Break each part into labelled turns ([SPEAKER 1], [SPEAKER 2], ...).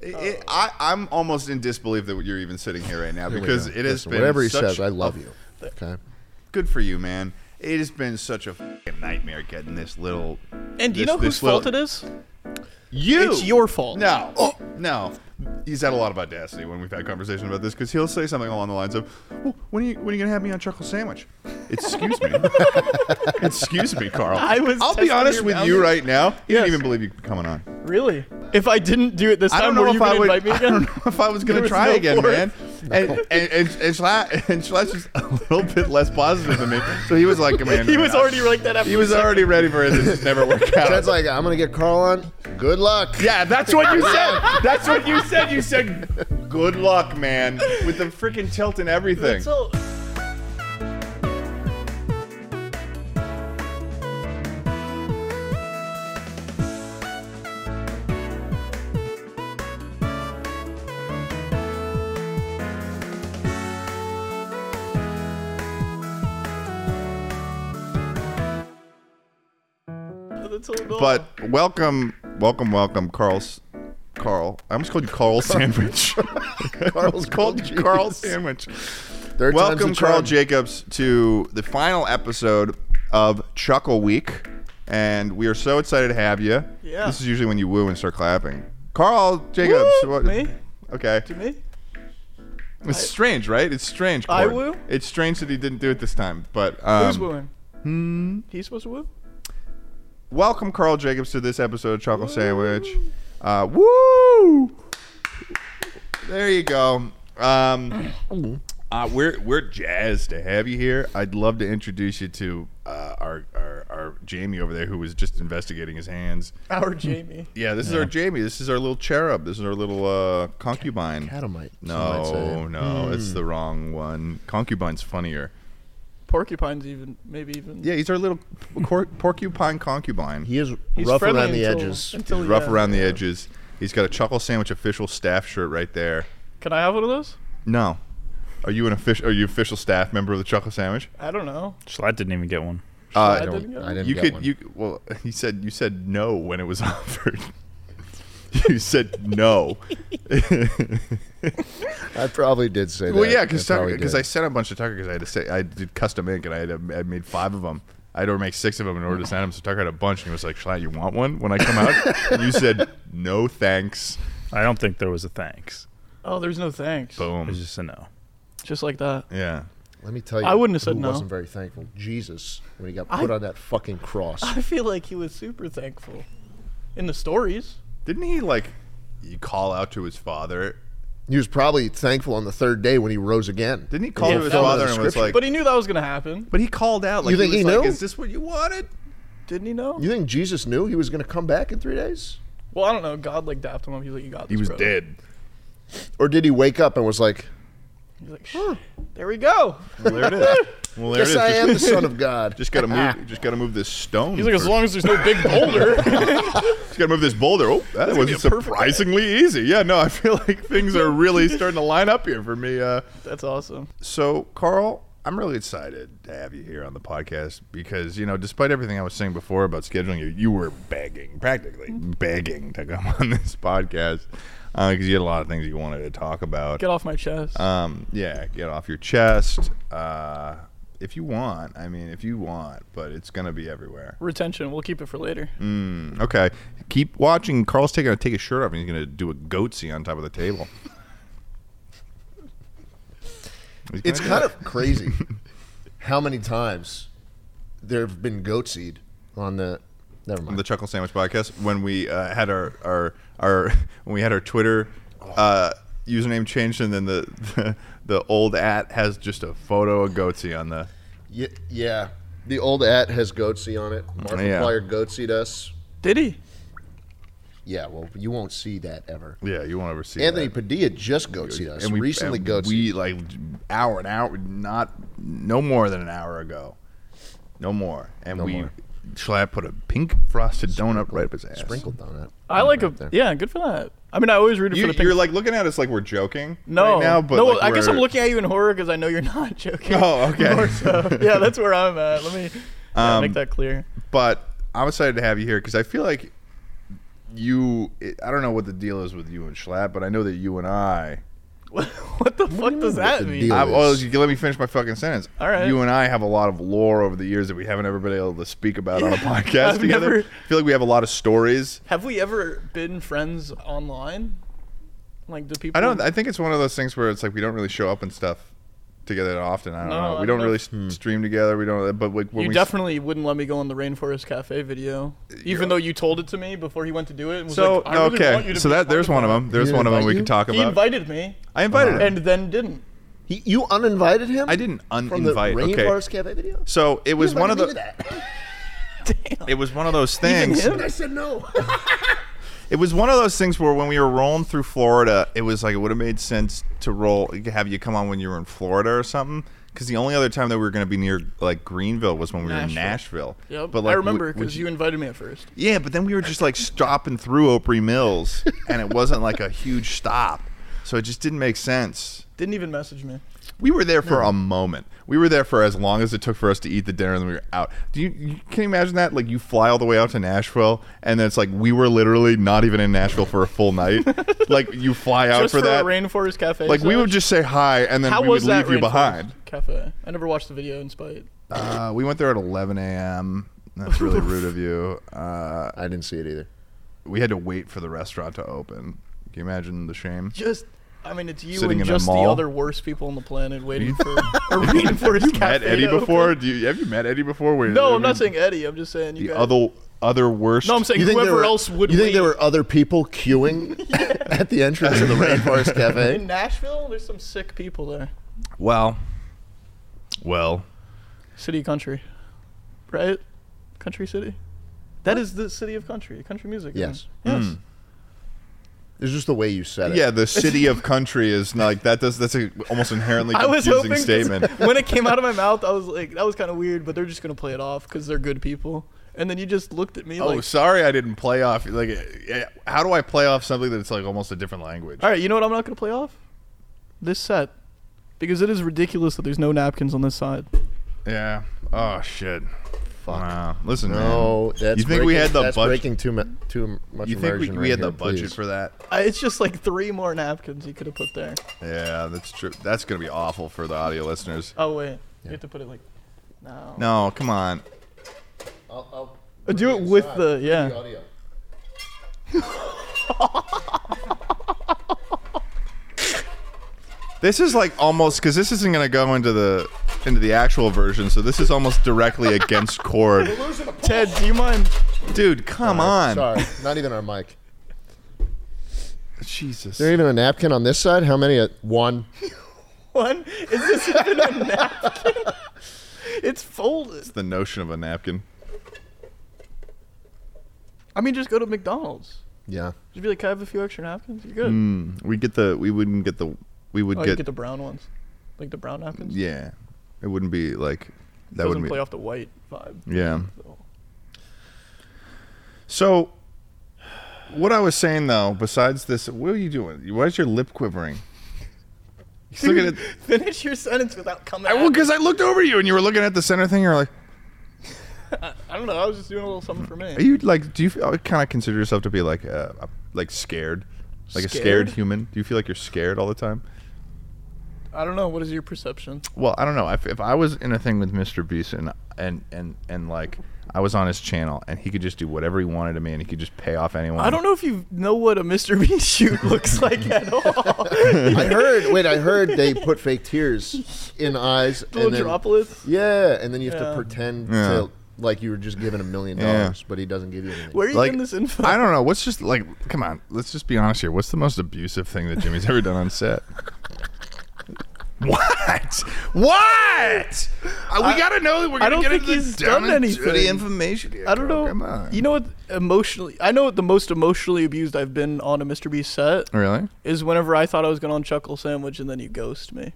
[SPEAKER 1] It, I, I'm almost in disbelief that you're even sitting here right now
[SPEAKER 2] Oh. Here we
[SPEAKER 1] because
[SPEAKER 2] go.
[SPEAKER 1] it has
[SPEAKER 2] Listen,
[SPEAKER 1] been
[SPEAKER 2] whatever he
[SPEAKER 1] such
[SPEAKER 2] says. I
[SPEAKER 1] a-
[SPEAKER 2] love you. Okay.
[SPEAKER 1] Good for you, man. It has been such a f***ing nightmare getting this little.
[SPEAKER 3] And do
[SPEAKER 1] this-
[SPEAKER 3] you know whose
[SPEAKER 1] this little-
[SPEAKER 3] fault it is?
[SPEAKER 1] You.
[SPEAKER 3] It's your fault.
[SPEAKER 1] No.
[SPEAKER 2] Oh.
[SPEAKER 1] No. He's had a lot of audacity when we've had conversations about this because he'll say something along the lines of, well, when are you, when are you going to have me on Chuckle Sandwich? Excuse me. Excuse me, Carl.
[SPEAKER 3] I was
[SPEAKER 1] I'll be
[SPEAKER 3] testing
[SPEAKER 1] honest
[SPEAKER 3] your
[SPEAKER 1] with
[SPEAKER 3] boundaries.
[SPEAKER 1] you right now. You
[SPEAKER 3] Yes.
[SPEAKER 1] didn't even believe you were coming on.
[SPEAKER 3] Really? If I didn't do it this
[SPEAKER 1] I don't
[SPEAKER 3] time,
[SPEAKER 1] know
[SPEAKER 3] were you
[SPEAKER 1] if I
[SPEAKER 3] going to
[SPEAKER 1] would.
[SPEAKER 3] invite me
[SPEAKER 1] I
[SPEAKER 3] again?
[SPEAKER 1] don't know if I was going to
[SPEAKER 3] There
[SPEAKER 1] try
[SPEAKER 3] no
[SPEAKER 1] again,
[SPEAKER 3] fourth.
[SPEAKER 1] man. And and and and Schla- and Schlatch is a little bit less positive than me, so he was like, "Man,
[SPEAKER 3] He was already like that after
[SPEAKER 1] He was
[SPEAKER 3] the
[SPEAKER 1] already ready for it. This just never worked out."
[SPEAKER 2] Chad's like, I'm gonna get Carl on. Good luck.
[SPEAKER 1] yeah, that's what you said. That's what you said. You said, "Good luck, man," with the freaking tilt and everything.
[SPEAKER 3] So, That's all gone.
[SPEAKER 1] But welcome, welcome, welcome, Carl's. Carl, I almost called you Carl Sandwich. Carl's called you Carl Sandwich.
[SPEAKER 2] Third time's
[SPEAKER 1] Welcome,
[SPEAKER 2] the
[SPEAKER 1] Carl
[SPEAKER 2] charm.
[SPEAKER 1] Jacobs, to the final episode of Chuckle Week, and we are so excited to have you.
[SPEAKER 3] Yeah.
[SPEAKER 1] This is usually when you woo and start clapping. Carl Jacobs.
[SPEAKER 3] Woo! Me?
[SPEAKER 1] Okay.
[SPEAKER 3] me?
[SPEAKER 1] It's strange, right? It's strange.
[SPEAKER 3] I
[SPEAKER 1] Cord.
[SPEAKER 3] woo?
[SPEAKER 1] It's strange that he didn't do it this time, but um,
[SPEAKER 3] Who's wooing? Hmm. He's supposed to woo.
[SPEAKER 1] welcome, Carl Jacobs, to this episode of Chuckle Sandwich. Uh, woo! There you go. Um, uh, we're we're jazzed to have you here. I'd love to introduce you to uh, our, our our Jamie over there, who was just investigating his hands.
[SPEAKER 3] Our Jamie.
[SPEAKER 1] Yeah, this is our Jamie. This is our little cherub. This is our little uh, concubine.
[SPEAKER 2] Catamite. some might say. Hmm.
[SPEAKER 1] no, no, it's the wrong one. Concubine's funnier.
[SPEAKER 3] Porcupine's even maybe even.
[SPEAKER 1] Yeah, he's our little cor- porcupine concubine.
[SPEAKER 2] He is
[SPEAKER 3] He's
[SPEAKER 2] rough
[SPEAKER 3] friendly
[SPEAKER 2] around the
[SPEAKER 3] until-
[SPEAKER 2] edges.
[SPEAKER 3] Until uh,
[SPEAKER 1] He's rough
[SPEAKER 3] yeah.
[SPEAKER 1] around the edges. He's got a Chuckle Sandwich official staff shirt right there.
[SPEAKER 3] Can I have one of those?
[SPEAKER 1] No. Are you an official? Are you official staff member of the Chuckle Sandwich?
[SPEAKER 3] I don't know.
[SPEAKER 4] Schlatt didn't even get one.
[SPEAKER 1] Uh,
[SPEAKER 3] I
[SPEAKER 2] I
[SPEAKER 3] didn't
[SPEAKER 2] don't-
[SPEAKER 3] get
[SPEAKER 2] I didn't
[SPEAKER 1] you
[SPEAKER 2] get
[SPEAKER 1] could.
[SPEAKER 2] one.
[SPEAKER 1] You well. He said you said no when it was offered. you said no.
[SPEAKER 2] I probably did say that.
[SPEAKER 1] well, yeah, because
[SPEAKER 2] I probably
[SPEAKER 1] because I
[SPEAKER 2] did.
[SPEAKER 1] sent a bunch to Tucker because I had to say I did custom ink and I had to, I made five of them. I had to make six of them in order to send them. So Tucker had a bunch and he was like, "Schlatt, you want one when I come out?" and you said no, thanks.
[SPEAKER 4] I don't think there was a thanks.
[SPEAKER 3] Oh, there's no thanks.
[SPEAKER 4] It
[SPEAKER 1] Boom.
[SPEAKER 4] was just a no.
[SPEAKER 3] Just like that.
[SPEAKER 1] Yeah.
[SPEAKER 2] Let me tell you,
[SPEAKER 3] I wouldn't have said
[SPEAKER 2] who
[SPEAKER 3] no.
[SPEAKER 2] Wasn't very thankful. Jesus, when he got put
[SPEAKER 3] I-
[SPEAKER 2] on that fucking cross.
[SPEAKER 3] I feel like he was super thankful. In the stories.
[SPEAKER 1] Didn't he like you call out to his father?
[SPEAKER 2] He was probably thankful on the third day when he rose again.
[SPEAKER 1] Didn't he call
[SPEAKER 3] Yeah,
[SPEAKER 1] to his
[SPEAKER 3] that was
[SPEAKER 1] father
[SPEAKER 2] the
[SPEAKER 1] and was
[SPEAKER 2] scripture.
[SPEAKER 1] like?
[SPEAKER 3] but he knew that was gonna happen.
[SPEAKER 1] but he called out. Like
[SPEAKER 2] You think
[SPEAKER 1] he, was
[SPEAKER 2] he
[SPEAKER 1] like,
[SPEAKER 2] knew?
[SPEAKER 1] Is this what you wanted?
[SPEAKER 3] Didn't he know?
[SPEAKER 2] You think Jesus knew he was going to come back in three days,
[SPEAKER 3] Well, I don't know. God like dapped him up. He's like, You got this. brother."
[SPEAKER 1] dead.
[SPEAKER 2] or did he wake up and was like,
[SPEAKER 3] He's like, Shh, there we go.
[SPEAKER 1] Well, there it is. Well, there
[SPEAKER 2] "Yes, I am
[SPEAKER 1] it
[SPEAKER 2] the
[SPEAKER 1] is.
[SPEAKER 2] Son of God."
[SPEAKER 1] Just gotta move. Just gotta move this stone.
[SPEAKER 3] He's like, as
[SPEAKER 1] first.
[SPEAKER 3] long as there's no big boulder.
[SPEAKER 1] Just gotta move this boulder. Oh, that
[SPEAKER 3] gonna be
[SPEAKER 1] wasn't
[SPEAKER 3] a perfect
[SPEAKER 1] surprisingly easy. Yeah, no, I feel like things are really starting to line up here for me. Uh,
[SPEAKER 3] That's awesome.
[SPEAKER 1] so, Carl, I'm really excited to have you here on the podcast because, you know, despite everything I was saying before about scheduling you, you were begging, practically begging to come on this podcast because you had a lot of things you wanted to talk about.
[SPEAKER 3] Get off my chest.
[SPEAKER 1] Um, yeah, get off your chest. Uh, if you want, I mean, if you want, but it's going to be everywhere.
[SPEAKER 3] Retention, we'll keep it for later.
[SPEAKER 1] mm. Okay. Keep watching. Carl's taking to take his shirt off and he's going to do a goatsy on top of the table. He's
[SPEAKER 2] It's
[SPEAKER 1] gonna
[SPEAKER 2] kind
[SPEAKER 1] do
[SPEAKER 2] of crazy how many times there have been goat seed on the.
[SPEAKER 1] that
[SPEAKER 2] Never
[SPEAKER 1] on
[SPEAKER 2] mind.
[SPEAKER 1] the Chuckle Sandwich podcast when we uh, had our, our our when we had our Twitter uh, username changed and then the, the the old at has just a photo of goatsy on the
[SPEAKER 2] Ye- yeah, the old at has goat seed on it. Markiplier goat seed us.
[SPEAKER 3] Did he?
[SPEAKER 2] Yeah, well, you won't see that ever.
[SPEAKER 1] yeah you won't ever see
[SPEAKER 2] Anthony
[SPEAKER 1] that.
[SPEAKER 2] Padilla just goat seed us. recently
[SPEAKER 1] and
[SPEAKER 2] goat seed.
[SPEAKER 1] we like hour an hour not no more than an hour ago no more and we
[SPEAKER 2] more.
[SPEAKER 1] Schlatt put a pink frosted donut right up his ass
[SPEAKER 2] Sprinkled on it.
[SPEAKER 3] I like a
[SPEAKER 2] there.
[SPEAKER 3] yeah, good for that. I mean, I always rooted
[SPEAKER 1] Mm, you,
[SPEAKER 3] for the pink.
[SPEAKER 1] you're like looking at us like we're joking
[SPEAKER 3] no,
[SPEAKER 1] right now but
[SPEAKER 3] no.
[SPEAKER 1] like,
[SPEAKER 3] I guess I'm
[SPEAKER 1] we're-
[SPEAKER 3] looking at you in horror because I know you're not joking.
[SPEAKER 1] Oh, okay. Um,
[SPEAKER 3] More so. yeah, that's where I'm at. Let me yeah, make that clear.
[SPEAKER 1] but I'm excited to have you here because I feel like you, it, I don't know what the deal is with you and Schlatt, but I know that you and I.
[SPEAKER 3] What, what the fuck
[SPEAKER 2] what
[SPEAKER 3] does that
[SPEAKER 2] the
[SPEAKER 3] mean?
[SPEAKER 2] deal-
[SPEAKER 1] I well,
[SPEAKER 2] is-
[SPEAKER 1] you can let me finish my fucking sentence.
[SPEAKER 3] All right.
[SPEAKER 1] You and I have a lot of lore over the years that we haven't ever been able to speak about on a
[SPEAKER 3] Yeah,
[SPEAKER 1] podcast
[SPEAKER 3] I've
[SPEAKER 1] together.
[SPEAKER 3] never-
[SPEAKER 1] I feel like we have a lot of stories.
[SPEAKER 3] Have we ever been friends online? Like, do people?
[SPEAKER 1] I don't. I think it's one of those things where it's like we don't really show up and stuff together that often. I don't
[SPEAKER 3] No,
[SPEAKER 1] know.
[SPEAKER 3] I
[SPEAKER 1] We don't
[SPEAKER 3] don't know. Hmm.
[SPEAKER 1] really s stream together. We don't. But like when
[SPEAKER 3] you
[SPEAKER 1] we
[SPEAKER 3] definitely wouldn't let me go on the Rainforest Cafe video, even though you told it to me before he went to do it. And was
[SPEAKER 1] so
[SPEAKER 3] like, I really
[SPEAKER 1] okay.
[SPEAKER 3] want you to
[SPEAKER 1] so
[SPEAKER 3] be
[SPEAKER 1] that
[SPEAKER 3] part
[SPEAKER 1] there's
[SPEAKER 3] of
[SPEAKER 1] one of
[SPEAKER 3] that.
[SPEAKER 1] them. There's
[SPEAKER 2] didn't
[SPEAKER 1] one of them we
[SPEAKER 2] invite
[SPEAKER 1] can
[SPEAKER 2] you?
[SPEAKER 1] talk
[SPEAKER 3] He
[SPEAKER 1] about.
[SPEAKER 3] invited me
[SPEAKER 1] I invited him.
[SPEAKER 3] and then didn't.
[SPEAKER 2] He, you uninvited him?
[SPEAKER 1] I didn't uninvite.
[SPEAKER 2] From the
[SPEAKER 1] okay.
[SPEAKER 2] Rainforest Cafe video?
[SPEAKER 1] So it was
[SPEAKER 2] You
[SPEAKER 1] one of
[SPEAKER 2] invited
[SPEAKER 1] the.
[SPEAKER 2] me to that.
[SPEAKER 1] It was one of those things.
[SPEAKER 3] him?
[SPEAKER 2] And I said no.
[SPEAKER 1] It was one of those things where when we were rolling through Florida, it was like it would have made sense to roll have you come on when you were in Florida or something. Because the only other time that we were going to be near like Greenville was when we were in Nashville.
[SPEAKER 3] Nashville. Yep.
[SPEAKER 1] like,
[SPEAKER 3] I
[SPEAKER 1] we-
[SPEAKER 3] remember
[SPEAKER 1] we-
[SPEAKER 3] because you invited me at first.
[SPEAKER 1] Yeah, but then we were just like stopping through Opry Mills, and it wasn't like a huge stop, so it just didn't make sense.
[SPEAKER 3] Didn't even message me.
[SPEAKER 1] We were there for a moment. We were there for as long as it took for us to eat the dinner, and then we were out. Do you, you can you imagine that? Like you fly all the way out to Nashville, and then it's like we were literally not even in Nashville for a full night. like you fly out
[SPEAKER 3] Just
[SPEAKER 1] for,
[SPEAKER 3] for,
[SPEAKER 1] that.
[SPEAKER 3] a Rainforest Cafe.
[SPEAKER 1] like we
[SPEAKER 3] search?
[SPEAKER 1] would just say hi, and then
[SPEAKER 3] How
[SPEAKER 1] we would
[SPEAKER 3] was that
[SPEAKER 1] leave you
[SPEAKER 3] Rainforest
[SPEAKER 1] behind.
[SPEAKER 3] Cafe. I never watched the video in spite.
[SPEAKER 1] Uh, we went there at 11 a.m. That's really rude of you. Uh,
[SPEAKER 2] I didn't see it either.
[SPEAKER 1] we had to wait for the restaurant to open. Can you imagine the shame?
[SPEAKER 3] Just, I mean, it's you
[SPEAKER 1] Sitting in
[SPEAKER 3] and
[SPEAKER 1] a
[SPEAKER 3] just the
[SPEAKER 1] mall?
[SPEAKER 3] other worst people on the planet waiting for a Rainforest Cafe.
[SPEAKER 1] met Eddie
[SPEAKER 3] to open.
[SPEAKER 1] before? Do you, have you met Eddie before? Where,
[SPEAKER 3] No,
[SPEAKER 1] I
[SPEAKER 3] I'm not
[SPEAKER 1] mean,
[SPEAKER 3] saying Eddie. I'm just saying you
[SPEAKER 1] the
[SPEAKER 3] guys.
[SPEAKER 1] other other worst.
[SPEAKER 3] no, I'm saying
[SPEAKER 2] You think there
[SPEAKER 3] whoever
[SPEAKER 2] were-
[SPEAKER 3] else would.
[SPEAKER 2] You
[SPEAKER 3] wait.
[SPEAKER 2] think there were other people queuing at the entrance of the Rainforest
[SPEAKER 3] in
[SPEAKER 2] Cafe?
[SPEAKER 3] Nashville? There's some sick people there.
[SPEAKER 1] well, well,
[SPEAKER 3] City country, right? Country city. That is the city of country. Country music. isn't
[SPEAKER 2] Yes.
[SPEAKER 3] it? Yes.
[SPEAKER 2] It's just the way you said it.
[SPEAKER 1] Hmm. yeah. The city of country is not, like that. Does that's a almost inherently
[SPEAKER 3] I was
[SPEAKER 1] confusing
[SPEAKER 3] hoping 'cause
[SPEAKER 1] statement.
[SPEAKER 3] when it came out of my mouth, I was like, that was kind of weird, but they're just gonna play it off because they're good people. And then you just looked at me
[SPEAKER 1] Oh,
[SPEAKER 3] like,
[SPEAKER 1] sorry, I didn't play off. Like, eh, how do I play off something that's like almost a different language?
[SPEAKER 3] all right, you know what? I'm not gonna play off this set because it is ridiculous that there's no napkins on this side.
[SPEAKER 1] Yeah. Oh shit.
[SPEAKER 2] Fuck.
[SPEAKER 1] Wow. Listen,
[SPEAKER 2] No,
[SPEAKER 1] man.
[SPEAKER 2] Oh, that's
[SPEAKER 1] you think we
[SPEAKER 2] breaking-
[SPEAKER 1] had the
[SPEAKER 2] that's
[SPEAKER 1] budget?
[SPEAKER 2] breaking too, mu- too much
[SPEAKER 1] You think we,
[SPEAKER 2] immersion
[SPEAKER 1] we
[SPEAKER 2] right
[SPEAKER 1] had
[SPEAKER 2] here,
[SPEAKER 1] the budget
[SPEAKER 2] please.
[SPEAKER 1] for that?
[SPEAKER 3] I, it's just like three more napkins you could have put there.
[SPEAKER 1] Yeah, that's true. That's gonna be awful for the audio listeners.
[SPEAKER 3] Oh wait, you have to put it like, no.
[SPEAKER 1] No, come on.
[SPEAKER 2] I'll,
[SPEAKER 3] Uh, Do it with the yeah.
[SPEAKER 2] audio.
[SPEAKER 1] This is like almost because this isn't gonna go into the into the actual version, so this is almost directly against chord.
[SPEAKER 3] Ted, do you mind?
[SPEAKER 1] Dude, come on.
[SPEAKER 2] Sorry, not even our mic.
[SPEAKER 1] Jesus.
[SPEAKER 2] There ain't even a napkin on this side. How many? At one.
[SPEAKER 3] One is this even a napkin? it's folded.
[SPEAKER 1] the notion of a napkin.
[SPEAKER 3] I mean, just go to McDonald's.
[SPEAKER 2] Yeah.
[SPEAKER 3] Just be like, can I have a few extra napkins? You're good.
[SPEAKER 1] We get the. We wouldn't get the. We would
[SPEAKER 3] Oh, you
[SPEAKER 1] get.
[SPEAKER 3] get the brown ones, like the brown napkins.
[SPEAKER 1] yeah. It wouldn't be like. That
[SPEAKER 3] doesn't
[SPEAKER 1] wouldn't
[SPEAKER 3] play
[SPEAKER 1] be.
[SPEAKER 3] off the white vibe.
[SPEAKER 1] Yeah.
[SPEAKER 3] So.
[SPEAKER 1] So, what I was saying though, besides this, what are you doing? Why is your lip quivering? He's looking at.
[SPEAKER 3] Finish your sentence without coming.
[SPEAKER 1] I-
[SPEAKER 3] at
[SPEAKER 1] Well,
[SPEAKER 3] me.
[SPEAKER 1] because I looked over you and you were looking at the center thing. You're like,
[SPEAKER 3] I don't know. I was just doing a little something for
[SPEAKER 1] are
[SPEAKER 3] me.
[SPEAKER 1] you like? Do you kind of consider yourself to be like, uh, a- like scared, like a scared
[SPEAKER 3] Scared?
[SPEAKER 1] human? Do you feel like you're scared all the time?
[SPEAKER 3] I don't know. What is your perception?
[SPEAKER 1] Well, I don't know. If, if I was in a thing with Mr. Beast and and and and like I was on his channel and he could just do whatever he wanted to me and he could just pay off anyone.
[SPEAKER 3] I don't know if you know what a Mr. Bean shoot looks like at all.
[SPEAKER 2] I heard. Wait, I heard they put fake tears in eyes.
[SPEAKER 3] little
[SPEAKER 2] and then,
[SPEAKER 3] droplets.
[SPEAKER 2] Yeah, and then you have
[SPEAKER 3] Yeah.
[SPEAKER 2] to pretend
[SPEAKER 1] Yeah.
[SPEAKER 2] to like you were just given a million
[SPEAKER 1] Yeah.
[SPEAKER 2] dollars, but he doesn't give you anything.
[SPEAKER 3] Where are you
[SPEAKER 1] Like
[SPEAKER 3] getting this info?
[SPEAKER 1] I don't know. What's just like? Come on. Let's just be honest here. What's the most abusive thing that Jimmy's ever done on set? What? What? Uh, we gotta know that we're gonna
[SPEAKER 3] don't
[SPEAKER 1] get
[SPEAKER 3] think
[SPEAKER 1] into
[SPEAKER 3] he's
[SPEAKER 1] this down
[SPEAKER 3] done
[SPEAKER 1] and dirty
[SPEAKER 3] anything.
[SPEAKER 1] information. here,
[SPEAKER 3] I don't
[SPEAKER 1] girl.
[SPEAKER 3] know.
[SPEAKER 1] Come on.
[SPEAKER 3] You know what? Emotionally, I know what the most emotionally abused I've been on a Mr. Beast set
[SPEAKER 1] really?
[SPEAKER 3] is whenever I thought I was going on Chuckle Sandwich and then you ghost me.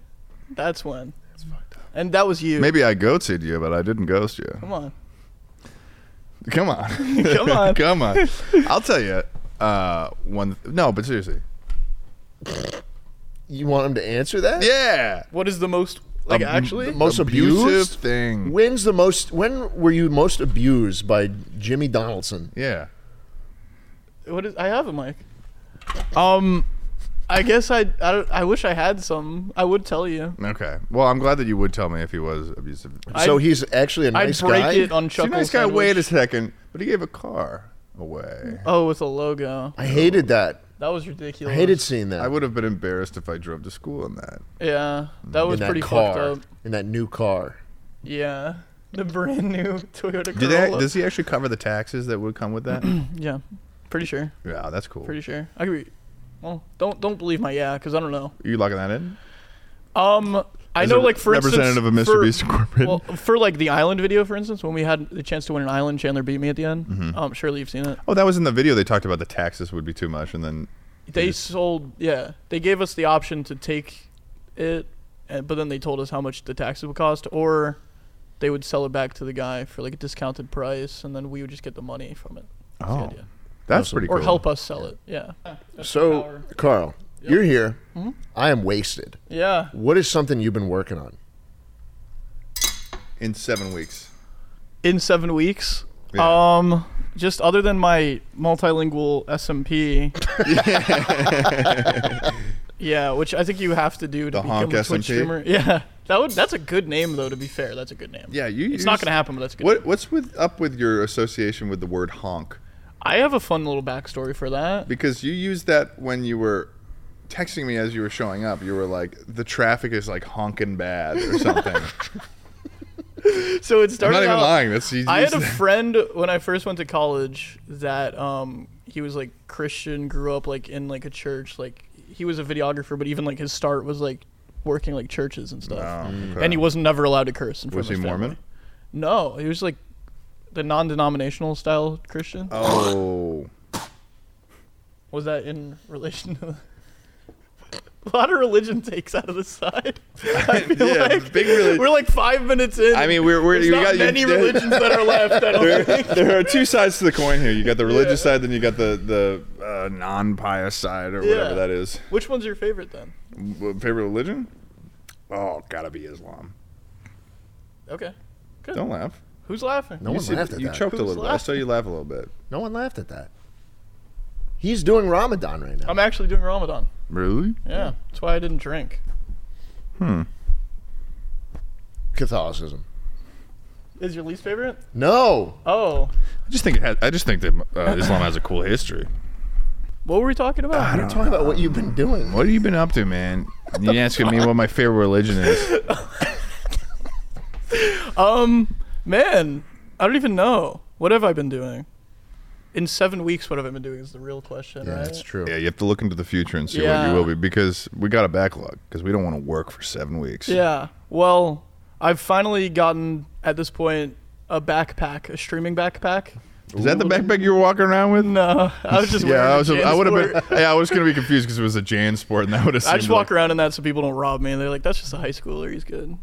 [SPEAKER 3] That's when. That's fucked up. And that was you.
[SPEAKER 1] Maybe I ghosted you, but I didn't ghost you.
[SPEAKER 3] Come on.
[SPEAKER 1] Come on.
[SPEAKER 3] Come on.
[SPEAKER 1] Come on. I'll tell you. Uh, one. No, but seriously.
[SPEAKER 2] You want him to answer that?
[SPEAKER 1] Yeah.
[SPEAKER 3] What is the most like
[SPEAKER 1] Um,
[SPEAKER 3] actually?
[SPEAKER 2] the most
[SPEAKER 1] abusive
[SPEAKER 2] abused?
[SPEAKER 1] thing.
[SPEAKER 2] When's the most? When were you most abused by Jimmy Donaldson?
[SPEAKER 1] yeah.
[SPEAKER 3] What is? I have a mic. Um, I guess I I, don't- I wish I had some. I would tell you.
[SPEAKER 1] Okay. Well, I'm glad that you would tell me if he was abusive.
[SPEAKER 3] I-
[SPEAKER 2] so he's actually a nice
[SPEAKER 3] I'd break
[SPEAKER 2] guy.
[SPEAKER 3] it on
[SPEAKER 1] See,
[SPEAKER 3] Chuckle.
[SPEAKER 1] nice guy.
[SPEAKER 3] Sandwich.
[SPEAKER 1] Wait a second. But he gave a car away.
[SPEAKER 3] Oh, with a logo.
[SPEAKER 2] I hated that.
[SPEAKER 3] That was ridiculous.
[SPEAKER 2] I hated seeing that.
[SPEAKER 1] I would have been embarrassed if I drove to school in that.
[SPEAKER 3] Yeah, that was
[SPEAKER 2] in that
[SPEAKER 3] pretty
[SPEAKER 2] car.
[SPEAKER 3] fucked up.
[SPEAKER 2] In that new car.
[SPEAKER 3] Yeah, the brand new Toyota
[SPEAKER 1] Did that,
[SPEAKER 3] Corolla.
[SPEAKER 1] does he actually cover the taxes that would come with that?
[SPEAKER 3] yeah, pretty sure.
[SPEAKER 1] yeah, that's cool.
[SPEAKER 3] Pretty sure. I could be. Well, don't don't believe my yeah, because I don't know.
[SPEAKER 1] you locking that in?
[SPEAKER 3] Um, I
[SPEAKER 1] As
[SPEAKER 3] know,
[SPEAKER 1] a
[SPEAKER 3] like for
[SPEAKER 1] representative
[SPEAKER 3] instance,
[SPEAKER 1] of Mr.
[SPEAKER 3] for-
[SPEAKER 1] Beast Incorporated.
[SPEAKER 3] Well, for like the island video, for instance, when we had the chance to win an island, Chandler beat me at the end.
[SPEAKER 1] Mm-hmm.
[SPEAKER 3] Um, surely you've seen it.
[SPEAKER 1] oh, that was in the video. They talked about the taxes would be too much, and then
[SPEAKER 3] They
[SPEAKER 1] just-
[SPEAKER 3] sold, yeah, they gave us the option to take it, and, but then they told us how much the taxes would cost, or they would sell it back to the guy for like a discounted price, and then we would just get the money from it. That's the
[SPEAKER 1] Oh.
[SPEAKER 3] idea.
[SPEAKER 1] that's pretty
[SPEAKER 3] or
[SPEAKER 1] cool.
[SPEAKER 3] help us sell it. Yeah.
[SPEAKER 2] So, Carl, you're here. I am wasted.
[SPEAKER 3] Yeah.
[SPEAKER 2] What is something you've been working on?
[SPEAKER 1] in seven weeks.
[SPEAKER 3] in seven weeks.
[SPEAKER 1] Yeah.
[SPEAKER 3] Um, just other than my multilingual SMP. yeah, which I think you have to do to
[SPEAKER 1] The
[SPEAKER 3] become
[SPEAKER 1] honk
[SPEAKER 3] a
[SPEAKER 1] SMP?
[SPEAKER 3] Twitch streamer. Yeah, that would that's a good name though. To be fair, that's a good name.
[SPEAKER 1] Yeah, you.
[SPEAKER 3] it's not
[SPEAKER 1] use-
[SPEAKER 3] gonna happen, but that's a good.
[SPEAKER 1] What
[SPEAKER 3] name.
[SPEAKER 1] What's with up with your association with the word honk?
[SPEAKER 3] I have a fun little backstory for that.
[SPEAKER 1] Because you used that when you were texting me as you were showing up. You were like, "The traffic is like honking bad" or something.
[SPEAKER 3] So
[SPEAKER 1] I'm
[SPEAKER 3] it started.
[SPEAKER 1] not even
[SPEAKER 3] out-
[SPEAKER 1] lying. That's you
[SPEAKER 3] I had
[SPEAKER 1] used
[SPEAKER 3] a
[SPEAKER 1] that.
[SPEAKER 3] friend when I first went to college that um he was like Christian, grew up like in like a church, like he was a videographer, but even like his start was like working like churches and stuff.
[SPEAKER 1] Oh, okay.
[SPEAKER 3] And he was never allowed to curse in front
[SPEAKER 1] Was he
[SPEAKER 3] of his
[SPEAKER 1] Mormon?
[SPEAKER 3] family. No, he was like the non-denominational style Christian.
[SPEAKER 1] Oh,
[SPEAKER 3] Was that in relation to? A lot of religion takes out of the side. I feel
[SPEAKER 1] Yeah,
[SPEAKER 3] like
[SPEAKER 1] big relig-
[SPEAKER 3] We're like five minutes in.
[SPEAKER 1] I mean, we're- we're-
[SPEAKER 3] There's
[SPEAKER 1] you
[SPEAKER 3] not
[SPEAKER 1] got your-
[SPEAKER 3] many religions that are left. I don't think.
[SPEAKER 1] there are two sides to the coin here. You got the religious side, then you got the the uh, non-pious side or
[SPEAKER 3] Yeah.
[SPEAKER 1] whatever that is.
[SPEAKER 3] Which one's your favorite then?
[SPEAKER 1] W- favorite religion? Oh, gotta be Islam.
[SPEAKER 3] Okay. Good.
[SPEAKER 1] Don't laugh.
[SPEAKER 3] Who's laughing?
[SPEAKER 2] No
[SPEAKER 1] you
[SPEAKER 2] one
[SPEAKER 1] said-
[SPEAKER 2] laughed at
[SPEAKER 1] you
[SPEAKER 2] that.
[SPEAKER 1] choked a
[SPEAKER 3] Who's
[SPEAKER 1] little bit. I
[SPEAKER 3] laughing?
[SPEAKER 1] saw you laugh a little bit.
[SPEAKER 2] No one laughed at that. He's doing Ramadan right now.
[SPEAKER 3] I'm actually doing Ramadan.
[SPEAKER 1] Really?
[SPEAKER 3] Yeah. That's why I didn't drink.
[SPEAKER 2] Catholicism.
[SPEAKER 3] Is your least favorite?
[SPEAKER 2] No.
[SPEAKER 3] Oh.
[SPEAKER 1] I just think it has, I just think that uh, Islam has a cool history.
[SPEAKER 3] What were we talking about?
[SPEAKER 2] We're talking about what you've been doing.
[SPEAKER 1] What have you been up to, man? You asking me what my favorite religion is?
[SPEAKER 3] Um, man, I don't even know. What have I been doing? In seven weeks, what have I been doing is the real question,
[SPEAKER 2] Yeah,
[SPEAKER 3] right?
[SPEAKER 2] that's true.
[SPEAKER 1] Yeah, you have to look into the future and see what
[SPEAKER 3] Yeah.
[SPEAKER 1] you will be because we got a backlog because we don't want to work for seven weeks.
[SPEAKER 3] Yeah. Well, I've finally gotten at this point a backpack, a streaming backpack.
[SPEAKER 1] Is that the backpack you were walking around with?
[SPEAKER 3] No, I was just wearing
[SPEAKER 1] yeah,
[SPEAKER 3] a
[SPEAKER 1] I was. I would have been.
[SPEAKER 3] JanSport.
[SPEAKER 1] Yeah, I was gonna be confused because it was a Jan sport, and that would have.
[SPEAKER 3] I just walk around in that so people don't rob me. They're like, "That's just a high schooler. He's good."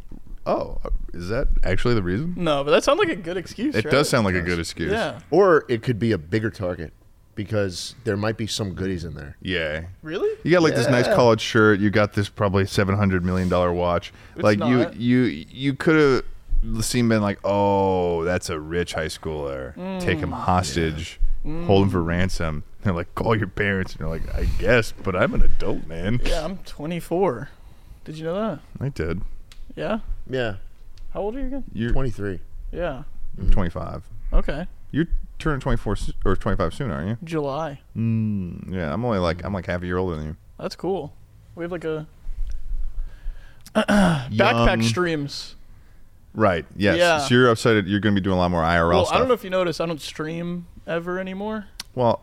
[SPEAKER 1] Oh, is that actually the reason?
[SPEAKER 3] No, but that sounds like a good excuse.
[SPEAKER 1] It
[SPEAKER 3] right?
[SPEAKER 1] does sound like a good excuse.
[SPEAKER 3] Yeah.
[SPEAKER 2] Or it could be a bigger target because there might be some goodies in there.
[SPEAKER 1] Yeah.
[SPEAKER 3] Really?
[SPEAKER 1] You got like this nice collared shirt. You got this probably seven hundred million dollar watch. like
[SPEAKER 3] not.
[SPEAKER 1] you, you, you could have seen been like, oh, that's a rich high schooler. Take
[SPEAKER 3] Mm.
[SPEAKER 1] him hostage, hold him for ransom. They're like, call your parents, and you're like, I guess, but I'm an adult man.
[SPEAKER 3] Yeah, I'm 24. Did you know that?
[SPEAKER 1] I did.
[SPEAKER 3] Yeah.
[SPEAKER 2] Yeah.
[SPEAKER 3] How old are you again?
[SPEAKER 1] You're
[SPEAKER 2] 23.
[SPEAKER 3] Yeah.
[SPEAKER 1] 25.
[SPEAKER 3] Okay. You're
[SPEAKER 1] You're turning 24 s- or 25 soon, aren't you?
[SPEAKER 3] July.
[SPEAKER 1] Mm, yeah, I'm only like I'm like half a year older than you.
[SPEAKER 3] That's cool. We have like a backpack
[SPEAKER 1] Young.
[SPEAKER 3] streams.
[SPEAKER 1] Right. Yes.
[SPEAKER 3] Yeah.
[SPEAKER 1] So you're upset. You're going to be doing a lot more IRL
[SPEAKER 3] Well,
[SPEAKER 1] stuff.
[SPEAKER 3] I don't know if you noticed, I don't stream ever anymore.
[SPEAKER 1] well.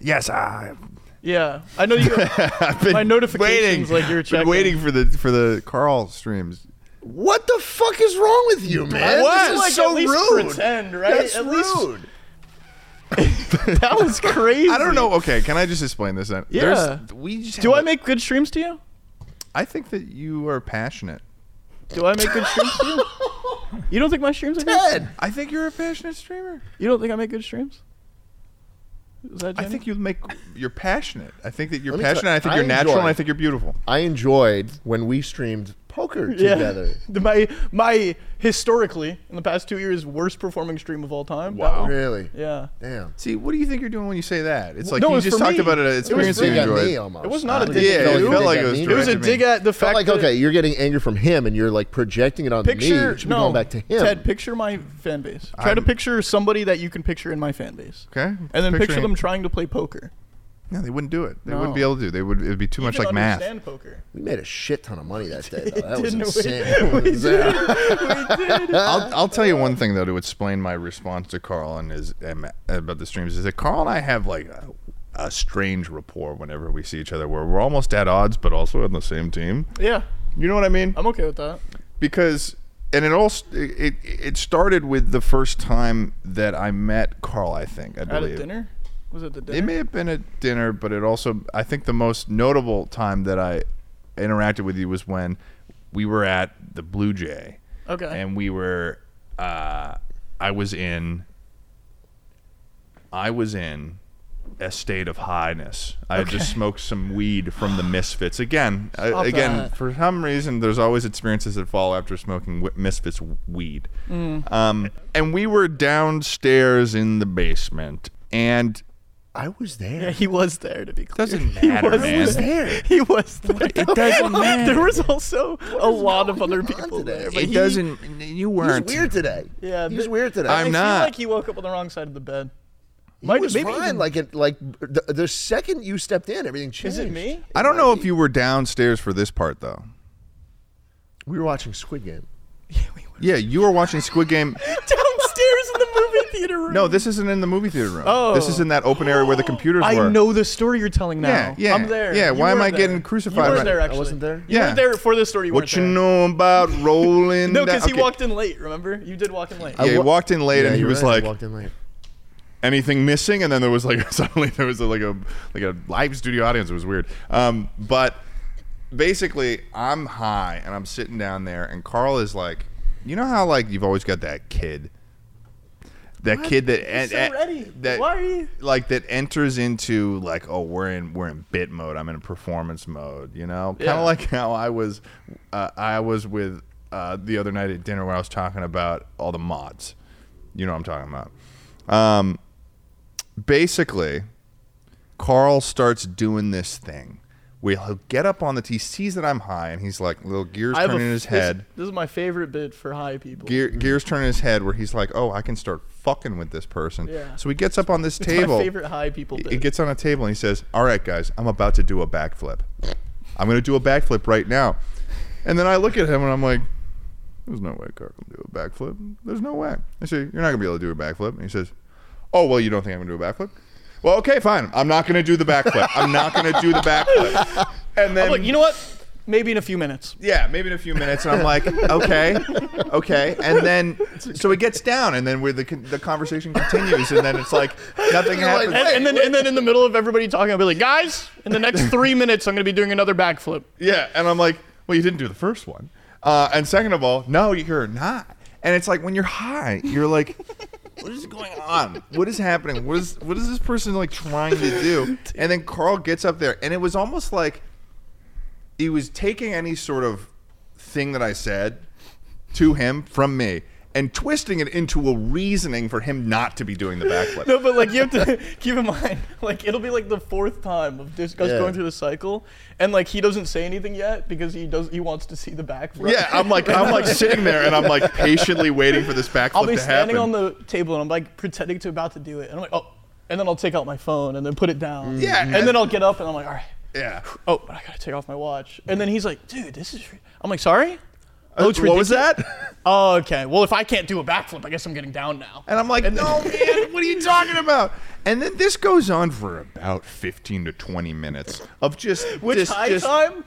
[SPEAKER 1] Yes, I.
[SPEAKER 3] Yeah, I know you.
[SPEAKER 1] I've been
[SPEAKER 3] My notifications,
[SPEAKER 1] waiting,
[SPEAKER 3] like, you're
[SPEAKER 1] Been
[SPEAKER 3] checking.
[SPEAKER 1] waiting for the for the Carl streams.
[SPEAKER 2] What the fuck is wrong with you, man?
[SPEAKER 3] What?
[SPEAKER 2] This is
[SPEAKER 3] Like,
[SPEAKER 2] so
[SPEAKER 3] at least
[SPEAKER 2] rude.
[SPEAKER 3] pretend, right?
[SPEAKER 2] That's
[SPEAKER 3] At least-
[SPEAKER 2] rude.
[SPEAKER 3] that was crazy.
[SPEAKER 1] I don't know. Okay, can I just explain this? Then?
[SPEAKER 3] Yeah.
[SPEAKER 1] we just
[SPEAKER 3] Do
[SPEAKER 1] have
[SPEAKER 3] I
[SPEAKER 1] a-
[SPEAKER 3] make good streams to you?
[SPEAKER 1] I think that you are passionate.
[SPEAKER 3] Do I make good streams to you? You don't think my streams are good?
[SPEAKER 2] Ed,
[SPEAKER 1] I think you're a passionate streamer.
[SPEAKER 3] You don't think I make good streams? Is that
[SPEAKER 1] I
[SPEAKER 3] Jenny?
[SPEAKER 1] think you make you're passionate. I think that you're
[SPEAKER 2] Let me tell-
[SPEAKER 1] passionate. and I think
[SPEAKER 2] I
[SPEAKER 1] you're natural,
[SPEAKER 2] enjoy-
[SPEAKER 1] and I think you're beautiful.
[SPEAKER 2] I enjoyed when we streamed poker
[SPEAKER 3] Yeah.
[SPEAKER 2] together.
[SPEAKER 3] The- my my historically in the past two years worst performing stream of all time. That
[SPEAKER 4] Wow.
[SPEAKER 3] one-
[SPEAKER 2] Really?
[SPEAKER 3] Oh. yeah.
[SPEAKER 2] Damn.
[SPEAKER 1] See, what do you think you're doing when you say that? It's like
[SPEAKER 3] No, it
[SPEAKER 1] you
[SPEAKER 3] was
[SPEAKER 1] just
[SPEAKER 3] for
[SPEAKER 1] talked
[SPEAKER 3] me.
[SPEAKER 1] about an
[SPEAKER 3] It was
[SPEAKER 1] experience
[SPEAKER 3] free
[SPEAKER 1] you
[SPEAKER 2] dig at
[SPEAKER 1] enjoyed.
[SPEAKER 2] me almost.
[SPEAKER 3] It was not
[SPEAKER 2] Huh?
[SPEAKER 3] a
[SPEAKER 2] Like,
[SPEAKER 3] dig at
[SPEAKER 1] yeah,
[SPEAKER 3] you.
[SPEAKER 1] it felt like it
[SPEAKER 2] Dig at
[SPEAKER 1] was
[SPEAKER 2] me.
[SPEAKER 3] It was a
[SPEAKER 1] directed
[SPEAKER 3] dig
[SPEAKER 1] me.
[SPEAKER 3] at the
[SPEAKER 2] Felt
[SPEAKER 3] fact
[SPEAKER 2] like
[SPEAKER 3] that
[SPEAKER 2] okay, you're getting anger from him, and you're like projecting it onto me.
[SPEAKER 3] picture
[SPEAKER 2] It should be
[SPEAKER 3] no
[SPEAKER 2] going back to him.
[SPEAKER 3] Ted, picture my fan base. Try to
[SPEAKER 1] I'm-
[SPEAKER 3] picture somebody that you can picture in my fan base.
[SPEAKER 1] Okay.
[SPEAKER 3] And then picture
[SPEAKER 1] Picturing-
[SPEAKER 3] them trying to play poker.
[SPEAKER 1] No, they wouldn't do it. They
[SPEAKER 3] No.
[SPEAKER 1] wouldn't be able to. do. They would. It'd be too much
[SPEAKER 3] Even
[SPEAKER 1] like math.
[SPEAKER 3] understand poker.
[SPEAKER 2] we made a shit ton of money that day. Though. That was insane.
[SPEAKER 3] Didn't we? We did. We did.
[SPEAKER 1] I'll, I'll tell you one thing though to explain my response to Carl and his and Ma- about the streams is that Carl and I have like a, a strange rapport whenever we see each other where we're almost at odds but also on the same team.
[SPEAKER 3] Yeah,
[SPEAKER 1] You know what I mean?
[SPEAKER 3] I'm okay with that.
[SPEAKER 1] because and it all st- it it started with the first time that I met Carl. I think I
[SPEAKER 3] At a
[SPEAKER 1] believe
[SPEAKER 3] dinner? Was it the dinner?
[SPEAKER 1] it may have been at dinner, but it also I think the most notable time that I interacted with you was when we were at the Blue Jay,
[SPEAKER 3] okay.
[SPEAKER 1] and we were uh, I was in I was in a state of highness. I had just smoked some weed from the Misfits again. I,
[SPEAKER 3] Stop
[SPEAKER 1] again,
[SPEAKER 3] that.
[SPEAKER 1] for some reason, there's always experiences that fall after smoking wi- Misfits weed.
[SPEAKER 3] Mm.
[SPEAKER 1] Um, and we were downstairs in the basement, and
[SPEAKER 2] I was there.
[SPEAKER 3] yeah, he was there to be clear.
[SPEAKER 1] doesn't matter,
[SPEAKER 3] was
[SPEAKER 1] man.
[SPEAKER 2] there.
[SPEAKER 3] He was there. It
[SPEAKER 1] doesn't matter.
[SPEAKER 3] There was also a lot of other
[SPEAKER 2] on
[SPEAKER 3] people
[SPEAKER 2] today?
[SPEAKER 3] there. But
[SPEAKER 1] It
[SPEAKER 3] he,
[SPEAKER 1] doesn't. You
[SPEAKER 2] He's
[SPEAKER 1] weren't.
[SPEAKER 2] weird today.
[SPEAKER 3] Yeah,
[SPEAKER 2] he's
[SPEAKER 3] th-
[SPEAKER 2] weird today.
[SPEAKER 3] I
[SPEAKER 1] I'm
[SPEAKER 3] feel
[SPEAKER 1] not.
[SPEAKER 3] like he woke up on the wrong side of the bed.
[SPEAKER 2] He
[SPEAKER 3] Might-
[SPEAKER 2] was
[SPEAKER 3] maybe
[SPEAKER 2] fine.
[SPEAKER 3] even-
[SPEAKER 2] Like it. Like the, the second you stepped in, everything changed.
[SPEAKER 3] Is it me?
[SPEAKER 1] I don't know if you were downstairs for this part though.
[SPEAKER 2] We were watching Squid Game.
[SPEAKER 3] Yeah, we were.
[SPEAKER 1] Yeah, you were watching Squid Game.
[SPEAKER 3] Downstairs in the movie theater room.
[SPEAKER 1] No, this isn't in the movie theater room. This is
[SPEAKER 3] Oh.
[SPEAKER 1] in that open area where the computers
[SPEAKER 3] I
[SPEAKER 1] were.
[SPEAKER 3] know the story you're telling now.
[SPEAKER 1] Yeah, yeah,
[SPEAKER 3] I'm there.
[SPEAKER 1] yeah,
[SPEAKER 3] You
[SPEAKER 1] why am
[SPEAKER 3] were
[SPEAKER 1] I
[SPEAKER 3] there.
[SPEAKER 1] getting crucified
[SPEAKER 3] You were
[SPEAKER 1] right
[SPEAKER 3] there,
[SPEAKER 1] now?
[SPEAKER 2] I
[SPEAKER 3] actually.
[SPEAKER 2] wasn't there?
[SPEAKER 3] You
[SPEAKER 1] Yeah.
[SPEAKER 3] were there for this story. You
[SPEAKER 1] What you
[SPEAKER 3] weren't there.
[SPEAKER 1] know about rolling?
[SPEAKER 3] No,
[SPEAKER 1] down-
[SPEAKER 3] because he
[SPEAKER 1] Okay.
[SPEAKER 3] walked in late. Remember, you did walk in late.
[SPEAKER 1] Yeah, he
[SPEAKER 2] wa-
[SPEAKER 1] walked in late,
[SPEAKER 2] Yeah,
[SPEAKER 1] and he
[SPEAKER 2] you're
[SPEAKER 1] was
[SPEAKER 2] right, I
[SPEAKER 1] like,
[SPEAKER 2] walked in late.
[SPEAKER 1] "Anything missing?" And then there was like suddenly there was like a like a live studio audience. It was weird. Um, but basically, I'm high and I'm sitting down there, and Carl is like, "You know how like you've always got that kid." That kid that and,
[SPEAKER 3] so ready.
[SPEAKER 1] that
[SPEAKER 3] Why are you-
[SPEAKER 1] like that enters into like oh we're in we're in bit mode I'm in performance mode you know kind of
[SPEAKER 3] Yeah.
[SPEAKER 1] like how I was uh, I was with uh, the other night at dinner when I was talking about all the mods you know what I'm talking about um, basically Carl starts doing this thing where he'll get up on the he sees that I'm high and he's like little gears
[SPEAKER 3] I have a
[SPEAKER 1] turning in
[SPEAKER 3] f-
[SPEAKER 1] his
[SPEAKER 3] this-
[SPEAKER 1] head
[SPEAKER 3] This, is my favorite bit for high people.
[SPEAKER 1] gear, gears turning his head where he's like oh I can start fucking with this person
[SPEAKER 3] Yeah.
[SPEAKER 1] so he gets up on this
[SPEAKER 3] It's
[SPEAKER 1] table
[SPEAKER 3] My favorite high people
[SPEAKER 1] he-
[SPEAKER 3] bit.
[SPEAKER 1] he gets on a table and he says, "All right, guys, I'm about to do a backflip. I'm going to do a backflip right now." And then I look at him and I'm like, "There's no way Carl can do a backflip. There's no way." I say, "You're not going to be able to do a backflip." And he says, "Oh, well, you don't think I'm going to do a backflip?" Well, okay, fine. I'm not going to do the backflip. I'm not going to do the backflip. And then
[SPEAKER 3] I'm like, you know what? Maybe in a few minutes.
[SPEAKER 1] yeah, maybe in a few minutes. And I'm like, okay, okay. And then, so it gets down, and then where the con- the conversation continues, and then it's like nothing
[SPEAKER 2] You're like,
[SPEAKER 1] happens.
[SPEAKER 3] And, and then, and then in the middle of everybody talking, I'll be like, guys, in the next three minutes, I'm gonna be doing another backflip.
[SPEAKER 1] Yeah, and I'm like, well, you didn't do the first one, uh, and second of all, no, you're not. And it's like when you're high, you're like, what is going on? What is happening? What is what is this person like trying to do? And then Carl gets up there, and it was almost like he was taking any sort of thing that I said to him from me and twisting it into a reasoning for him not to be doing the backflip.
[SPEAKER 3] No, but like you have to keep in mind, like it'll be like the fourth time of just us
[SPEAKER 2] Yeah.
[SPEAKER 3] going through the cycle, and like he doesn't say anything yet because he does he wants to see the backflip.
[SPEAKER 1] Yeah, I'm like I'm like sitting there and I'm like patiently waiting for this backflip
[SPEAKER 3] I'll be
[SPEAKER 1] to
[SPEAKER 3] standing
[SPEAKER 1] happen.
[SPEAKER 3] on the table and I'm like pretending to about to do it, and I'm like, oh, and then I'll take out my phone and then put it down.
[SPEAKER 1] Yeah,
[SPEAKER 3] and,
[SPEAKER 1] and-
[SPEAKER 3] then I'll get up and I'm like, all right,
[SPEAKER 1] yeah.
[SPEAKER 3] oh, but I gotta take off my watch, and then he's like, dude, this is. Re-. I'm like, sorry.
[SPEAKER 1] Oh,
[SPEAKER 3] it's
[SPEAKER 1] what was that?
[SPEAKER 3] Oh, okay. Well, if I can't do a backflip, I guess I'm getting down now.
[SPEAKER 1] And I'm like, no, man, what are you talking about? And then this goes on for about 15 to 20 minutes of just
[SPEAKER 3] Which
[SPEAKER 1] just,
[SPEAKER 3] high
[SPEAKER 1] just-
[SPEAKER 3] time?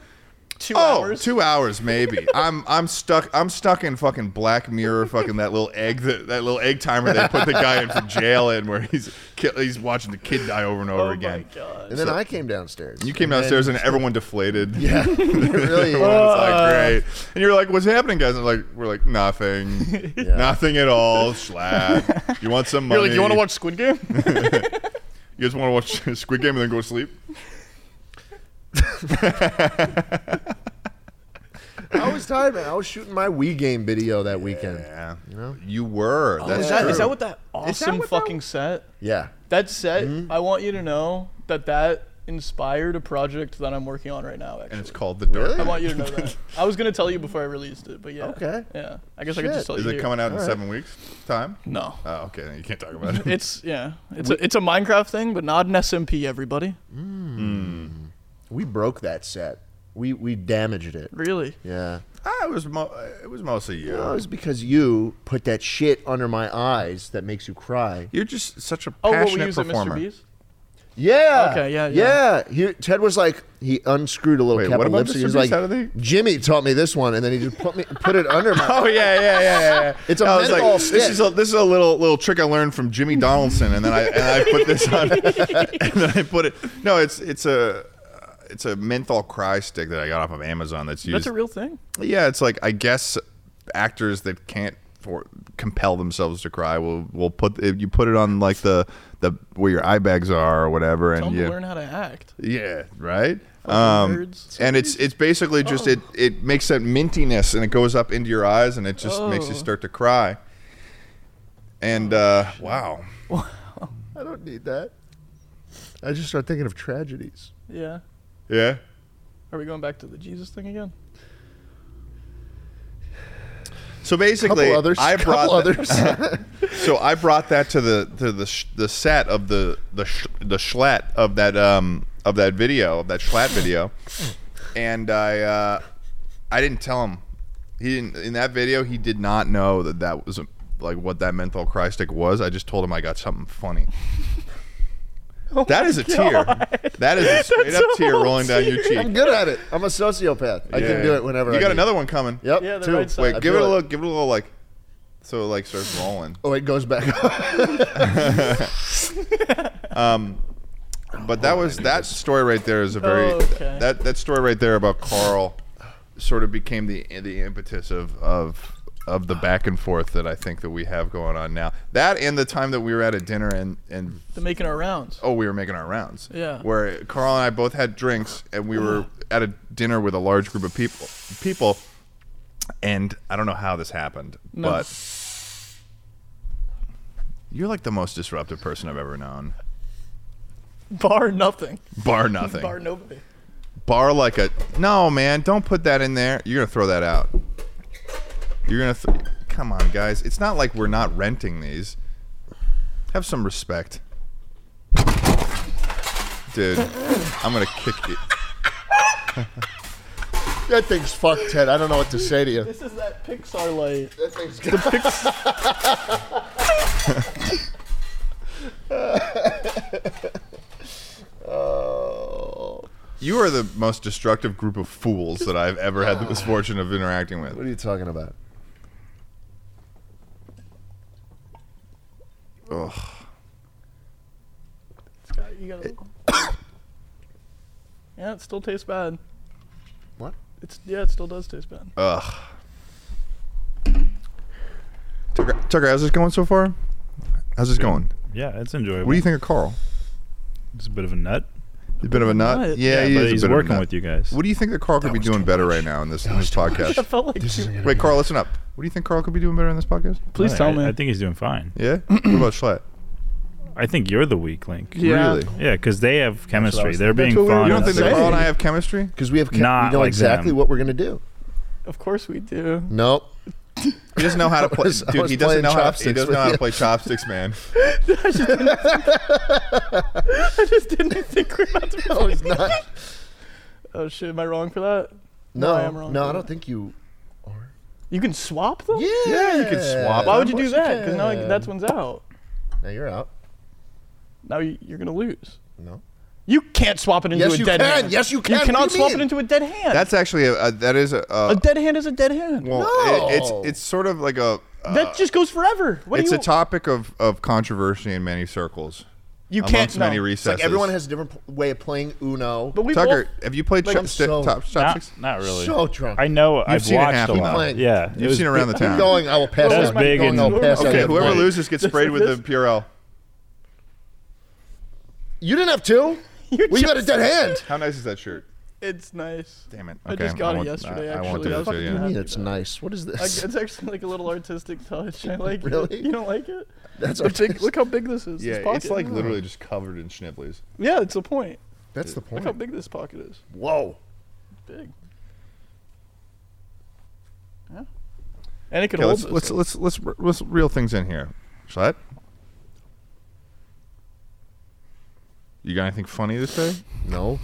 [SPEAKER 3] Two
[SPEAKER 1] Oh,
[SPEAKER 3] hours.
[SPEAKER 1] two hours maybe. I'm I'm stuck. I'm stuck in fucking Black Mirror. Fucking that little egg that, that little egg timer they put the guy in for jail in, where he's ki- he's watching the kid die over and over
[SPEAKER 3] Oh
[SPEAKER 1] again.
[SPEAKER 3] my god.
[SPEAKER 2] And then I came downstairs.
[SPEAKER 1] You came
[SPEAKER 2] And then-
[SPEAKER 1] downstairs and everyone deflated.
[SPEAKER 2] Yeah, really.
[SPEAKER 1] Everyone was
[SPEAKER 3] Uh.
[SPEAKER 1] like, great. And you're like, what's happening, guys? And like, we're like, nothing, nothing at all. Slap. You want some money?
[SPEAKER 3] You're like, you want to watch Squid Game?
[SPEAKER 1] You guys want to watch Squid Game and then go to sleep?
[SPEAKER 2] I I was tired, man. I was shooting my Wii game video that weekend.
[SPEAKER 1] Yeah.
[SPEAKER 2] You know?
[SPEAKER 1] You were. That's
[SPEAKER 3] Oh, is, that,
[SPEAKER 1] true.
[SPEAKER 3] is that what that
[SPEAKER 1] Is that
[SPEAKER 3] awesome
[SPEAKER 1] what that-
[SPEAKER 3] fucking set?
[SPEAKER 2] Yeah.
[SPEAKER 3] That set,
[SPEAKER 1] Mm-hmm.
[SPEAKER 3] I want you to know that that inspired a project that I'm working on right now.
[SPEAKER 1] and
[SPEAKER 3] Actually,
[SPEAKER 1] it's called the Dark.
[SPEAKER 2] Really?
[SPEAKER 3] I want you to know that. I was gonna tell you before I released it, but yeah.
[SPEAKER 2] Okay.
[SPEAKER 3] Yeah, I guess I could
[SPEAKER 2] Shit.
[SPEAKER 3] just tell
[SPEAKER 1] Is
[SPEAKER 3] you.
[SPEAKER 1] it
[SPEAKER 3] here.
[SPEAKER 1] coming out in
[SPEAKER 2] All right.
[SPEAKER 1] seven weeks time?
[SPEAKER 3] No.
[SPEAKER 1] Oh, okay. You can't talk about it.
[SPEAKER 3] It's yeah. It's a it's a Minecraft thing, but not an SMP. Everybody,
[SPEAKER 1] Mm-hmm.
[SPEAKER 2] We broke that set. We we damaged it.
[SPEAKER 3] really?
[SPEAKER 2] Yeah.
[SPEAKER 1] Ah, it was mo- it was mostly you.
[SPEAKER 3] Oh.
[SPEAKER 2] Well, it was because you put that shit under my eyes that makes you cry.
[SPEAKER 1] You're just such a
[SPEAKER 3] Oh, what
[SPEAKER 1] passionate
[SPEAKER 3] we use at
[SPEAKER 1] performer.
[SPEAKER 3] Mr. B's?
[SPEAKER 2] Yeah.
[SPEAKER 3] Okay, yeah,
[SPEAKER 2] Yeah.
[SPEAKER 3] yeah.
[SPEAKER 2] He, Ted was like, he unscrewed a little
[SPEAKER 1] Wait,
[SPEAKER 2] cap
[SPEAKER 1] what
[SPEAKER 2] of
[SPEAKER 1] about
[SPEAKER 2] lips. and He
[SPEAKER 1] Mr.
[SPEAKER 2] was
[SPEAKER 1] Beast?
[SPEAKER 2] like,
[SPEAKER 1] How do they-
[SPEAKER 2] Jimmy taught me this one, and then he just put me put it under my.
[SPEAKER 1] Oh yeah, yeah, yeah, yeah. yeah.
[SPEAKER 2] It's a
[SPEAKER 1] I was like,
[SPEAKER 2] menthol
[SPEAKER 1] this
[SPEAKER 2] stick.
[SPEAKER 1] is a this is a little little trick I learned from Jimmy Donaldson, and then I and I put this on, and then I put it. No, it's it's a it's a menthol cry stick that I got off of Amazon. That's used.
[SPEAKER 3] That's a real thing.
[SPEAKER 1] yeah, it's like I guess actors that can't for, compel themselves to cry will will put you put it on like the the where your eye bags are or whatever,
[SPEAKER 3] Tell
[SPEAKER 1] and
[SPEAKER 3] them
[SPEAKER 1] you
[SPEAKER 3] to learn how to act.
[SPEAKER 1] yeah, right.
[SPEAKER 3] Fucking Oh.
[SPEAKER 1] Um,
[SPEAKER 3] nerds.
[SPEAKER 1] and it's it's basically just it it makes that mintiness and it goes up into your eyes and it just makes you
[SPEAKER 3] Oh.
[SPEAKER 1] start to cry. And uh, wow,
[SPEAKER 2] I don't need that. I just start thinking of tragedies.
[SPEAKER 3] Yeah.
[SPEAKER 1] yeah.
[SPEAKER 3] Are we going back to the Jesus thing again?
[SPEAKER 1] So
[SPEAKER 2] Couple
[SPEAKER 1] basically,
[SPEAKER 2] others.
[SPEAKER 1] I brought
[SPEAKER 2] couple
[SPEAKER 1] that-
[SPEAKER 2] others.
[SPEAKER 1] so I brought that to the to the sh- the set of the the sh- the schlat of that um of that video of that schlat video, and I uh, I didn't tell him. He didn't in that video. He did not know that that was like what that menthol cry stick was. I just told him I got something funny. that is a tear. That is a straight up
[SPEAKER 3] a
[SPEAKER 1] tear
[SPEAKER 3] whole
[SPEAKER 1] rolling down your
[SPEAKER 2] I'm
[SPEAKER 1] cheek.
[SPEAKER 2] good at it. I'm a sociopath. I
[SPEAKER 1] Yeah.
[SPEAKER 2] can do it whenever
[SPEAKER 1] You
[SPEAKER 2] I
[SPEAKER 1] got
[SPEAKER 2] need.
[SPEAKER 1] another one coming.
[SPEAKER 2] Yep.
[SPEAKER 3] Yeah, the
[SPEAKER 2] two.
[SPEAKER 3] right side.
[SPEAKER 1] Wait,
[SPEAKER 2] I
[SPEAKER 1] give it
[SPEAKER 2] feel
[SPEAKER 1] a look. Give it a little like, so it like starts rolling.
[SPEAKER 2] Oh, it goes back.
[SPEAKER 1] But that was that story right there is a very
[SPEAKER 3] Oh, okay.
[SPEAKER 1] that that story right there about Carl sort of became the the impetus of of of the back and forth that I think that we have going on now. That and the time that we were at a dinner and and
[SPEAKER 3] They're making our rounds.
[SPEAKER 1] oh we were making our rounds.
[SPEAKER 3] Yeah.
[SPEAKER 1] Where Carl and I both had drinks and we were at a dinner with a large group of people people and I don't know how this happened,
[SPEAKER 3] No.
[SPEAKER 1] but you're like the most disruptive person I've ever known.
[SPEAKER 3] Bar nothing.
[SPEAKER 1] Bar nothing.
[SPEAKER 3] Bar nobody.
[SPEAKER 1] bar like a no man don't put that in there you're gonna throw that out you're gonna th- come on guys it's not like we're not renting these have some respect dude i'm gonna kick you
[SPEAKER 2] that thing's fucked, Ted. I don't know what to say to you.
[SPEAKER 3] This is that Pixar light.
[SPEAKER 2] That thing's good. oh.
[SPEAKER 1] you are the most destructive group of fools that i've ever had the misfortune of interacting
[SPEAKER 2] What
[SPEAKER 1] with
[SPEAKER 2] are you talking about?
[SPEAKER 1] Ugh.
[SPEAKER 3] Scott, you got a little. yeah, it still tastes bad.
[SPEAKER 2] What?
[SPEAKER 3] It's yeah, it still does taste bad.
[SPEAKER 1] Ugh. Tucker, Tucker, how's this going so far? How's this going?
[SPEAKER 4] Yeah, it's enjoyable.
[SPEAKER 1] What do you think of Carl?
[SPEAKER 4] It's a bit of a nut.
[SPEAKER 1] He's a bit of a nut.
[SPEAKER 3] Nut.
[SPEAKER 1] Yeah, he
[SPEAKER 4] but
[SPEAKER 1] is a
[SPEAKER 4] he's
[SPEAKER 1] bit of a
[SPEAKER 4] working
[SPEAKER 1] nut.
[SPEAKER 4] with you guys.
[SPEAKER 1] What do you think that Carl could be doing better right now in this, in this
[SPEAKER 3] That
[SPEAKER 1] podcast?
[SPEAKER 3] felt like.
[SPEAKER 2] This
[SPEAKER 3] you-
[SPEAKER 2] isn't gonna
[SPEAKER 1] Wait,
[SPEAKER 2] be-
[SPEAKER 1] Carl, listen up. What do you think Carl could be doing better in this podcast?
[SPEAKER 3] Please
[SPEAKER 4] I-
[SPEAKER 3] tell
[SPEAKER 4] I,
[SPEAKER 3] me.
[SPEAKER 4] I think he's doing fine.
[SPEAKER 1] Yeah? what about Schlatt?
[SPEAKER 4] I think you're the weak link.
[SPEAKER 3] yeah.
[SPEAKER 1] Really?
[SPEAKER 4] Yeah, because they have chemistry.
[SPEAKER 2] was-
[SPEAKER 4] They're
[SPEAKER 2] that's
[SPEAKER 4] being
[SPEAKER 2] what we were-
[SPEAKER 4] fun.
[SPEAKER 1] You don't think that
[SPEAKER 2] Honestly.
[SPEAKER 1] Carl and I have chemistry?
[SPEAKER 2] Because we have ca-
[SPEAKER 4] Not
[SPEAKER 2] we know
[SPEAKER 4] like
[SPEAKER 2] exactly
[SPEAKER 4] them.
[SPEAKER 2] what we're gonna do.
[SPEAKER 3] Of course we do.
[SPEAKER 2] Nope.
[SPEAKER 1] He doesn't know how to
[SPEAKER 2] I
[SPEAKER 1] play.
[SPEAKER 2] was- I
[SPEAKER 1] Dude,
[SPEAKER 2] was
[SPEAKER 1] he doesn't
[SPEAKER 2] playing
[SPEAKER 1] know how, he
[SPEAKER 2] chopsticks
[SPEAKER 1] doesn't
[SPEAKER 2] with
[SPEAKER 1] know how to
[SPEAKER 2] you.
[SPEAKER 1] play chopsticks, man.
[SPEAKER 3] I just didn't think we're about to.
[SPEAKER 2] No, he's not.
[SPEAKER 3] Oh shit, am I wrong for that?
[SPEAKER 2] No,
[SPEAKER 3] I am wrong.
[SPEAKER 2] no, I don't think you.
[SPEAKER 3] You can swap them.
[SPEAKER 2] Yeah,
[SPEAKER 1] you can swap
[SPEAKER 3] Why
[SPEAKER 1] them.
[SPEAKER 3] would you do that? Because
[SPEAKER 2] Because
[SPEAKER 3] now like, that's one's out.
[SPEAKER 2] now you're out.
[SPEAKER 3] Now you- you're gonna lose.
[SPEAKER 2] No.
[SPEAKER 3] You can't swap it into
[SPEAKER 2] Yes,
[SPEAKER 3] a
[SPEAKER 2] you
[SPEAKER 3] dead
[SPEAKER 2] can.
[SPEAKER 3] hand.
[SPEAKER 2] Yes, you can.
[SPEAKER 3] You
[SPEAKER 2] What
[SPEAKER 3] cannot
[SPEAKER 2] do you
[SPEAKER 3] swap
[SPEAKER 2] mean?
[SPEAKER 3] it into a dead hand.
[SPEAKER 1] That's actually a, a that is a, a
[SPEAKER 3] a dead hand is a dead hand.
[SPEAKER 1] well,
[SPEAKER 2] No.
[SPEAKER 1] it- it's it's sort of like a uh,
[SPEAKER 3] that just goes forever. What do
[SPEAKER 1] it's
[SPEAKER 3] you?
[SPEAKER 1] a topic of, of controversy in many circles.
[SPEAKER 3] you
[SPEAKER 1] amongst
[SPEAKER 3] can't.
[SPEAKER 1] many
[SPEAKER 3] no.
[SPEAKER 2] It's like
[SPEAKER 1] recesses.
[SPEAKER 2] everyone has a different p- way of playing Uno.
[SPEAKER 3] But we
[SPEAKER 1] Tucker,
[SPEAKER 3] both.
[SPEAKER 1] have you played
[SPEAKER 2] Like, I'm
[SPEAKER 1] chopstick-
[SPEAKER 2] so-
[SPEAKER 1] top- chopsticks?
[SPEAKER 4] Not, not really.
[SPEAKER 2] So drunk.
[SPEAKER 4] I know. I've
[SPEAKER 1] seen it
[SPEAKER 4] watched a
[SPEAKER 1] happen.
[SPEAKER 4] lot.
[SPEAKER 2] Playing.
[SPEAKER 4] Yeah, it
[SPEAKER 1] You've
[SPEAKER 4] was-
[SPEAKER 1] seen around the
[SPEAKER 2] Keep
[SPEAKER 1] town.
[SPEAKER 2] going. I will pass.
[SPEAKER 4] That was
[SPEAKER 2] out. Keep
[SPEAKER 4] big
[SPEAKER 2] going,
[SPEAKER 4] and-
[SPEAKER 2] I'll pass out
[SPEAKER 1] Okay,
[SPEAKER 2] the
[SPEAKER 1] whoever
[SPEAKER 2] plate.
[SPEAKER 1] loses gets sprayed
[SPEAKER 3] like
[SPEAKER 1] with the
[SPEAKER 3] this?
[SPEAKER 1] Purell.
[SPEAKER 2] You didn't have two.
[SPEAKER 3] You're
[SPEAKER 2] We got a
[SPEAKER 3] just-
[SPEAKER 2] dead hand.
[SPEAKER 1] How nice is that shirt?
[SPEAKER 3] It's nice.
[SPEAKER 1] Damn it.
[SPEAKER 3] I just got it
[SPEAKER 1] want-
[SPEAKER 3] yesterday,
[SPEAKER 1] I, I want
[SPEAKER 3] actually.
[SPEAKER 1] to
[SPEAKER 3] I
[SPEAKER 1] do
[SPEAKER 3] was
[SPEAKER 1] that too,
[SPEAKER 3] fucking
[SPEAKER 1] yeah.
[SPEAKER 2] I mean,
[SPEAKER 3] happy
[SPEAKER 2] it's
[SPEAKER 3] though.
[SPEAKER 2] nice. What is
[SPEAKER 3] I,
[SPEAKER 2] this?
[SPEAKER 3] it's actually like a little artistic touch. I like
[SPEAKER 2] Really?
[SPEAKER 3] it. You don't like it?
[SPEAKER 2] That's
[SPEAKER 3] It's
[SPEAKER 2] our
[SPEAKER 3] big, look how big this is.
[SPEAKER 1] Yeah,
[SPEAKER 3] this pocket.
[SPEAKER 1] it's like literally just covered in schnibblies.
[SPEAKER 3] Yeah, it's a point.
[SPEAKER 2] That's the
[SPEAKER 3] Look how
[SPEAKER 2] point.
[SPEAKER 3] big this pocket is.
[SPEAKER 2] Whoa.
[SPEAKER 3] It's big. Yeah. And it can
[SPEAKER 1] Okay,
[SPEAKER 3] hold
[SPEAKER 1] let's
[SPEAKER 3] this.
[SPEAKER 1] let's, let's let's re- let's reel things in here. Schlatt? You got anything funny to say?
[SPEAKER 2] No.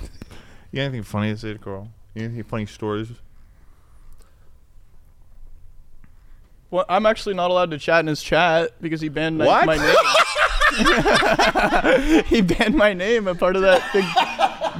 [SPEAKER 1] You got anything funny to say to Carl? You got any funny stories?
[SPEAKER 3] well, I'm actually not allowed to chat in his chat because he banned my-
[SPEAKER 1] What?
[SPEAKER 3] my name. he banned my name a part of that big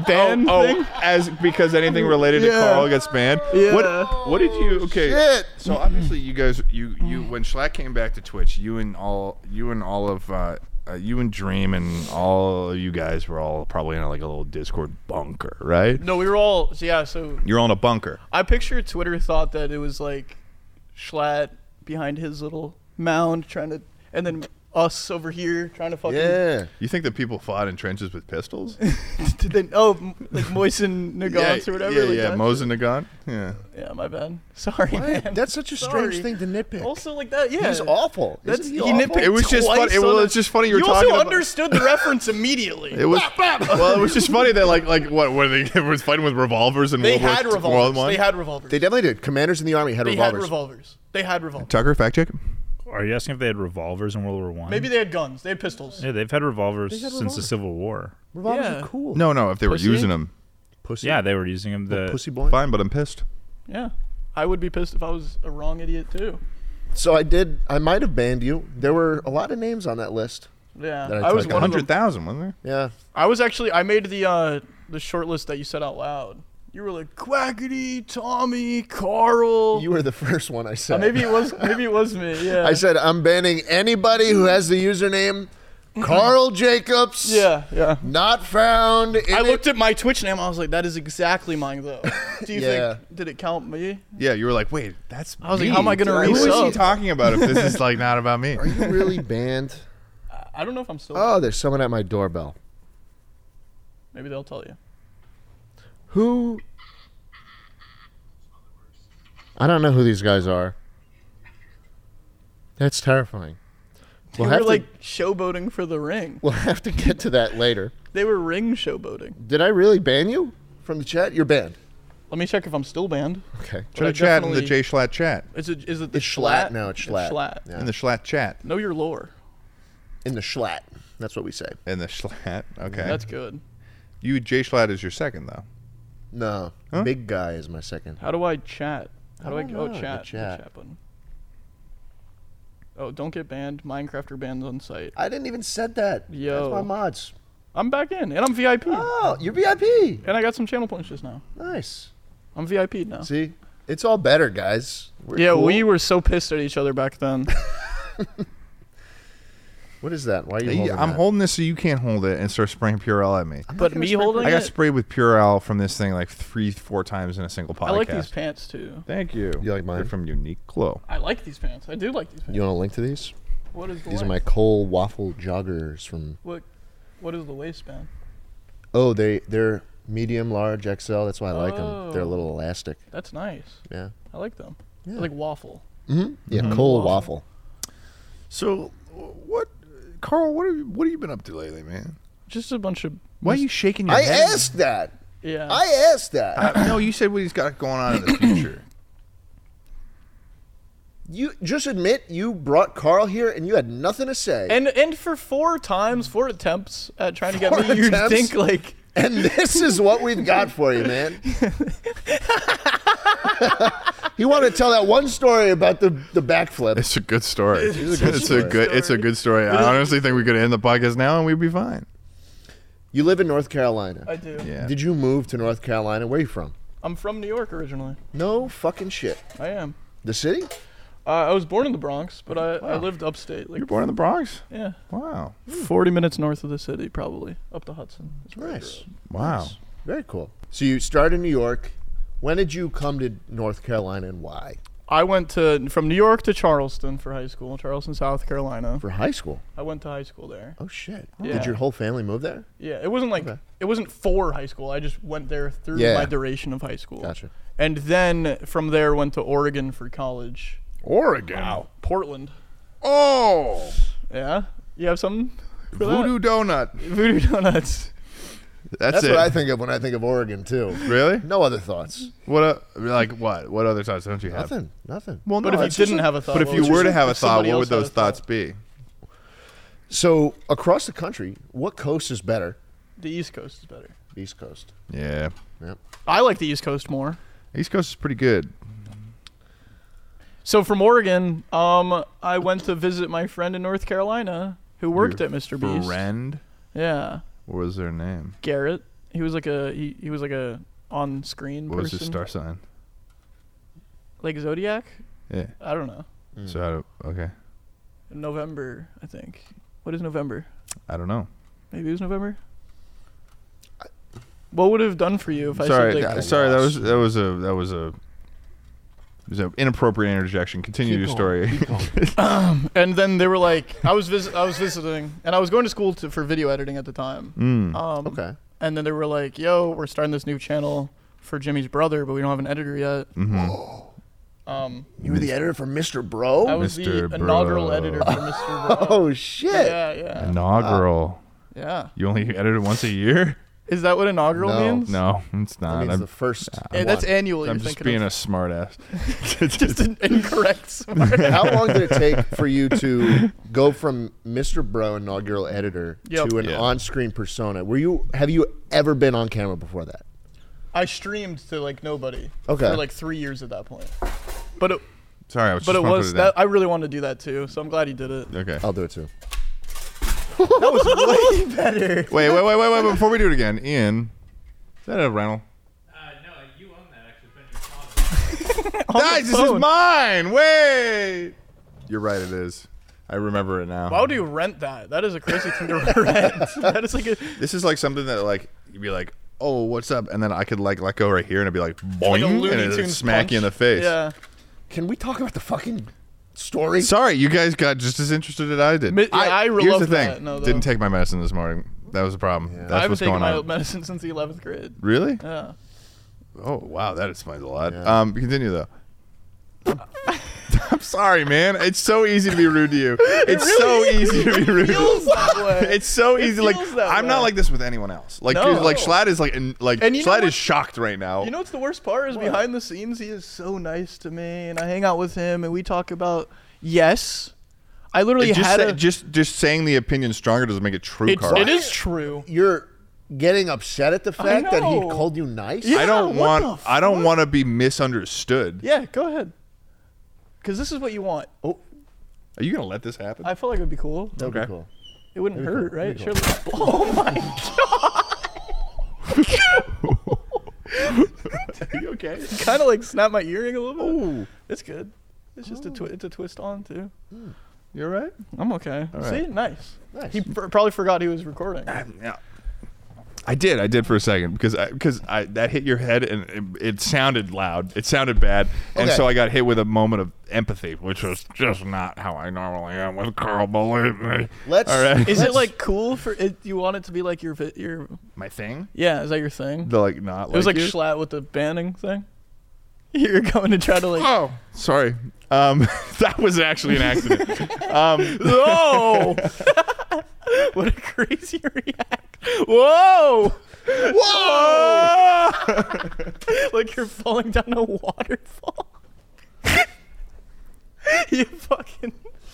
[SPEAKER 3] ban
[SPEAKER 1] Oh,
[SPEAKER 3] thing.
[SPEAKER 1] as because anything related to
[SPEAKER 3] Yeah.
[SPEAKER 1] Carl gets banned. What
[SPEAKER 3] Yeah.
[SPEAKER 1] what did you? Okay,
[SPEAKER 2] Shit.
[SPEAKER 1] so obviously you guys, you you when Schlatt came back to Twitch, you and all you and all of uh, uh, you and Dream and all of you guys were all probably in like a little Discord bunker, right?
[SPEAKER 3] No, we were all yeah. So
[SPEAKER 1] You're on a bunker.
[SPEAKER 3] I picture Twitter thought that it was like Schlatt behind his little mound trying to, and then us over here trying to fucking.
[SPEAKER 2] Yeah.
[SPEAKER 1] You think that people fought in trenches with pistols?
[SPEAKER 3] Did they, oh, m- like Moisen Nagants or whatever.
[SPEAKER 1] Yeah,
[SPEAKER 3] like
[SPEAKER 1] yeah,
[SPEAKER 3] that
[SPEAKER 1] Mose
[SPEAKER 3] shit.
[SPEAKER 1] and Nagon. Yeah.
[SPEAKER 3] Yeah, my bad. Sorry, man.
[SPEAKER 2] That's such a strange
[SPEAKER 3] Sorry.
[SPEAKER 2] thing to nitpick.
[SPEAKER 3] also like that. Yeah,
[SPEAKER 2] He's awful.
[SPEAKER 3] That's
[SPEAKER 2] Isn't
[SPEAKER 3] he,
[SPEAKER 2] awful?
[SPEAKER 3] nitpicked.
[SPEAKER 1] It was just
[SPEAKER 3] twice
[SPEAKER 1] funny- it
[SPEAKER 3] on
[SPEAKER 1] was
[SPEAKER 3] the-
[SPEAKER 1] just funny you were
[SPEAKER 3] you
[SPEAKER 1] talking
[SPEAKER 3] also
[SPEAKER 1] about-
[SPEAKER 3] understood the reference immediately.
[SPEAKER 1] It was well. It was just funny that like like what were they, they were fighting with revolvers and
[SPEAKER 3] they
[SPEAKER 1] World War
[SPEAKER 3] had
[SPEAKER 1] Two- World
[SPEAKER 3] revolvers.
[SPEAKER 1] War
[SPEAKER 3] They
[SPEAKER 1] One?
[SPEAKER 3] had revolvers.
[SPEAKER 2] They definitely did. Commanders in the army had
[SPEAKER 3] They had
[SPEAKER 2] revolvers.
[SPEAKER 3] revolvers. They had revolvers.
[SPEAKER 1] Tucker fact check.
[SPEAKER 4] Are you asking if they had revolvers in World War One?
[SPEAKER 3] Maybe they had guns. They had pistols.
[SPEAKER 4] Yeah, they've had revolvers
[SPEAKER 2] They had
[SPEAKER 4] since the
[SPEAKER 2] revolvers.
[SPEAKER 4] Civil War.
[SPEAKER 2] Revolvers
[SPEAKER 3] Yeah.
[SPEAKER 2] are cool.
[SPEAKER 1] No, no. If they were
[SPEAKER 2] Pussy?
[SPEAKER 1] using them,
[SPEAKER 2] pussy.
[SPEAKER 4] Yeah, they were using them. The
[SPEAKER 2] pussy boy.
[SPEAKER 1] fine. But I'm pissed.
[SPEAKER 3] Yeah, I would be pissed if I was a wrong idiot too.
[SPEAKER 2] So I did. I might have banned you. There were a lot of names on that list.
[SPEAKER 3] Yeah,
[SPEAKER 2] That I
[SPEAKER 3] I was
[SPEAKER 2] took
[SPEAKER 1] Like
[SPEAKER 3] one of them.
[SPEAKER 1] hundred thousand, wasn't there?
[SPEAKER 2] Yeah.
[SPEAKER 3] I was actually I made the uh the short list that you said out loud. You were like Quackity, Tommy, Carl.
[SPEAKER 2] You were the first one I said.
[SPEAKER 3] Uh, maybe uh, it was maybe it was me. Yeah.
[SPEAKER 2] I said I'm banning anybody who has the username Carl Jacobs.
[SPEAKER 3] yeah, yeah.
[SPEAKER 2] Not found. In
[SPEAKER 3] I looked
[SPEAKER 2] It.
[SPEAKER 3] at my Twitch name. I was like, that is exactly mine though. Do you
[SPEAKER 2] Yeah.
[SPEAKER 3] think did it count me?
[SPEAKER 1] Yeah, you were like, wait, that's.
[SPEAKER 3] I was like, how am I gonna
[SPEAKER 1] Who is
[SPEAKER 3] resub?
[SPEAKER 1] he talking about if this is like not about me?
[SPEAKER 2] Are you really banned?
[SPEAKER 3] I- I don't know if I'm still.
[SPEAKER 2] Oh, there's someone at my doorbell.
[SPEAKER 3] maybe they'll tell you.
[SPEAKER 2] Who? I don't know who these guys are. That's terrifying.
[SPEAKER 3] They
[SPEAKER 2] We'll
[SPEAKER 3] were
[SPEAKER 2] have to.
[SPEAKER 3] like showboating for the ring.
[SPEAKER 2] we'll have to get to that later.
[SPEAKER 3] They were ring showboating.
[SPEAKER 2] Did I really ban you from the chat? You're banned.
[SPEAKER 3] Let me check if I'm still banned.
[SPEAKER 2] Okay.
[SPEAKER 1] Try
[SPEAKER 3] I
[SPEAKER 1] to chat in the
[SPEAKER 3] definitely-
[SPEAKER 1] J Schlatt chat.
[SPEAKER 3] Is it is it the
[SPEAKER 2] It's Schlatt
[SPEAKER 3] Schlatt?
[SPEAKER 2] now. It's Schlatt. Yeah.
[SPEAKER 1] In the Schlatt chat.
[SPEAKER 3] Know your lore.
[SPEAKER 2] In the schlatt. That's what we say.
[SPEAKER 1] In the Schlatt. Okay.
[SPEAKER 3] That's good.
[SPEAKER 1] you J Schlatt is your second though.
[SPEAKER 2] No.
[SPEAKER 1] Huh?
[SPEAKER 2] Big guy is my second.
[SPEAKER 3] How do I chat? How do I,
[SPEAKER 2] I don't
[SPEAKER 3] oh
[SPEAKER 2] know, the
[SPEAKER 3] chat the
[SPEAKER 2] chat.
[SPEAKER 3] chat button? Oh, don't get banned. Minecrafter banned on site.
[SPEAKER 2] I didn't even said that.
[SPEAKER 3] Yo.
[SPEAKER 2] That's my mods.
[SPEAKER 3] I'm back in, and I'm VIP,
[SPEAKER 2] Oh, you're VIP.
[SPEAKER 3] and I got some channel points just now.
[SPEAKER 2] Nice.
[SPEAKER 3] I'm VIP now.
[SPEAKER 2] See? It's all better, guys. We're
[SPEAKER 3] yeah,
[SPEAKER 2] cool.
[SPEAKER 3] we were so pissed at each other back then.
[SPEAKER 2] What is that? Why are you
[SPEAKER 1] Hey,
[SPEAKER 2] holding
[SPEAKER 1] I'm
[SPEAKER 2] that?
[SPEAKER 1] holding this so you can't hold it and start spraying Purell at me.
[SPEAKER 3] but me holding
[SPEAKER 1] I got
[SPEAKER 3] it,
[SPEAKER 1] sprayed with Purell from this thing like three, four times in a single podcast.
[SPEAKER 3] I like these pants too.
[SPEAKER 1] Thank you.
[SPEAKER 2] You like mine?
[SPEAKER 1] They're from Uniqlo.
[SPEAKER 3] I like these pants. I do like these pants.
[SPEAKER 2] You want a link to these?
[SPEAKER 3] What is the
[SPEAKER 2] These are
[SPEAKER 3] waist-
[SPEAKER 2] my Cole waffle joggers from.
[SPEAKER 3] what? What is the waistband?
[SPEAKER 2] Oh, they they're medium, large, XL. That's why I like them. They're a
[SPEAKER 3] Oh.
[SPEAKER 2] little elastic.
[SPEAKER 3] That's nice.
[SPEAKER 2] Yeah.
[SPEAKER 3] I like them. They're
[SPEAKER 2] Yeah.
[SPEAKER 3] Like waffle.
[SPEAKER 2] Mm-hmm. Yeah. Cole
[SPEAKER 3] Waffle.
[SPEAKER 2] waffle.
[SPEAKER 1] So, what, Carl? What have you, what have you been up to lately, man?
[SPEAKER 3] Just a bunch of
[SPEAKER 1] Why are you shaking your
[SPEAKER 2] I
[SPEAKER 1] head?
[SPEAKER 2] asked that.
[SPEAKER 3] yeah.
[SPEAKER 2] I asked that.
[SPEAKER 1] Uh, no, you said what he's got going on in the future.
[SPEAKER 2] You just admit you brought Carl here and you had nothing to say.
[SPEAKER 3] and and for four times, four attempts at trying to
[SPEAKER 2] Four
[SPEAKER 3] get me, you
[SPEAKER 2] attempts?
[SPEAKER 3] think like
[SPEAKER 2] And this is what we've got for you, man. he wanted to tell that one story about the, the backflip.
[SPEAKER 1] It's a good story. It's
[SPEAKER 2] a good
[SPEAKER 1] it's
[SPEAKER 2] story.
[SPEAKER 1] a good. It's a good story. I honestly think we could end the podcast now and we'd be fine.
[SPEAKER 2] You live in North Carolina.
[SPEAKER 3] I do.
[SPEAKER 1] Yeah.
[SPEAKER 2] Did you move to North Carolina? Where are you from?
[SPEAKER 3] I'm from New York originally.
[SPEAKER 2] No fucking shit.
[SPEAKER 3] I am.
[SPEAKER 2] The city?
[SPEAKER 3] Uh, I was born in the Bronx, but I, I lived upstate. Like
[SPEAKER 1] You're born in the Bronx.
[SPEAKER 3] yeah,
[SPEAKER 1] Wow.
[SPEAKER 2] Hmm.
[SPEAKER 3] forty minutes north of the city, probably up the Hudson. That's where I grew
[SPEAKER 2] Nice.
[SPEAKER 1] Wow.
[SPEAKER 2] Nice. Very cool. So you started in New York. When did you come to North Carolina and why?
[SPEAKER 3] I went to from New York to Charleston for high school, Charleston, South Carolina.
[SPEAKER 2] for high school.
[SPEAKER 3] I went to high school there.
[SPEAKER 2] Oh shit!
[SPEAKER 3] Yeah.
[SPEAKER 2] Did your whole family move there?
[SPEAKER 3] Yeah, it wasn't like
[SPEAKER 2] Okay.
[SPEAKER 3] it wasn't for high school. I just went there through
[SPEAKER 2] Yeah.
[SPEAKER 3] my duration of high school.
[SPEAKER 2] Gotcha.
[SPEAKER 3] And then from there went to Oregon for college.
[SPEAKER 1] Oregon.
[SPEAKER 3] Portland.
[SPEAKER 1] Oh,
[SPEAKER 3] Yeah. You have something for that?
[SPEAKER 1] Voodoo Donut.
[SPEAKER 3] Voodoo donuts.
[SPEAKER 1] That's,
[SPEAKER 2] That's
[SPEAKER 1] it.
[SPEAKER 2] what I think of when I think of Oregon too.
[SPEAKER 1] Really?
[SPEAKER 2] No other thoughts.
[SPEAKER 1] What? Uh, like what? What other thoughts don't you have?
[SPEAKER 2] Nothing. Nothing.
[SPEAKER 1] Well,
[SPEAKER 3] But
[SPEAKER 1] no,
[SPEAKER 3] if
[SPEAKER 1] it's
[SPEAKER 3] you
[SPEAKER 1] just
[SPEAKER 3] didn't
[SPEAKER 1] a-
[SPEAKER 3] have a thought,
[SPEAKER 1] but if
[SPEAKER 3] what
[SPEAKER 1] you
[SPEAKER 3] would you
[SPEAKER 1] were to
[SPEAKER 3] say?
[SPEAKER 1] have a
[SPEAKER 3] If
[SPEAKER 1] thought,
[SPEAKER 3] somebody
[SPEAKER 1] what would
[SPEAKER 3] else had a
[SPEAKER 1] those thoughts
[SPEAKER 3] thought.
[SPEAKER 1] be?
[SPEAKER 2] So across the country, what coast is better?
[SPEAKER 3] The East Coast is better.
[SPEAKER 2] East Coast.
[SPEAKER 1] Yeah,
[SPEAKER 2] Yep.
[SPEAKER 3] I like the East Coast more.
[SPEAKER 1] East Coast is pretty good.
[SPEAKER 3] So from Oregon, um, I went to visit my friend in North Carolina who worked
[SPEAKER 1] Your
[SPEAKER 3] at Mr. Beast.
[SPEAKER 1] Friend,
[SPEAKER 3] Yeah,
[SPEAKER 1] what was their name?
[SPEAKER 3] Garrett. He was like a he, he was like a on screen
[SPEAKER 1] What was
[SPEAKER 3] person.
[SPEAKER 1] his star sign?
[SPEAKER 3] Like Zodiac.
[SPEAKER 1] Yeah.
[SPEAKER 3] I don't know.
[SPEAKER 1] So I don't, okay,
[SPEAKER 3] November, I think. What is November?
[SPEAKER 1] I don't know.
[SPEAKER 3] Maybe it was November. What would it have done for you if I
[SPEAKER 1] sorry,
[SPEAKER 3] said
[SPEAKER 1] uh,
[SPEAKER 3] like,
[SPEAKER 1] sorry. That was that was a that was a. It was an inappropriate interjection. Continue your
[SPEAKER 2] Keep
[SPEAKER 1] story.
[SPEAKER 3] and then they were like, I was visit, I was visiting, and I was going to school to, for video editing at the time.
[SPEAKER 1] Mm.
[SPEAKER 3] Um,
[SPEAKER 2] Okay.
[SPEAKER 3] And then they were like, "Yo, we're starting this new channel for Jimmy's brother, but we don't have an editor yet."
[SPEAKER 1] Mhm.
[SPEAKER 3] Um,
[SPEAKER 2] You were the editor for Mr.
[SPEAKER 3] I
[SPEAKER 2] Oh, Bro.
[SPEAKER 3] was
[SPEAKER 1] Mr.
[SPEAKER 3] the inaugural
[SPEAKER 1] Bro.
[SPEAKER 3] editor for Mr. Bro.
[SPEAKER 2] Oh shit.
[SPEAKER 3] yeah, yeah,
[SPEAKER 1] Inaugural.
[SPEAKER 3] yeah.
[SPEAKER 1] you only edit it once a year?
[SPEAKER 3] Is that what inaugural
[SPEAKER 2] No.
[SPEAKER 3] means?
[SPEAKER 1] No, it's
[SPEAKER 2] That
[SPEAKER 1] not.
[SPEAKER 2] means
[SPEAKER 1] I'm,
[SPEAKER 2] the first.
[SPEAKER 3] Eh, that's
[SPEAKER 2] one.
[SPEAKER 3] annual.
[SPEAKER 1] I'm
[SPEAKER 3] you're
[SPEAKER 1] just
[SPEAKER 3] thinking
[SPEAKER 1] being
[SPEAKER 3] of.
[SPEAKER 1] a smartass.
[SPEAKER 3] just an incorrect. smart.
[SPEAKER 2] How long did it take for you to go from Mr. Bro inaugural editor
[SPEAKER 3] Yep.
[SPEAKER 2] to an
[SPEAKER 1] Yeah.
[SPEAKER 2] on-screen persona? Were you? Have you ever been on camera before that?
[SPEAKER 3] I streamed to like nobody
[SPEAKER 2] Okay.
[SPEAKER 3] for like three years at that point. But it,
[SPEAKER 1] Sorry, I was
[SPEAKER 3] but
[SPEAKER 1] just
[SPEAKER 3] it
[SPEAKER 1] wanna put
[SPEAKER 3] was
[SPEAKER 1] down.
[SPEAKER 3] that I really wanted to do that too, so I'm glad he did it.
[SPEAKER 1] Okay.
[SPEAKER 2] I'll do it too.
[SPEAKER 3] That was way better.
[SPEAKER 1] Wait, wait, wait, wait, wait. Before we do it again, Ian, is that a rental?
[SPEAKER 5] Uh, no, you own that actually, but your father.
[SPEAKER 1] Guys, this is
[SPEAKER 3] phone.
[SPEAKER 1] mine. Wait. You're right. It is. I remember it now.
[SPEAKER 3] Why would you rent that? That is a crazy thing to rent. that is like a
[SPEAKER 1] This is like something that like you'd be like, oh, what's up, and then I could like let go right here, and it'd be like boing,
[SPEAKER 3] like a
[SPEAKER 1] and
[SPEAKER 3] Looney
[SPEAKER 1] it'd
[SPEAKER 3] Tunes
[SPEAKER 1] smack you in the
[SPEAKER 3] punch.
[SPEAKER 1] face.
[SPEAKER 3] Yeah.
[SPEAKER 2] Can we talk about the fucking story?
[SPEAKER 1] Sorry, you guys got just as interested as I did.
[SPEAKER 3] Mi- yeah, I
[SPEAKER 1] here's
[SPEAKER 3] love
[SPEAKER 1] the thing.
[SPEAKER 3] that. No,
[SPEAKER 1] Didn't
[SPEAKER 3] though.
[SPEAKER 1] take my medicine this morning. That was a problem.
[SPEAKER 3] I
[SPEAKER 1] That's
[SPEAKER 3] haven't
[SPEAKER 1] what's
[SPEAKER 3] taken
[SPEAKER 1] going
[SPEAKER 3] my
[SPEAKER 1] on.
[SPEAKER 3] medicine since the 11th grade.
[SPEAKER 1] Really?
[SPEAKER 3] Yeah.
[SPEAKER 1] Oh wow, that explains a lot.
[SPEAKER 2] Yeah.
[SPEAKER 1] Um, continue though. I'm sorry, man. It's so easy to be rude to you. It's so easy to be rude. to
[SPEAKER 3] feels that way.
[SPEAKER 1] It's so easy. Like
[SPEAKER 3] feels that
[SPEAKER 1] I'm not
[SPEAKER 3] way.
[SPEAKER 1] like this with anyone else. Like
[SPEAKER 3] No.
[SPEAKER 1] like Schlatt is like in, like
[SPEAKER 3] And you know
[SPEAKER 1] Schlatt
[SPEAKER 3] what-
[SPEAKER 1] is shocked right now.
[SPEAKER 3] You know what's the worst part is behind the scenes he is so nice to me and I hang out with him and we talk about yes. I literally
[SPEAKER 1] just,
[SPEAKER 3] had
[SPEAKER 1] say-
[SPEAKER 3] a
[SPEAKER 1] just just saying the opinion stronger doesn't make it true.
[SPEAKER 3] it's,
[SPEAKER 1] Carl.
[SPEAKER 3] it is true.
[SPEAKER 2] You're getting upset at the fact that he
[SPEAKER 3] know.
[SPEAKER 2] called you nice.
[SPEAKER 3] Yeah.
[SPEAKER 1] I don't
[SPEAKER 3] what
[SPEAKER 1] want.
[SPEAKER 3] the
[SPEAKER 1] I don't want to be misunderstood.
[SPEAKER 3] Yeah, go ahead. Cuz this is what you want.
[SPEAKER 1] Oh. Are you gonna let this happen?
[SPEAKER 3] I feel like it would be cool.
[SPEAKER 2] That'd be
[SPEAKER 1] Okay.
[SPEAKER 2] cool.
[SPEAKER 3] It wouldn't hurt, right?
[SPEAKER 2] cool.
[SPEAKER 3] Surely- Oh my Oh
[SPEAKER 1] Are you okay?
[SPEAKER 3] kind of like snap my earring a little bit. It's good. It's just a twi- it's a twist on too.
[SPEAKER 1] You're right.
[SPEAKER 3] I'm okay.
[SPEAKER 1] right.
[SPEAKER 3] See, nice.
[SPEAKER 2] Nice.
[SPEAKER 3] He pr- probably forgot he was recording.
[SPEAKER 1] Yeah. I did. I did for a second because I because I that hit your head and it, it sounded loud. It sounded bad, and
[SPEAKER 2] Okay.
[SPEAKER 1] so I got hit with a moment of empathy, which was just not how I normally am with Carl. Believe me.
[SPEAKER 2] Let's-
[SPEAKER 1] All right.
[SPEAKER 3] Is it
[SPEAKER 2] Let's-
[SPEAKER 3] like cool for it, you want it to be like your vi- your
[SPEAKER 1] my thing?
[SPEAKER 3] yeah? Is that your thing?
[SPEAKER 1] The like not.
[SPEAKER 3] it was like
[SPEAKER 1] you?
[SPEAKER 3] Schlatt with the banning thing. You're going to try to like
[SPEAKER 1] oh, sorry. Um, that was actually an accident. um,
[SPEAKER 3] whoa. what a crazy react! Whoa!
[SPEAKER 1] oh!
[SPEAKER 3] like you're falling down a waterfall. you fucking.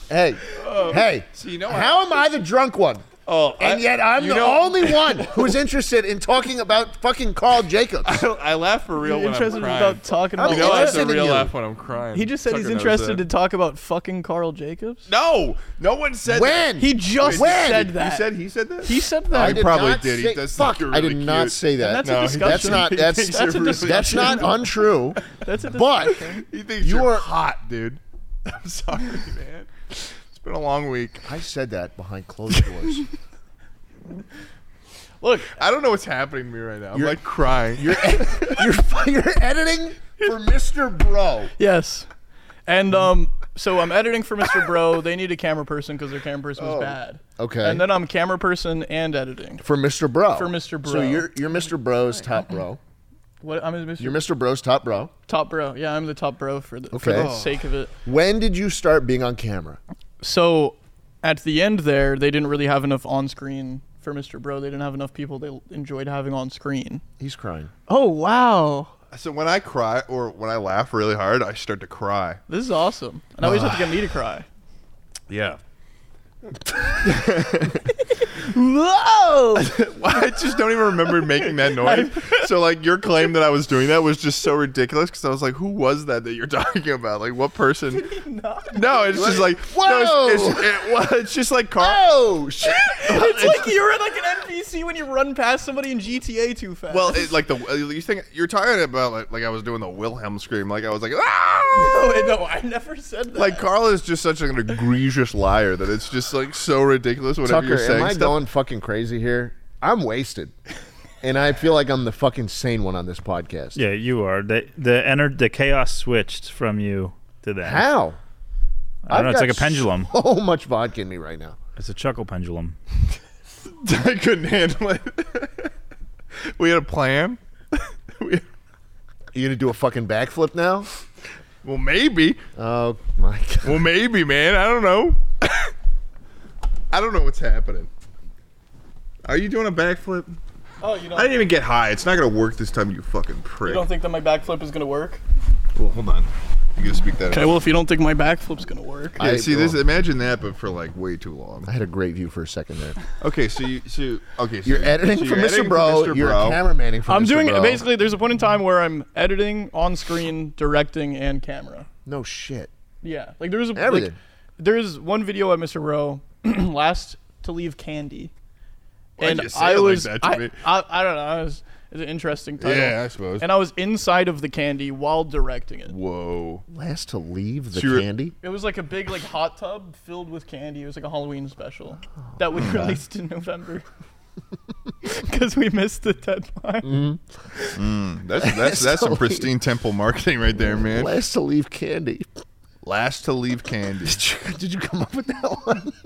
[SPEAKER 2] Hey, hey.
[SPEAKER 1] So you know I-
[SPEAKER 2] how am I the drunk one?
[SPEAKER 1] Oh,
[SPEAKER 2] And
[SPEAKER 1] I-
[SPEAKER 2] yet I'm
[SPEAKER 1] you
[SPEAKER 2] the
[SPEAKER 1] know-
[SPEAKER 2] only one who's interested in talking about fucking Carl Jacobs.
[SPEAKER 1] I laugh for real
[SPEAKER 3] You're
[SPEAKER 1] when I'm
[SPEAKER 3] interested
[SPEAKER 1] crying.
[SPEAKER 3] without talking
[SPEAKER 2] I'm
[SPEAKER 3] about
[SPEAKER 1] You know I have
[SPEAKER 2] interested
[SPEAKER 1] a
[SPEAKER 2] in
[SPEAKER 1] real
[SPEAKER 2] you.
[SPEAKER 1] laugh when I'm crying.
[SPEAKER 3] He just said he's
[SPEAKER 1] Tucker knows
[SPEAKER 3] interested to
[SPEAKER 1] that.
[SPEAKER 3] talk about fucking Carl Jacobs.
[SPEAKER 1] No, no one said
[SPEAKER 2] when?
[SPEAKER 3] He just
[SPEAKER 2] When?
[SPEAKER 3] said
[SPEAKER 1] That.
[SPEAKER 3] that.
[SPEAKER 1] He said he said that.
[SPEAKER 3] He said
[SPEAKER 2] I
[SPEAKER 1] he
[SPEAKER 3] that.
[SPEAKER 2] did
[SPEAKER 1] probably
[SPEAKER 2] not
[SPEAKER 1] did. He
[SPEAKER 2] say-
[SPEAKER 1] does
[SPEAKER 2] fuck,
[SPEAKER 1] think you're
[SPEAKER 2] I did
[SPEAKER 1] really
[SPEAKER 2] not
[SPEAKER 1] cute.
[SPEAKER 2] say that.
[SPEAKER 3] that's
[SPEAKER 1] No,
[SPEAKER 3] a
[SPEAKER 1] he-
[SPEAKER 3] discussion.
[SPEAKER 2] that's not
[SPEAKER 1] He
[SPEAKER 2] that's
[SPEAKER 1] thinks
[SPEAKER 2] that's,
[SPEAKER 1] you're really-
[SPEAKER 2] not untrue.
[SPEAKER 3] That's a
[SPEAKER 2] But
[SPEAKER 3] discussion.
[SPEAKER 1] He thinks
[SPEAKER 2] You
[SPEAKER 1] you're
[SPEAKER 2] are-
[SPEAKER 1] hot, dude. I'm sorry, man. It's been a long week.
[SPEAKER 2] I said that behind closed doors.
[SPEAKER 3] look,
[SPEAKER 1] I don't know what's happening to me right now. I'm
[SPEAKER 2] You're-
[SPEAKER 1] like crying.
[SPEAKER 2] you're, you're you're editing for Mr. Bro.
[SPEAKER 3] yes, And um, so I'm editing for Mr. Bro. They need a camera person because their camera person was bad.
[SPEAKER 2] Oh, okay.
[SPEAKER 3] And then I'm camera person and editing.
[SPEAKER 2] for Mr. Bro.
[SPEAKER 3] For Mr.
[SPEAKER 2] So
[SPEAKER 3] Bro.
[SPEAKER 2] you're you're Mr. Bro's top bro.
[SPEAKER 3] What I'm Mr.
[SPEAKER 2] You're Mr. Bro's top bro.
[SPEAKER 3] top bro. Yeah, I'm the top bro for the, for
[SPEAKER 2] Okay.
[SPEAKER 3] the sake of it.
[SPEAKER 2] When did you start being on camera?
[SPEAKER 3] So at the end there, they didn't really have enough on screen for Mr. Bro. They didn't have enough people they enjoyed having on screen.
[SPEAKER 2] He's crying.
[SPEAKER 3] Oh wow,
[SPEAKER 1] So when I cry or when I laugh really hard, I start to cry.
[SPEAKER 3] this is awesome. And I always have to get me to cry.
[SPEAKER 1] Yeah.
[SPEAKER 3] Whoa!
[SPEAKER 1] I just don't even remember making that noise. So like your claim that I was doing that was just so ridiculous because I was like, who was that that you're talking about? Like what person? No, it's just like No, it's, it's, it, well, it's just like Carl.
[SPEAKER 2] Oh shit!
[SPEAKER 3] it's like you're like an NPC when you run past somebody in GTA too fast.
[SPEAKER 1] Well, it, like the uh, you think you're talking about like, like I was doing the Wilhelm scream, like I was like,
[SPEAKER 3] no,
[SPEAKER 1] ah!
[SPEAKER 3] wait, no, Oh, I never said that.
[SPEAKER 1] like Carl is just such an egregious liar that it's just like so ridiculous. Whatever
[SPEAKER 2] Tucker,
[SPEAKER 1] you're saying,
[SPEAKER 2] am I
[SPEAKER 1] stuff.
[SPEAKER 2] going fucking crazy here? I'm wasted, and I feel like I'm the fucking sane one on this podcast.
[SPEAKER 4] Yeah, you are. The the ener- the chaos switched from you to them.
[SPEAKER 2] How?
[SPEAKER 4] I don't know.
[SPEAKER 2] I've
[SPEAKER 4] It's
[SPEAKER 2] got
[SPEAKER 4] like a pendulum.
[SPEAKER 2] So much vodka in me right now.
[SPEAKER 4] It's a chuckle pendulum.
[SPEAKER 1] I couldn't handle it. we had a plan. we,
[SPEAKER 2] You gonna do a fucking backflip now?
[SPEAKER 1] well, maybe.
[SPEAKER 2] Oh my god!
[SPEAKER 1] Well, maybe, man. I don't know. I don't know what's happening. Are you doing a backflip?
[SPEAKER 3] oh, you don't,
[SPEAKER 1] I didn't even get high. It's not gonna work this time, you fucking
[SPEAKER 3] you
[SPEAKER 1] prick.
[SPEAKER 3] don't think that my backflip is gonna work?
[SPEAKER 1] Well, hold on. You gotta speak that.
[SPEAKER 3] Okay,
[SPEAKER 1] up.
[SPEAKER 3] well, if you don't think my backflip's gonna work,
[SPEAKER 1] Yeah,
[SPEAKER 2] I-
[SPEAKER 1] see this. Imagine that, but for like way too long.
[SPEAKER 2] I had a great view for a second there.
[SPEAKER 1] Okay, so you, so okay, so
[SPEAKER 2] You're
[SPEAKER 1] you-
[SPEAKER 2] editing
[SPEAKER 1] so
[SPEAKER 2] for
[SPEAKER 1] you're
[SPEAKER 2] Mr.
[SPEAKER 1] editing
[SPEAKER 2] Bro.
[SPEAKER 1] Mr.
[SPEAKER 2] You're
[SPEAKER 1] Bro.
[SPEAKER 2] cameramanning for
[SPEAKER 3] I'm
[SPEAKER 2] Mr.
[SPEAKER 3] doing
[SPEAKER 2] Bro.
[SPEAKER 3] basically. There's a point in time where I'm editing on screen, directing, and camera.
[SPEAKER 2] No shit.
[SPEAKER 3] Yeah, like there's a like,
[SPEAKER 2] Everything.
[SPEAKER 3] there's one video at Mr. Rowe, last to leave candy,
[SPEAKER 1] Why'd
[SPEAKER 3] and
[SPEAKER 1] you say
[SPEAKER 3] I
[SPEAKER 1] it like
[SPEAKER 3] was
[SPEAKER 1] that to
[SPEAKER 3] I,
[SPEAKER 1] me?
[SPEAKER 3] I, I don't know. I was it's an interesting title.
[SPEAKER 1] Yeah, I suppose.
[SPEAKER 3] And I was inside of the candy while directing it.
[SPEAKER 1] Whoa.
[SPEAKER 2] Last to leave the
[SPEAKER 1] So you're-
[SPEAKER 2] candy.
[SPEAKER 3] It was like a big like hot tub filled with candy. It was like a Halloween special that we
[SPEAKER 1] Mm.
[SPEAKER 3] released in November because we missed the
[SPEAKER 1] Mm.
[SPEAKER 3] deadline.
[SPEAKER 1] That's that's that's some
[SPEAKER 2] Totally.
[SPEAKER 1] pristine temple marketing right there, man.
[SPEAKER 2] Last to leave candy.
[SPEAKER 1] Last to leave candy.
[SPEAKER 2] Did you come up with that one?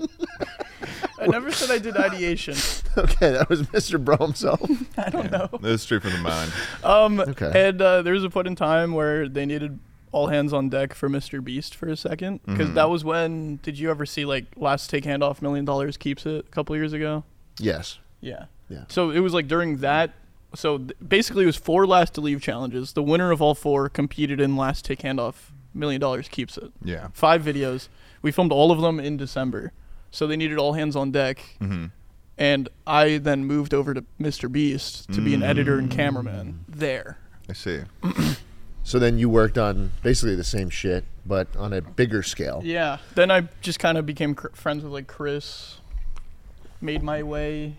[SPEAKER 3] I never said I did ideation.
[SPEAKER 2] okay, that was Mr. Bro himself.
[SPEAKER 3] I don't know.
[SPEAKER 1] That's straight from the mind.
[SPEAKER 3] Um,
[SPEAKER 2] Okay.
[SPEAKER 3] And uh, there was a point in time where they needed all hands on deck for Mr. Beast for a second, because
[SPEAKER 2] Mm-hmm.
[SPEAKER 3] that was when. Did you ever see like Last Take Handoff Million Dollars Keeps It a couple years ago?
[SPEAKER 2] Yes.
[SPEAKER 3] Yeah.
[SPEAKER 2] Yeah.
[SPEAKER 3] So it was like during that. So th- basically, it was four Last to Leave challenges. The winner of all four competed in Last Take Handoff Million Dollars Keeps It.
[SPEAKER 1] Yeah.
[SPEAKER 3] Five videos. We filmed all of them in December, so they needed all hands on deck.
[SPEAKER 2] Mm-hmm.
[SPEAKER 3] And I then moved over to Mr. Beast to be an editor
[SPEAKER 2] Mm.
[SPEAKER 3] and cameraman there.
[SPEAKER 1] I see.
[SPEAKER 2] So then you worked on basically the same shit, but on a bigger scale.
[SPEAKER 3] Yeah. Then I just kind of became cr- friends with like Chris. Made my way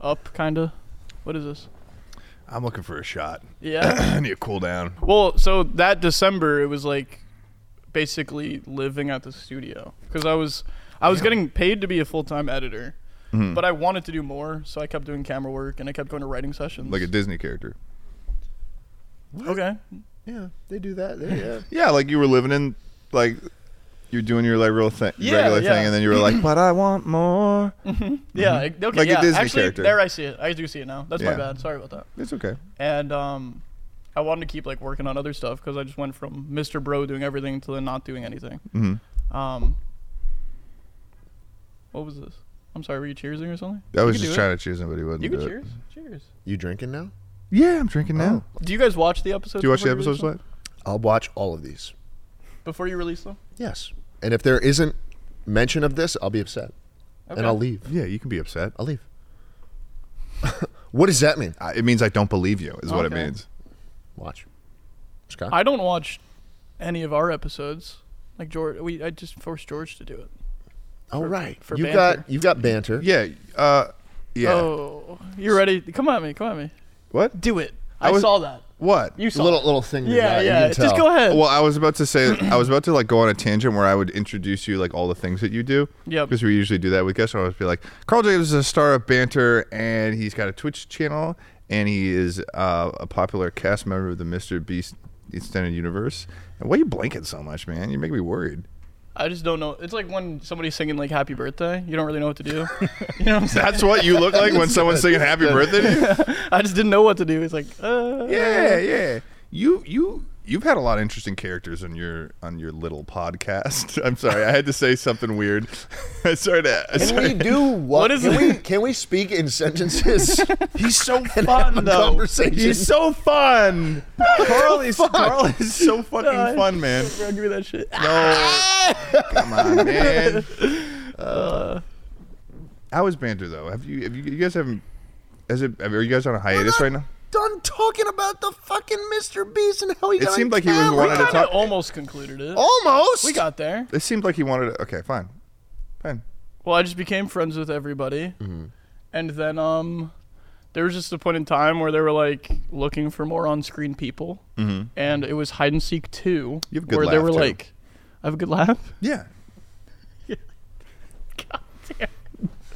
[SPEAKER 3] up, kind of. What is this?
[SPEAKER 1] I'm looking for a shot.
[SPEAKER 3] Yeah.
[SPEAKER 1] I need a cool down.
[SPEAKER 3] well, so that December it was like basically living at the studio because I was I was getting paid to be a full time editor,
[SPEAKER 1] Mm-hmm.
[SPEAKER 3] but I wanted to do more, so I kept doing camera work and I kept going to writing sessions.
[SPEAKER 1] Like a Disney character.
[SPEAKER 3] okay.
[SPEAKER 2] Yeah, they do that. They, yeah.
[SPEAKER 1] Yeah, like you were living in like you're doing your like real thing
[SPEAKER 3] Yeah,
[SPEAKER 1] regular
[SPEAKER 3] yeah.
[SPEAKER 1] thing and then you were like, But I want more.
[SPEAKER 3] Yeah. like- Okay.
[SPEAKER 1] Mm-hmm. Like a
[SPEAKER 3] yeah.
[SPEAKER 1] Disney
[SPEAKER 3] Actually,
[SPEAKER 1] character.
[SPEAKER 3] there I see it. I do see it now. That's my
[SPEAKER 1] Yeah.
[SPEAKER 3] bad. Sorry about that.
[SPEAKER 1] It's okay.
[SPEAKER 3] and um, I wanted to keep like working on other stuff because I just went from Mr. Bro doing everything to then not doing anything.
[SPEAKER 1] Mhm.
[SPEAKER 3] Um, what was this? I'm sorry, were you cheersing or something?
[SPEAKER 1] I was
[SPEAKER 3] can
[SPEAKER 1] just
[SPEAKER 3] do it.
[SPEAKER 1] trying to choose him, but he wasn't.
[SPEAKER 3] You
[SPEAKER 1] do
[SPEAKER 3] can
[SPEAKER 1] it.
[SPEAKER 3] cheers. Cheers.
[SPEAKER 2] You drinking now?
[SPEAKER 1] Yeah, I'm drinking now.
[SPEAKER 3] Do you guys watch the episodes?
[SPEAKER 1] Do you watch the
[SPEAKER 3] before
[SPEAKER 1] episodes
[SPEAKER 3] release them?
[SPEAKER 1] live?
[SPEAKER 2] I'll watch all of these.
[SPEAKER 3] Before you release them?
[SPEAKER 2] Yes. And if there isn't mention of this, I'll be upset. And
[SPEAKER 3] Okay.
[SPEAKER 2] I'll leave.
[SPEAKER 1] Yeah, you can be upset.
[SPEAKER 2] I'll leave. what does that mean?
[SPEAKER 1] I- It means I don't believe you, is what it
[SPEAKER 3] Okay.
[SPEAKER 1] means.
[SPEAKER 2] Watch. Scott?
[SPEAKER 3] I don't watch any of our episodes. Like George, we I just forced George to do it.
[SPEAKER 2] oh, right.
[SPEAKER 3] for
[SPEAKER 2] you've,
[SPEAKER 3] banter.
[SPEAKER 2] got, you've got banter.
[SPEAKER 1] Yeah. Uh, yeah.
[SPEAKER 3] Oh, you ready? Come at me, come at me.
[SPEAKER 1] What?
[SPEAKER 3] Do it.
[SPEAKER 1] I
[SPEAKER 3] I,
[SPEAKER 1] was-
[SPEAKER 3] saw that.
[SPEAKER 1] What?
[SPEAKER 3] You saw
[SPEAKER 2] little,
[SPEAKER 3] it.
[SPEAKER 2] little thing. you
[SPEAKER 3] Yeah,
[SPEAKER 2] got, you
[SPEAKER 3] yeah.
[SPEAKER 2] can
[SPEAKER 3] Just
[SPEAKER 2] tell.
[SPEAKER 3] go ahead.
[SPEAKER 1] Well, I was about to say I was about to like go on a tangent where I would introduce you like all the things that you do.
[SPEAKER 3] Yep.
[SPEAKER 1] Because we usually do that with guests. I always be like, Carl Jacobs is a star of banter, and he's got a Twitch channel, and he is uh, a popular cast member of the Mr. Beast the extended universe. And why are you blinking so much, man? You make me worried.
[SPEAKER 3] I just don't know. It's like when somebody's singing like "Happy Birthday," you don't really know what to do. you know what I'm saying?
[SPEAKER 1] That's what you look like when someone's singing "Happy Birthday." to you?
[SPEAKER 3] I just didn't know what to do. It's like, uh,
[SPEAKER 1] Yeah, yeah. You, you, you've had a lot of interesting characters on your on your little podcast. I'm sorry, I had to say something weird. sorry to. I
[SPEAKER 2] Can we
[SPEAKER 1] started-
[SPEAKER 2] do what?
[SPEAKER 3] What is
[SPEAKER 2] can
[SPEAKER 3] it?
[SPEAKER 2] we can we speak in sentences?
[SPEAKER 1] He's so
[SPEAKER 2] have a
[SPEAKER 1] fun though.
[SPEAKER 2] conversation.
[SPEAKER 1] He's so fun. Carl is Carl is so fucking
[SPEAKER 3] Uh,
[SPEAKER 1] fun, man.
[SPEAKER 3] Bro, give me that shit.
[SPEAKER 1] No, come on, man. Uh, How is banter though? Have you have you, you guys haven't? Has it? Are you guys on a hiatus right now?
[SPEAKER 2] Done talking about the fucking Mr. Beast and how he
[SPEAKER 1] It seemed like he was
[SPEAKER 3] We
[SPEAKER 1] wanted to
[SPEAKER 3] kind of
[SPEAKER 1] talk.
[SPEAKER 3] almost concluded it.
[SPEAKER 2] Almost.
[SPEAKER 3] We got there.
[SPEAKER 1] It seemed like he wanted to. Okay, fine, fine.
[SPEAKER 3] Well, I just became friends with everybody,
[SPEAKER 1] Mm-hmm.
[SPEAKER 3] and then um, there was just a point in time where they were like looking for more on-screen people, and it was Hide and Seek Two,
[SPEAKER 1] Mm-hmm. You have a good
[SPEAKER 3] where they
[SPEAKER 1] laugh,
[SPEAKER 3] were
[SPEAKER 1] too.
[SPEAKER 3] like, "I have a good laugh."
[SPEAKER 1] Yeah.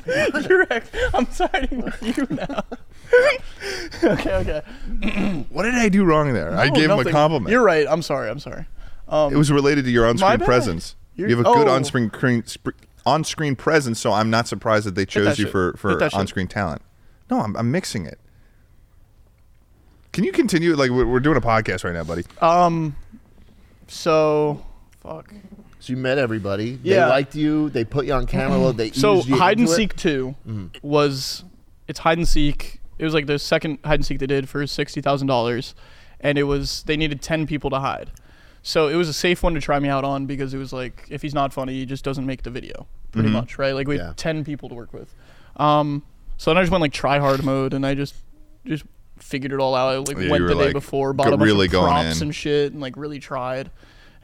[SPEAKER 3] You're right. I'm siding with you now. okay, okay.
[SPEAKER 1] What did I do wrong there? I
[SPEAKER 3] No,
[SPEAKER 1] gave him a
[SPEAKER 3] nothing.
[SPEAKER 1] compliment.
[SPEAKER 3] You're right. I'm sorry. I'm sorry. Um,
[SPEAKER 1] it was related to your on-screen
[SPEAKER 3] bad.
[SPEAKER 1] presence.
[SPEAKER 3] You're-
[SPEAKER 1] you have a good
[SPEAKER 3] oh.
[SPEAKER 1] on-screen cre- sp- on-screen presence, so I'm not surprised that they chose
[SPEAKER 3] that
[SPEAKER 1] you
[SPEAKER 3] shit.
[SPEAKER 1] for
[SPEAKER 3] Hit
[SPEAKER 1] for
[SPEAKER 3] that shit.
[SPEAKER 1] on-screen talent. No, I'm, I'm mixing it. Can you continue? Like we're, we're doing a podcast right now, buddy.
[SPEAKER 3] um, so, fuck.
[SPEAKER 2] So you met everybody.
[SPEAKER 3] Yeah.
[SPEAKER 2] They liked you. They put you on camera. They
[SPEAKER 3] So
[SPEAKER 2] eased you
[SPEAKER 3] hide and
[SPEAKER 2] into it.
[SPEAKER 3] seek two
[SPEAKER 1] Mm-hmm.
[SPEAKER 3] was it's hide and seek. It was like the second hide and seek they did for sixty thousand dollars, and it was they needed ten people to hide. So it was a safe one to try me out on because it was like if he's not funny, he just doesn't make the video, pretty
[SPEAKER 1] Mm-hmm.
[SPEAKER 3] much, right? Like we
[SPEAKER 2] Yeah.
[SPEAKER 3] had ten people to work with. Um, so then I just went like try hard mode, and I just just figured it all out. I like
[SPEAKER 1] Yeah, you
[SPEAKER 3] went
[SPEAKER 1] were,
[SPEAKER 3] the day
[SPEAKER 1] like,
[SPEAKER 3] before,
[SPEAKER 1] go-
[SPEAKER 3] bought a bunch
[SPEAKER 1] really
[SPEAKER 3] of
[SPEAKER 1] going
[SPEAKER 3] props
[SPEAKER 1] in.
[SPEAKER 3] and shit, and like really tried.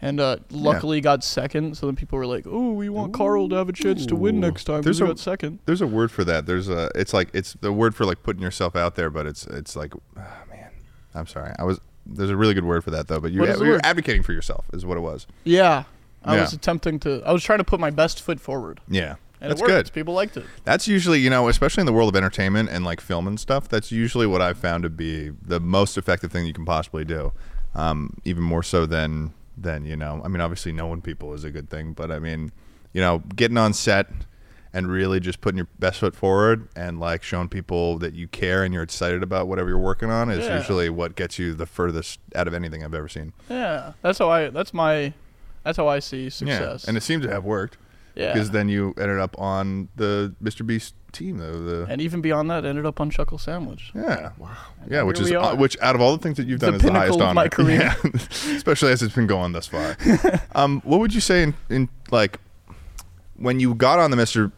[SPEAKER 3] And uh, luckily got second, so then people were like, "Oh, we want Carl to have a chance to win next time." 'cause
[SPEAKER 1] There's
[SPEAKER 3] he
[SPEAKER 1] a-
[SPEAKER 3] got second.
[SPEAKER 1] There's a word for that. There's a. It's like it's the word for like putting yourself out there, but it's it's like, oh, man, I'm sorry. I was. There's a really good word for that though. But you
[SPEAKER 3] What is the
[SPEAKER 1] you're
[SPEAKER 3] word?
[SPEAKER 1] advocating for yourself is what it was.
[SPEAKER 3] Yeah. I
[SPEAKER 1] Yeah.
[SPEAKER 3] was attempting to. I was trying to put my best foot forward,
[SPEAKER 1] Yeah,
[SPEAKER 3] and
[SPEAKER 1] that's
[SPEAKER 3] it worked.
[SPEAKER 1] good.
[SPEAKER 3] People liked it.
[SPEAKER 1] That's usually, you know, especially in the world of entertainment and like film and stuff, that's usually what I've found to be the most effective thing you can possibly do. Um, even more so than than, you know, I mean obviously knowing people is a good thing, but I mean, you know, getting on set and really just putting your best foot forward and like showing people that you care and you're excited about whatever you're working on is
[SPEAKER 3] Yeah.
[SPEAKER 1] usually what gets you the furthest out of anything I've ever seen.
[SPEAKER 3] Yeah, that's how I. That's my. That's how I see success.
[SPEAKER 1] Yeah. And it seemed to have worked.
[SPEAKER 3] Yeah.
[SPEAKER 1] Because then you ended up on the Mr. Beast team though, the
[SPEAKER 3] And even beyond that, ended up on Chuckle Sandwich.
[SPEAKER 1] Yeah. Wow. Yeah, which
[SPEAKER 3] here
[SPEAKER 1] is
[SPEAKER 3] we are.
[SPEAKER 1] which out of all the things that you've
[SPEAKER 3] The
[SPEAKER 1] done is the highest
[SPEAKER 3] pinnacle of
[SPEAKER 1] honor.
[SPEAKER 3] my career.
[SPEAKER 1] Yeah. Especially as it's been going thus far. um, what would you say in, in like when you got on the Mr.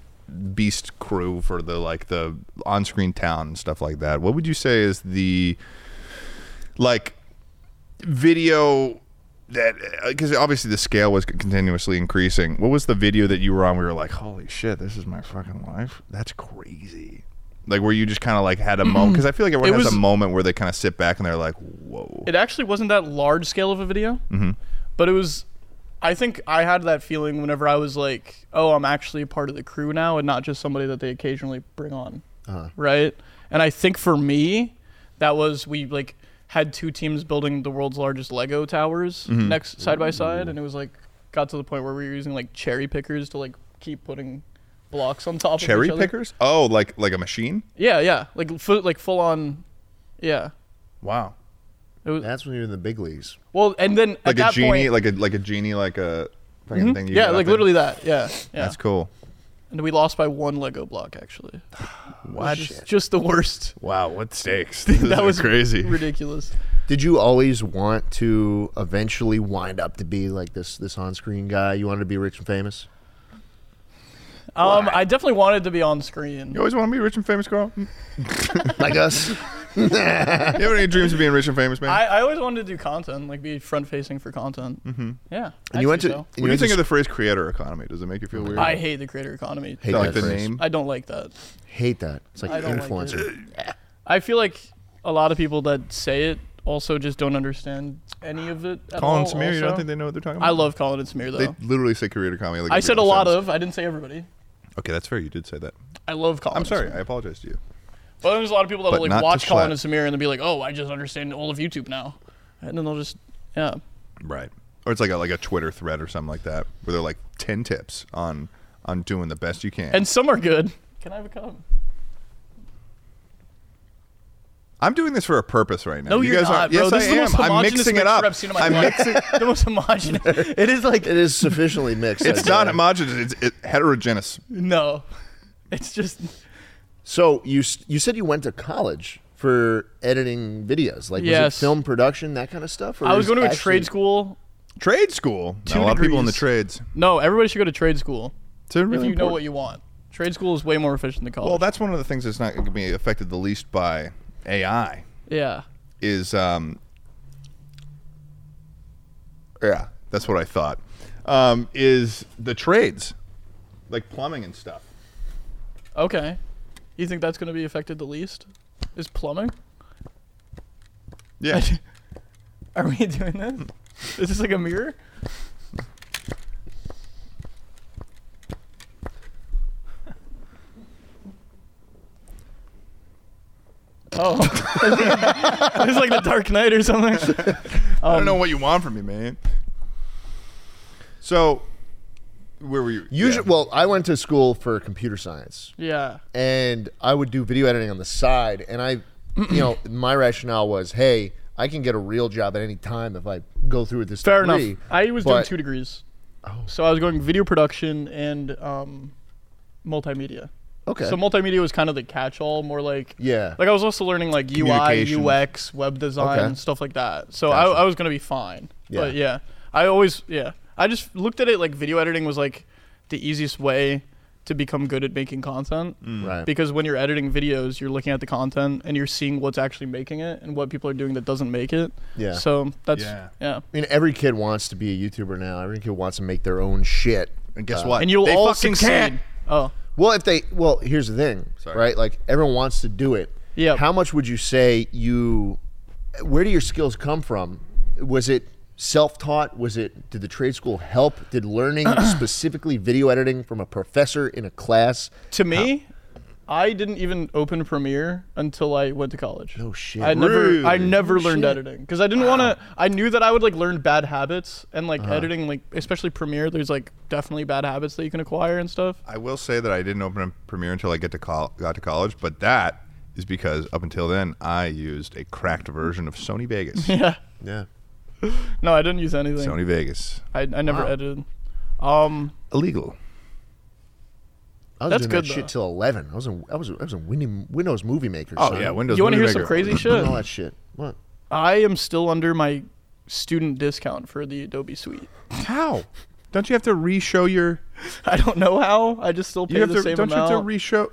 [SPEAKER 1] Beast crew for the like the on-screen town and stuff like that? What would you say is the like video that because obviously the scale was continuously increasing. What was the video that you were on? where you were like, holy shit, this is my fucking life. That's crazy. Like where you just kind of like had a moment because I feel like everyone
[SPEAKER 3] It
[SPEAKER 1] has a
[SPEAKER 3] was-
[SPEAKER 1] moment where they kind of sit back and they're like, whoa.
[SPEAKER 3] It actually wasn't that large scale of a video, mm-hmm. but it was. I think I had that feeling whenever I was like, "Oh, I'm actually part of the crew now, and not just somebody that they occasionally bring on."
[SPEAKER 2] Uh-huh.
[SPEAKER 3] right? And I think for me, that was we like had two teams building the world's largest Lego towers
[SPEAKER 1] Mm-hmm.
[SPEAKER 3] next side by side, and it was like got to the point where we were using like cherry pickers to like keep putting blocks on top
[SPEAKER 1] Cherry
[SPEAKER 3] of each other.
[SPEAKER 1] pickers? Oh, like like a machine?
[SPEAKER 3] Yeah, yeah, like full, like full on, yeah.
[SPEAKER 1] Wow.
[SPEAKER 3] It was,
[SPEAKER 2] That's when you're in the big leagues.
[SPEAKER 3] well, and then at
[SPEAKER 1] Like a
[SPEAKER 3] that
[SPEAKER 1] genie,
[SPEAKER 3] point,
[SPEAKER 1] like a like a genie, like a fucking thing. You
[SPEAKER 3] Hmm? yeah,
[SPEAKER 1] got
[SPEAKER 3] like
[SPEAKER 1] there.
[SPEAKER 3] literally that, yeah, yeah.
[SPEAKER 1] That's cool.
[SPEAKER 3] and we lost by one Lego block actually.
[SPEAKER 1] What?
[SPEAKER 3] Just, just the worst.
[SPEAKER 1] Wow, what stakes?
[SPEAKER 3] that was
[SPEAKER 1] crazy.
[SPEAKER 3] ridiculous.
[SPEAKER 2] Did you always want to eventually wind up to be like this this on screen guy? You wanted to be rich and famous.
[SPEAKER 3] Um, I definitely wanted to be on screen.
[SPEAKER 1] You always want to be rich and famous, Carl. you
[SPEAKER 2] like us.
[SPEAKER 1] have any dreams of being rich and famous, man?
[SPEAKER 3] I, I always wanted to do content, like be front facing for content. Mm-hmm. Yeah.
[SPEAKER 2] And you went to.
[SPEAKER 3] actually
[SPEAKER 1] What do you think of the phrase creator economy? Does it make you feel weird?
[SPEAKER 3] so. I hate the creator economy.
[SPEAKER 2] Hate
[SPEAKER 1] Is that like
[SPEAKER 2] that
[SPEAKER 1] the
[SPEAKER 2] phrase.
[SPEAKER 1] name?
[SPEAKER 3] I don't like that.
[SPEAKER 2] Hate that. It's like
[SPEAKER 3] I don't like
[SPEAKER 2] influencer.
[SPEAKER 3] I feel like a lot of people that say it also just don't understand any of it. At
[SPEAKER 1] Colin
[SPEAKER 3] all
[SPEAKER 1] Samir, you
[SPEAKER 3] also.
[SPEAKER 1] don't think they know what they're talking about?
[SPEAKER 3] I love Colin and Smear though.
[SPEAKER 1] They literally say creator economy. Like
[SPEAKER 3] I
[SPEAKER 1] every
[SPEAKER 3] said a
[SPEAKER 1] other
[SPEAKER 3] lot
[SPEAKER 1] sentence.
[SPEAKER 3] of. I didn't say everybody.
[SPEAKER 1] Okay, that's fair. You did say that.
[SPEAKER 3] I love Colin.
[SPEAKER 1] I'm
[SPEAKER 3] and
[SPEAKER 1] sorry.
[SPEAKER 3] Samir.
[SPEAKER 1] I apologize to you.
[SPEAKER 3] But there's a lot of people that
[SPEAKER 1] But
[SPEAKER 3] will
[SPEAKER 1] not
[SPEAKER 3] like
[SPEAKER 1] to
[SPEAKER 3] watch Colin and
[SPEAKER 1] slap.
[SPEAKER 3] Samir and they'll be like, "Oh, I just understand all of YouTube now," and then they'll just Yeah.
[SPEAKER 1] Right. Or it's like a like a Twitter thread or something like that, where they're like ten tips on on doing the best you can.
[SPEAKER 3] And some are good. Can I have a cup?
[SPEAKER 1] I'm doing this for a purpose right now.
[SPEAKER 3] No,
[SPEAKER 1] you
[SPEAKER 3] you're
[SPEAKER 1] guys
[SPEAKER 3] not,
[SPEAKER 1] Are,
[SPEAKER 3] bro.
[SPEAKER 1] yes,
[SPEAKER 3] This is
[SPEAKER 1] I
[SPEAKER 3] the
[SPEAKER 1] am.
[SPEAKER 3] most
[SPEAKER 1] I'm
[SPEAKER 3] homogenous
[SPEAKER 1] mixing it
[SPEAKER 3] mixed
[SPEAKER 1] up.
[SPEAKER 3] I've seen in my
[SPEAKER 1] I'm
[SPEAKER 3] life.
[SPEAKER 1] mixing.
[SPEAKER 3] the most homogenous. It is like
[SPEAKER 2] It is sufficiently mixed.
[SPEAKER 1] It's
[SPEAKER 2] I'd
[SPEAKER 1] not
[SPEAKER 2] say.
[SPEAKER 1] homogenous. It's it, heterogeneous.
[SPEAKER 3] no. It's just
[SPEAKER 2] So you s- you said you went to college for editing videos, like was
[SPEAKER 3] Yes.
[SPEAKER 2] it film production, that kind of stuff. or
[SPEAKER 3] I was going to a
[SPEAKER 2] actually-
[SPEAKER 3] trade school.
[SPEAKER 1] Trade school. Not
[SPEAKER 3] Two
[SPEAKER 1] a lot of people in the
[SPEAKER 3] degrees.
[SPEAKER 1] trades.
[SPEAKER 3] No, everybody should go to trade school
[SPEAKER 1] It's a really
[SPEAKER 3] if you know
[SPEAKER 1] important-
[SPEAKER 3] what you want. Trade school is way more efficient than college.
[SPEAKER 1] Well, that's one of the things that's not going to be affected the least by AI
[SPEAKER 3] yeah.
[SPEAKER 1] is um yeah, that's what I thought. Um, is the trades like plumbing and stuff.
[SPEAKER 3] Okay. You think that's going to be affected the least? Is plumbing?
[SPEAKER 1] Yeah.
[SPEAKER 3] Are we doing this? Is this like a mirror? Oh, it's like the Dark Knight or something.
[SPEAKER 1] I
[SPEAKER 3] Um,
[SPEAKER 1] don't know what you want from me, man. So, where were you?
[SPEAKER 2] Usually,
[SPEAKER 1] yeah.
[SPEAKER 2] well, I went to school for computer science,
[SPEAKER 3] Yeah,
[SPEAKER 2] and I would do video editing on the side. And I, you know, my rationale was, hey, I can get a real job at any time if I go through with this.
[SPEAKER 3] fair
[SPEAKER 2] degree,
[SPEAKER 3] enough. I was doing
[SPEAKER 2] but-
[SPEAKER 3] two degrees, so I was going video production and um, multimedia.
[SPEAKER 2] Okay.
[SPEAKER 3] So multimedia was kind of the catch-all, more like
[SPEAKER 2] yeah.
[SPEAKER 3] Like I was also learning like UI,
[SPEAKER 1] Communication.
[SPEAKER 3] UX, web design,
[SPEAKER 2] Okay.
[SPEAKER 3] stuff like that. So
[SPEAKER 2] Gotcha.
[SPEAKER 3] I, I was gonna be fine.
[SPEAKER 2] Yeah.
[SPEAKER 3] But yeah, I always yeah. I just looked at it like video editing was like the easiest way to become good at making content
[SPEAKER 2] right.
[SPEAKER 3] because when you're editing videos, you're looking at the content and you're seeing what's actually making it and what people are doing that doesn't make it.
[SPEAKER 2] Yeah.
[SPEAKER 3] So that's
[SPEAKER 1] Yeah.
[SPEAKER 3] yeah.
[SPEAKER 2] I mean, every kid wants to be a YouTuber now. Every kid wants to make their own shit.
[SPEAKER 1] and guess
[SPEAKER 2] Uh,
[SPEAKER 1] what?
[SPEAKER 3] And you'll
[SPEAKER 1] They
[SPEAKER 3] all
[SPEAKER 1] fucking
[SPEAKER 3] succeed.
[SPEAKER 1] can't.
[SPEAKER 3] Oh,
[SPEAKER 2] Well, if they, well, here's the thing,
[SPEAKER 1] Sorry.
[SPEAKER 2] right? Like everyone wants to do it.
[SPEAKER 3] Yep.
[SPEAKER 2] How much would you say you? Where do your skills come from? Was it self-taught? Was it did the trade school help? Did learning specifically video editing from a professor in a class?
[SPEAKER 3] to me. I didn't even open Premiere until I went to college.
[SPEAKER 2] No shit.
[SPEAKER 3] I
[SPEAKER 1] Really?
[SPEAKER 3] never I never learned
[SPEAKER 2] shit.
[SPEAKER 3] editing because I didn't want to. I knew that I would like learn bad habits and like
[SPEAKER 1] Uh-huh.
[SPEAKER 3] editing, like especially Premiere. There's like definitely bad habits that you can acquire and stuff.
[SPEAKER 1] I will say that I didn't open a Premiere until I get to col- got to college, but that is because up until then I used a cracked version of Sony Vegas.
[SPEAKER 3] Yeah.
[SPEAKER 2] yeah.
[SPEAKER 3] No, I didn't use anything.
[SPEAKER 1] Sony Vegas
[SPEAKER 3] I, I never
[SPEAKER 2] Wow.
[SPEAKER 3] edited. Um,
[SPEAKER 1] illegal.
[SPEAKER 2] I was
[SPEAKER 3] That's
[SPEAKER 2] doing
[SPEAKER 3] good,
[SPEAKER 2] that
[SPEAKER 3] though.
[SPEAKER 2] shit till eleven. I was in, I was I was in Windows, Windows Movie Maker.
[SPEAKER 1] Oh
[SPEAKER 2] son.
[SPEAKER 1] yeah, Windows.
[SPEAKER 3] you want to
[SPEAKER 1] Movie
[SPEAKER 3] hear some
[SPEAKER 1] Maker.
[SPEAKER 3] crazy shit?
[SPEAKER 2] and all that shit. What?
[SPEAKER 3] I am still under my student discount for the Adobe Suite.
[SPEAKER 1] How? Don't you have to re-show your?
[SPEAKER 3] I don't know how. I just still pay
[SPEAKER 1] You have
[SPEAKER 3] the
[SPEAKER 1] to.
[SPEAKER 3] same
[SPEAKER 1] Don't you have
[SPEAKER 3] amount.
[SPEAKER 1] to re-show,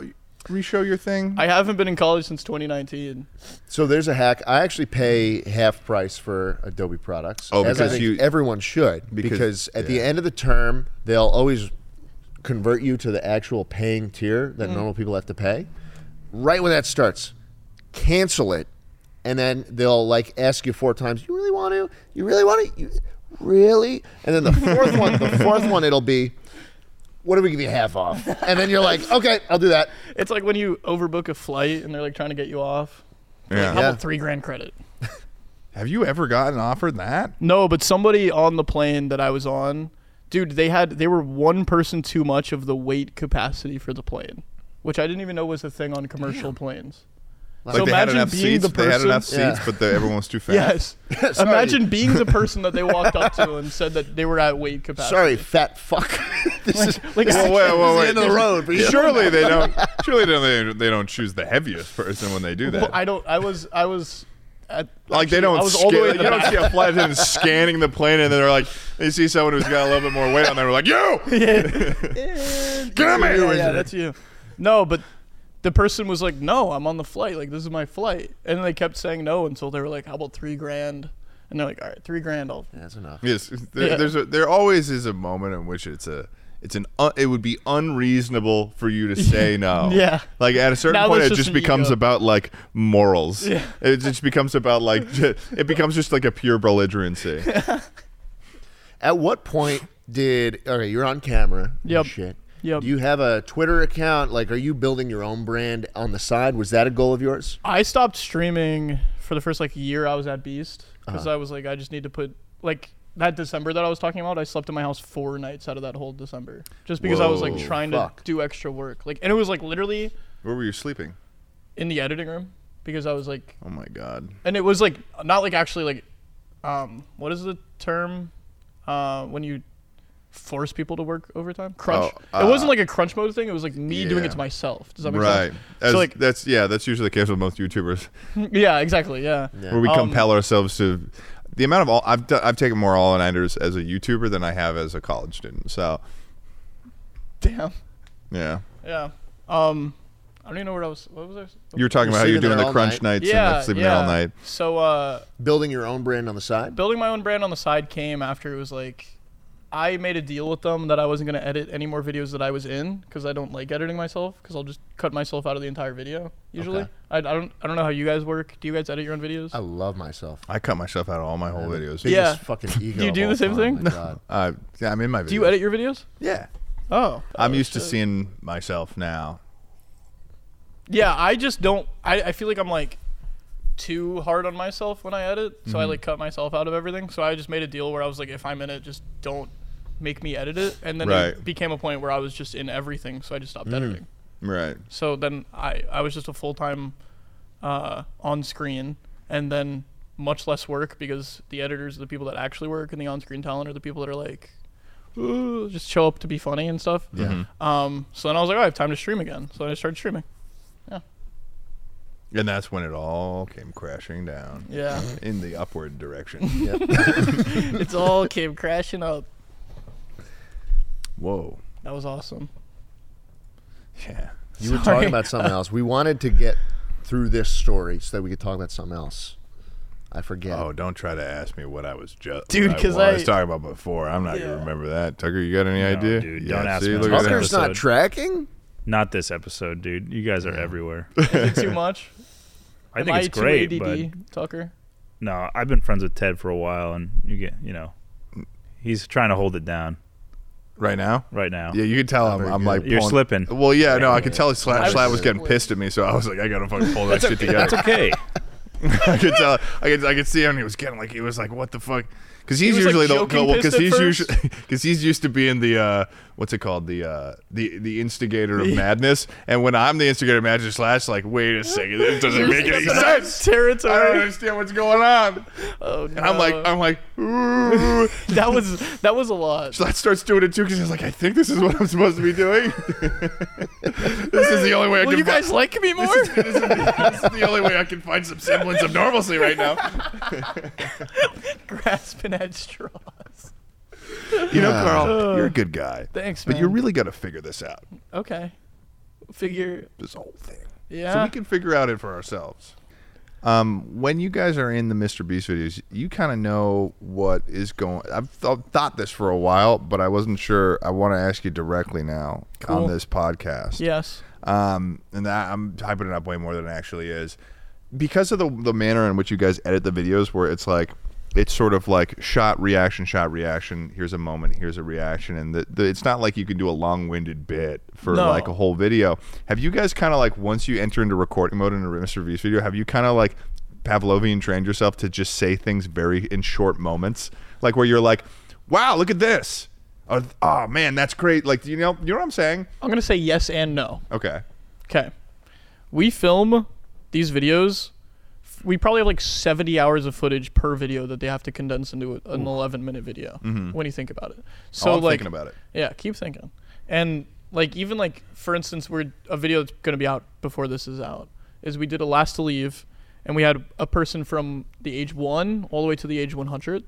[SPEAKER 1] re-show your thing?
[SPEAKER 3] I haven't been in college since 2019.
[SPEAKER 2] So there's a hack. I actually pay half price for Adobe products.
[SPEAKER 1] Oh,
[SPEAKER 2] as I
[SPEAKER 1] because
[SPEAKER 2] think
[SPEAKER 1] you-
[SPEAKER 2] everyone should
[SPEAKER 1] because-
[SPEAKER 2] because, at the
[SPEAKER 1] yeah.
[SPEAKER 2] end of the term they'll always convert you to the actual paying tier that normal people have to pay. Right when that starts, cancel it, and then they'll like ask you four times. You really want to? You really want to? You really? And then the fourth one, the fourth one, it'll be. What do we give you half off? And then you're like, okay, I'll do that.
[SPEAKER 3] It's like when you overbook a flight and they're like trying to get you off.
[SPEAKER 1] yeah.
[SPEAKER 3] How
[SPEAKER 2] Yeah.
[SPEAKER 3] about three grand credit?
[SPEAKER 1] Have you ever gotten offered that?
[SPEAKER 3] No, but somebody on the plane that I was on, dude, they had they were one person too much of the weight capacity for the plane, which I didn't even know was a thing on commercial planes.
[SPEAKER 1] Like they had enough seats. they had enough
[SPEAKER 2] Yeah.
[SPEAKER 1] seats, but the, everyone was too fat.
[SPEAKER 3] Yes.
[SPEAKER 2] Sorry.
[SPEAKER 3] Imagine being the person that they walked up to and said that they were at weight capacity.
[SPEAKER 2] Sorry, fat fuck. this is
[SPEAKER 3] Like,
[SPEAKER 1] Well,
[SPEAKER 3] I-
[SPEAKER 1] wait, wait, wait.
[SPEAKER 2] end of the road, but-
[SPEAKER 1] surely they don't. Surely they don't, they don't choose the heaviest person when they do that.
[SPEAKER 3] well, I don't. I was. I was. At,
[SPEAKER 1] like they
[SPEAKER 3] actually,
[SPEAKER 1] don't.
[SPEAKER 3] I was all the
[SPEAKER 1] scan-
[SPEAKER 3] way in
[SPEAKER 1] you
[SPEAKER 3] the
[SPEAKER 1] don't
[SPEAKER 3] back.
[SPEAKER 1] see a flight attendant scanning the plane, and they're like, they see someone who's got a little bit more weight on. They're like, yo, get on
[SPEAKER 3] yeah,
[SPEAKER 1] me.
[SPEAKER 3] yeah, that's you. No, but the person was like, "No, I'm on the flight. Like, this is my flight." And they kept saying no until they were like, "How about three grand?" And they're like, "All right, three grand. I'll
[SPEAKER 2] That's enough.
[SPEAKER 1] Yes, there,
[SPEAKER 3] Yeah.
[SPEAKER 1] there's a, there always is a moment in which it's a. It's an un, it would be unreasonable for you to say no.
[SPEAKER 3] Yeah.
[SPEAKER 1] Like at a certain
[SPEAKER 3] Now
[SPEAKER 1] point
[SPEAKER 3] that's
[SPEAKER 1] it just
[SPEAKER 3] just an
[SPEAKER 1] becomes
[SPEAKER 3] ego.
[SPEAKER 1] about like morals.
[SPEAKER 3] Yeah.
[SPEAKER 1] It just becomes about like j- it becomes just like a pure belligerency.
[SPEAKER 2] At what point did okay? You're on camera. and
[SPEAKER 3] Yep.
[SPEAKER 2] Shit.
[SPEAKER 3] Yep.
[SPEAKER 2] Do you have a Twitter account? Like, are you building your own brand on the side? Was that a goal of yours?
[SPEAKER 3] I stopped streaming for the first like year I was at Beast
[SPEAKER 2] Uh-huh.
[SPEAKER 3] because I was like I just need to put like that December that I was talking about I slept in my house four nights out of that whole December just because I was like
[SPEAKER 2] Whoa,
[SPEAKER 3] trying
[SPEAKER 2] fuck.
[SPEAKER 3] to do extra work like and it was like literally
[SPEAKER 1] Where were you sleeping?
[SPEAKER 3] in the editing room because I was like
[SPEAKER 1] Oh my god.
[SPEAKER 3] and it was like not like actually like um what is the term uh when you force people to work overtime crunch
[SPEAKER 1] Oh,
[SPEAKER 3] it wasn't
[SPEAKER 1] uh,
[SPEAKER 3] like a crunch mode thing it was like me doing
[SPEAKER 1] yeah.
[SPEAKER 3] it to myself does that make
[SPEAKER 1] Right.
[SPEAKER 3] sense
[SPEAKER 1] As,
[SPEAKER 3] so like
[SPEAKER 1] that's yeah. That's usually the case with most YouTubers,
[SPEAKER 3] yeah exactly yeah
[SPEAKER 1] where we
[SPEAKER 3] Um,
[SPEAKER 1] compel ourselves to. The amount of all I've done, I've taken more all nighters as a YouTuber than I have as a college student. So
[SPEAKER 3] damn
[SPEAKER 1] yeah,
[SPEAKER 3] yeah um I don't even know what I was what was I
[SPEAKER 1] you were talking
[SPEAKER 2] You're
[SPEAKER 1] about how you're
[SPEAKER 2] sleeping there
[SPEAKER 1] doing the
[SPEAKER 2] all
[SPEAKER 1] crunch
[SPEAKER 2] night.
[SPEAKER 1] nights and that's sleeping there all night.
[SPEAKER 3] so uh
[SPEAKER 2] Building your own brand on the side.
[SPEAKER 3] building my own brand on the side came after it was like I made a deal with them that I wasn't going to edit any more videos that I was in because I don't like editing myself because I'll just cut myself out of the entire video usually.
[SPEAKER 2] Okay.
[SPEAKER 3] I, I don't I don't know how you guys work. Do you guys edit your own videos?
[SPEAKER 2] I love myself.
[SPEAKER 1] I cut myself out of all my whole videos.
[SPEAKER 2] Biggest
[SPEAKER 3] Yeah.
[SPEAKER 2] fucking ego.
[SPEAKER 3] you
[SPEAKER 2] of
[SPEAKER 3] do the
[SPEAKER 2] all
[SPEAKER 3] same
[SPEAKER 2] time, Oh
[SPEAKER 3] thing?
[SPEAKER 2] my
[SPEAKER 3] No.
[SPEAKER 2] God.
[SPEAKER 1] Uh, yeah, I'm in my videos.
[SPEAKER 3] Do you edit your videos?
[SPEAKER 1] Yeah.
[SPEAKER 3] Oh,
[SPEAKER 1] I'm used to seeing myself now.
[SPEAKER 3] yeah. I just don't. I, I feel like I'm like too hard on myself when I edit, so
[SPEAKER 2] Mm-hmm.
[SPEAKER 3] I like cut myself out of everything. So I just made a deal where I was like, if I'm in it, just don't make me edit it. And then
[SPEAKER 1] Right.
[SPEAKER 3] it became a point where I was just in everything, so I
[SPEAKER 2] Mm.
[SPEAKER 3] just stopped editing.
[SPEAKER 1] Right.
[SPEAKER 3] So then I, I was just a full time uh, on screen and then much less work because the editors are the people that actually work and the on screen talent are the people that are like, "Ooh," just show up to be funny and stuff.
[SPEAKER 2] Yeah.
[SPEAKER 3] Um, so then I was like, oh, I have time to stream again. So I started streaming.
[SPEAKER 1] And that's when it all came crashing down
[SPEAKER 3] Yeah.
[SPEAKER 1] in the upward direction.
[SPEAKER 3] it's all came crashing up.
[SPEAKER 1] Whoa.
[SPEAKER 3] That was awesome.
[SPEAKER 1] Yeah.
[SPEAKER 2] You were
[SPEAKER 3] Sorry.
[SPEAKER 2] talking about something else. We wanted to get through this story so that we could talk about something else. I forget.
[SPEAKER 1] Oh, don't try to ask me what I was just,
[SPEAKER 3] Dude,
[SPEAKER 1] what
[SPEAKER 3] 'cause
[SPEAKER 1] I was
[SPEAKER 3] I-
[SPEAKER 1] talking about before. I'm not gonna
[SPEAKER 3] Yeah.
[SPEAKER 1] remember that. Tucker, you got any idea?
[SPEAKER 4] dude,
[SPEAKER 1] Yeah,
[SPEAKER 4] don't ask
[SPEAKER 1] see,
[SPEAKER 4] me
[SPEAKER 1] look
[SPEAKER 4] about
[SPEAKER 1] at
[SPEAKER 4] that.
[SPEAKER 1] that.
[SPEAKER 2] Tucker's not
[SPEAKER 4] episode.
[SPEAKER 2] tracking.
[SPEAKER 4] Not this episode, dude. You guys are everywhere.
[SPEAKER 3] Is it too much?
[SPEAKER 4] I
[SPEAKER 3] Am
[SPEAKER 4] think it's
[SPEAKER 3] too
[SPEAKER 4] great, but
[SPEAKER 3] ADD, Tucker.
[SPEAKER 4] no, I've been friends with Ted for a while, and you get, you know, he's trying to hold it down
[SPEAKER 1] right now.
[SPEAKER 4] right now.
[SPEAKER 1] Yeah, you can tell I'm,
[SPEAKER 2] very
[SPEAKER 1] I'm like
[SPEAKER 2] good.
[SPEAKER 4] You're
[SPEAKER 1] pulling-
[SPEAKER 4] slipping.
[SPEAKER 1] Well, yeah, no, I could tell
[SPEAKER 3] I
[SPEAKER 1] Slat,
[SPEAKER 3] was
[SPEAKER 1] Slat was getting
[SPEAKER 3] slipping.
[SPEAKER 1] pissed at me, so I was like, I gotta fucking pull that shit
[SPEAKER 4] That's
[SPEAKER 1] together.
[SPEAKER 4] okay.
[SPEAKER 1] I could tell, I could, I could see him. He was getting like, he was like, what the fuck? Because he's
[SPEAKER 3] was, like,
[SPEAKER 1] usually the,
[SPEAKER 3] joking
[SPEAKER 1] well, because
[SPEAKER 3] pissed at
[SPEAKER 1] he's
[SPEAKER 3] first.
[SPEAKER 1] usually because he's used to being the uh, what's it called the uh, the the instigator of madness, and when I'm the instigator of madness, Slat's like, wait a second, this doesn't make any sense. I don't
[SPEAKER 3] Territory.
[SPEAKER 1] understand what's going on.
[SPEAKER 3] Oh, no.
[SPEAKER 1] And I'm like, I'm like, ooh.
[SPEAKER 3] that was that was a lot.
[SPEAKER 1] Slat starts doing it too because he's like, I think this is what I'm supposed to be doing. this is the only way I
[SPEAKER 3] Will
[SPEAKER 1] can.
[SPEAKER 3] you
[SPEAKER 1] fi-
[SPEAKER 3] guys like me more?
[SPEAKER 1] this, is the, this is the only way I can find some semblance of normalcy right now.
[SPEAKER 3] Grasping at straws.
[SPEAKER 1] You know, Carl, you're a good guy.
[SPEAKER 3] Uh. Thanks,
[SPEAKER 1] But
[SPEAKER 3] man.
[SPEAKER 1] you really got to figure this out,
[SPEAKER 3] Okay. Figure.
[SPEAKER 1] this whole thing.
[SPEAKER 3] Yeah.
[SPEAKER 1] So we can figure out it for ourselves. Um, when you guys are in the Mr. Beast videos, you kind of know what is going. I've, th- thought this for a while, but I wasn't sure. I want to ask you directly now
[SPEAKER 3] Cool.
[SPEAKER 1] on this podcast.
[SPEAKER 3] yes.
[SPEAKER 1] um, and that, I'm hyping it up way more than it actually is, because of the the manner in which you guys edit the videos, where it's like it's sort of like shot reaction, shot reaction. Here's a moment, here's a reaction, and the, the, it's not like you can do a long winded bit for
[SPEAKER 3] No.
[SPEAKER 1] like a whole video. Have you guys kind of like once you enter into recording mode in a Mr. V's video, have you kind of like Pavlovian trained yourself to just say things very in short moments, like where you're like, "Wow, look at this." Oh, th- oh man, that's great! Like you know, you know what I'm saying?
[SPEAKER 3] I'm gonna say yes and no.
[SPEAKER 1] Okay,
[SPEAKER 3] Okay. We film these videos. We probably have like 70 hours of footage per video that they have to condense into a- an 11 minute video. When you think about it. So
[SPEAKER 1] Mm-hmm. Oh, I'm
[SPEAKER 3] like.
[SPEAKER 1] thinking about it.
[SPEAKER 3] Yeah. Keep thinking. And like even like for instance, we're a video that's gonna be out before this is out. Is we did a last to leave, and we had a person from the age one all the way to the age 100.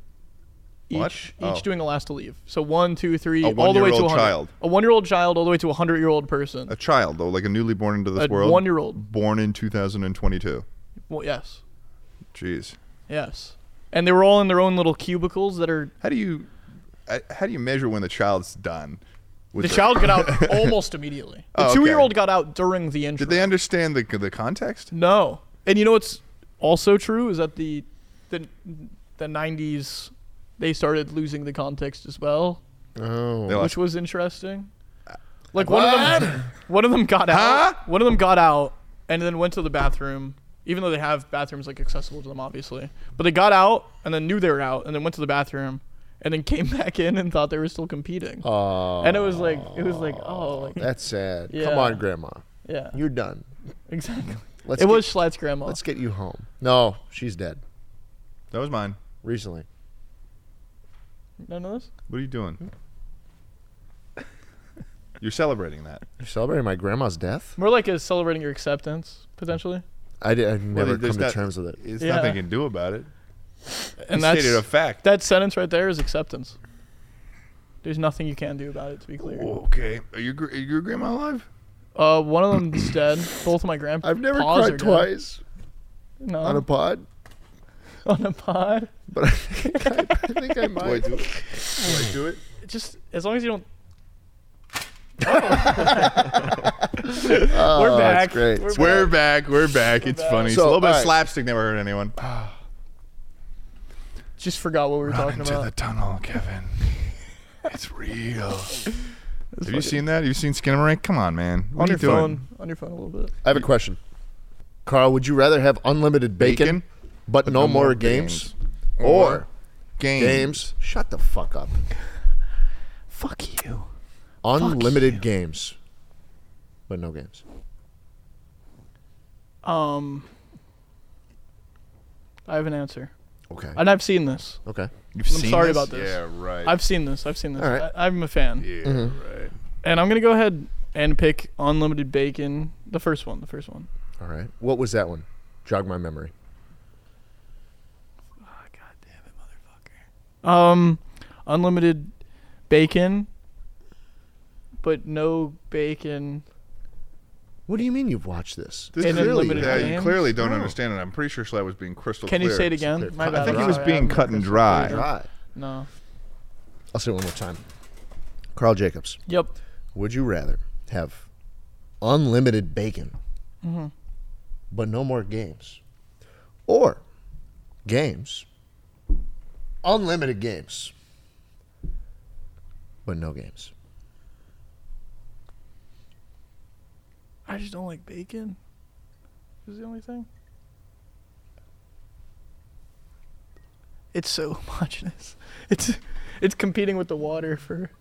[SPEAKER 3] Each,
[SPEAKER 1] What?
[SPEAKER 3] each
[SPEAKER 1] Oh.
[SPEAKER 3] doing a last to leave. So one, two, three,
[SPEAKER 1] A
[SPEAKER 3] all the way to
[SPEAKER 1] one-year-old
[SPEAKER 3] 100.
[SPEAKER 1] child.
[SPEAKER 3] A one-year-old child, all the way to a hundred-year-old person.
[SPEAKER 1] a child though, like a newly born into this
[SPEAKER 3] A
[SPEAKER 1] world,
[SPEAKER 3] one-year-old.
[SPEAKER 1] born in 2022.
[SPEAKER 3] Well, yes.
[SPEAKER 1] Jeez,
[SPEAKER 3] Yes. And they were all in their own little cubicles that are.
[SPEAKER 1] how do you, I- how do you measure when the child's done? with
[SPEAKER 3] The
[SPEAKER 1] their-
[SPEAKER 3] child got out almost immediately. The
[SPEAKER 1] Oh, okay.
[SPEAKER 3] two year old got out during the intro.
[SPEAKER 1] Did they understand the the context?
[SPEAKER 3] no. And you know what's also true is that the the the 90s, they started losing the context as well,
[SPEAKER 2] Oh.
[SPEAKER 1] They like,
[SPEAKER 3] which was interesting. Like one of them, one of them got
[SPEAKER 1] Uh, Huh?
[SPEAKER 3] out. One of them got out and then went to the bathroom even though they have bathrooms like accessible to them, obviously. But they got out and then knew they were out and then went to the bathroom and then came back in and thought they were still competing.
[SPEAKER 2] Oh,
[SPEAKER 3] and it was like it was like oh like
[SPEAKER 2] that's sad.
[SPEAKER 3] Yeah.
[SPEAKER 2] Come on, Grandma.
[SPEAKER 3] yeah
[SPEAKER 2] You're done.
[SPEAKER 3] exactly.
[SPEAKER 2] Let's
[SPEAKER 3] It
[SPEAKER 2] get,
[SPEAKER 3] was Schlatt's grandma.
[SPEAKER 2] Let's get you home. No, she's dead.
[SPEAKER 1] That was mine.
[SPEAKER 2] Recently.
[SPEAKER 3] None of this.
[SPEAKER 1] What are you doing? You're celebrating that.
[SPEAKER 2] You're celebrating my grandma's death?
[SPEAKER 3] More like a celebrating your acceptance potentially.
[SPEAKER 2] I, did, I never
[SPEAKER 1] Well,
[SPEAKER 2] come
[SPEAKER 1] there's
[SPEAKER 2] to
[SPEAKER 1] not-
[SPEAKER 2] terms with it.
[SPEAKER 1] It's
[SPEAKER 3] Yeah.
[SPEAKER 1] nothing you can do about it.
[SPEAKER 3] And
[SPEAKER 1] It's
[SPEAKER 3] that's
[SPEAKER 1] stated a fact.
[SPEAKER 3] that sentence right there is acceptance. There's nothing you can do about it. To be clear.
[SPEAKER 1] Oh, okay. Are your, gr- are your grandma alive?
[SPEAKER 3] Uh, one of them's dead. Both of my grandpas.
[SPEAKER 2] I've never
[SPEAKER 3] are
[SPEAKER 2] cried
[SPEAKER 3] dead.
[SPEAKER 2] twice
[SPEAKER 3] No,
[SPEAKER 2] on a pod,
[SPEAKER 3] on a pod.
[SPEAKER 2] but I think I, I, think I might.
[SPEAKER 1] do it? Do I do it?
[SPEAKER 3] It Just as long as you don't.
[SPEAKER 2] Oh,
[SPEAKER 3] We're
[SPEAKER 2] it's
[SPEAKER 3] back.
[SPEAKER 2] great.
[SPEAKER 3] We're
[SPEAKER 1] We're back. We're back. It's funny. it's a
[SPEAKER 2] So,
[SPEAKER 1] little bit
[SPEAKER 2] all
[SPEAKER 1] of
[SPEAKER 2] right.
[SPEAKER 1] slapstick never hurt anyone.
[SPEAKER 3] Just forgot what we were talking about.
[SPEAKER 1] tunnel, Kevin. it's real. Have
[SPEAKER 3] It's
[SPEAKER 1] you
[SPEAKER 3] fucking-
[SPEAKER 1] seen that? Have you seen Skinnamarink? Come on, man. What
[SPEAKER 3] on
[SPEAKER 1] are you
[SPEAKER 3] your
[SPEAKER 1] doing?
[SPEAKER 3] phone? On your phone a little bit.
[SPEAKER 2] I have a question. Carl, would you rather have unlimited bacon,
[SPEAKER 1] Bacon,
[SPEAKER 2] but, no, more, games, or
[SPEAKER 1] games.
[SPEAKER 2] games? Shut the fuck up.
[SPEAKER 3] Fuck you.
[SPEAKER 2] Unlimited games, but no games.
[SPEAKER 3] Um, I have an answer,
[SPEAKER 2] Okay.
[SPEAKER 3] and I've seen this.
[SPEAKER 2] okay.
[SPEAKER 1] You've
[SPEAKER 3] I'm
[SPEAKER 1] seen
[SPEAKER 3] sorry
[SPEAKER 1] this?
[SPEAKER 3] about this.
[SPEAKER 1] Yeah, right.
[SPEAKER 3] I've seen this. I've seen this.
[SPEAKER 2] All right.
[SPEAKER 3] I, I'm a fan,
[SPEAKER 1] yeah,
[SPEAKER 2] Mm-hmm.
[SPEAKER 1] right.
[SPEAKER 3] and I'm gonna go ahead and pick unlimited bacon. The first one. The first one.
[SPEAKER 2] All right. What was that one? Jog my memory.
[SPEAKER 3] Oh, God damn it, motherfucker. Um, unlimited bacon, but no bacon.
[SPEAKER 2] What do you mean you've watched this?
[SPEAKER 1] This
[SPEAKER 3] And
[SPEAKER 1] clearly-
[SPEAKER 3] unlimited
[SPEAKER 1] yeah, you
[SPEAKER 3] games?
[SPEAKER 1] clearly don't
[SPEAKER 2] No.
[SPEAKER 1] understand it. I'm pretty sure Schlatt was being crystal
[SPEAKER 3] Can
[SPEAKER 1] clear.
[SPEAKER 3] you say it again?
[SPEAKER 2] clear
[SPEAKER 3] My
[SPEAKER 2] cut.
[SPEAKER 3] bad.
[SPEAKER 2] I think he was
[SPEAKER 3] Sorry,
[SPEAKER 1] being
[SPEAKER 3] I'm
[SPEAKER 1] cut and
[SPEAKER 3] crystal
[SPEAKER 1] dry.
[SPEAKER 3] clear.
[SPEAKER 2] Try.
[SPEAKER 3] No.
[SPEAKER 2] I'll say it one more time. Carl Jacobs,
[SPEAKER 3] Yep.
[SPEAKER 2] would you rather have unlimited bacon, but no more games, or games, unlimited games, but no games?
[SPEAKER 3] I just don't like bacon. Is the only thing. It's so homogenous. It's it's competing with the water for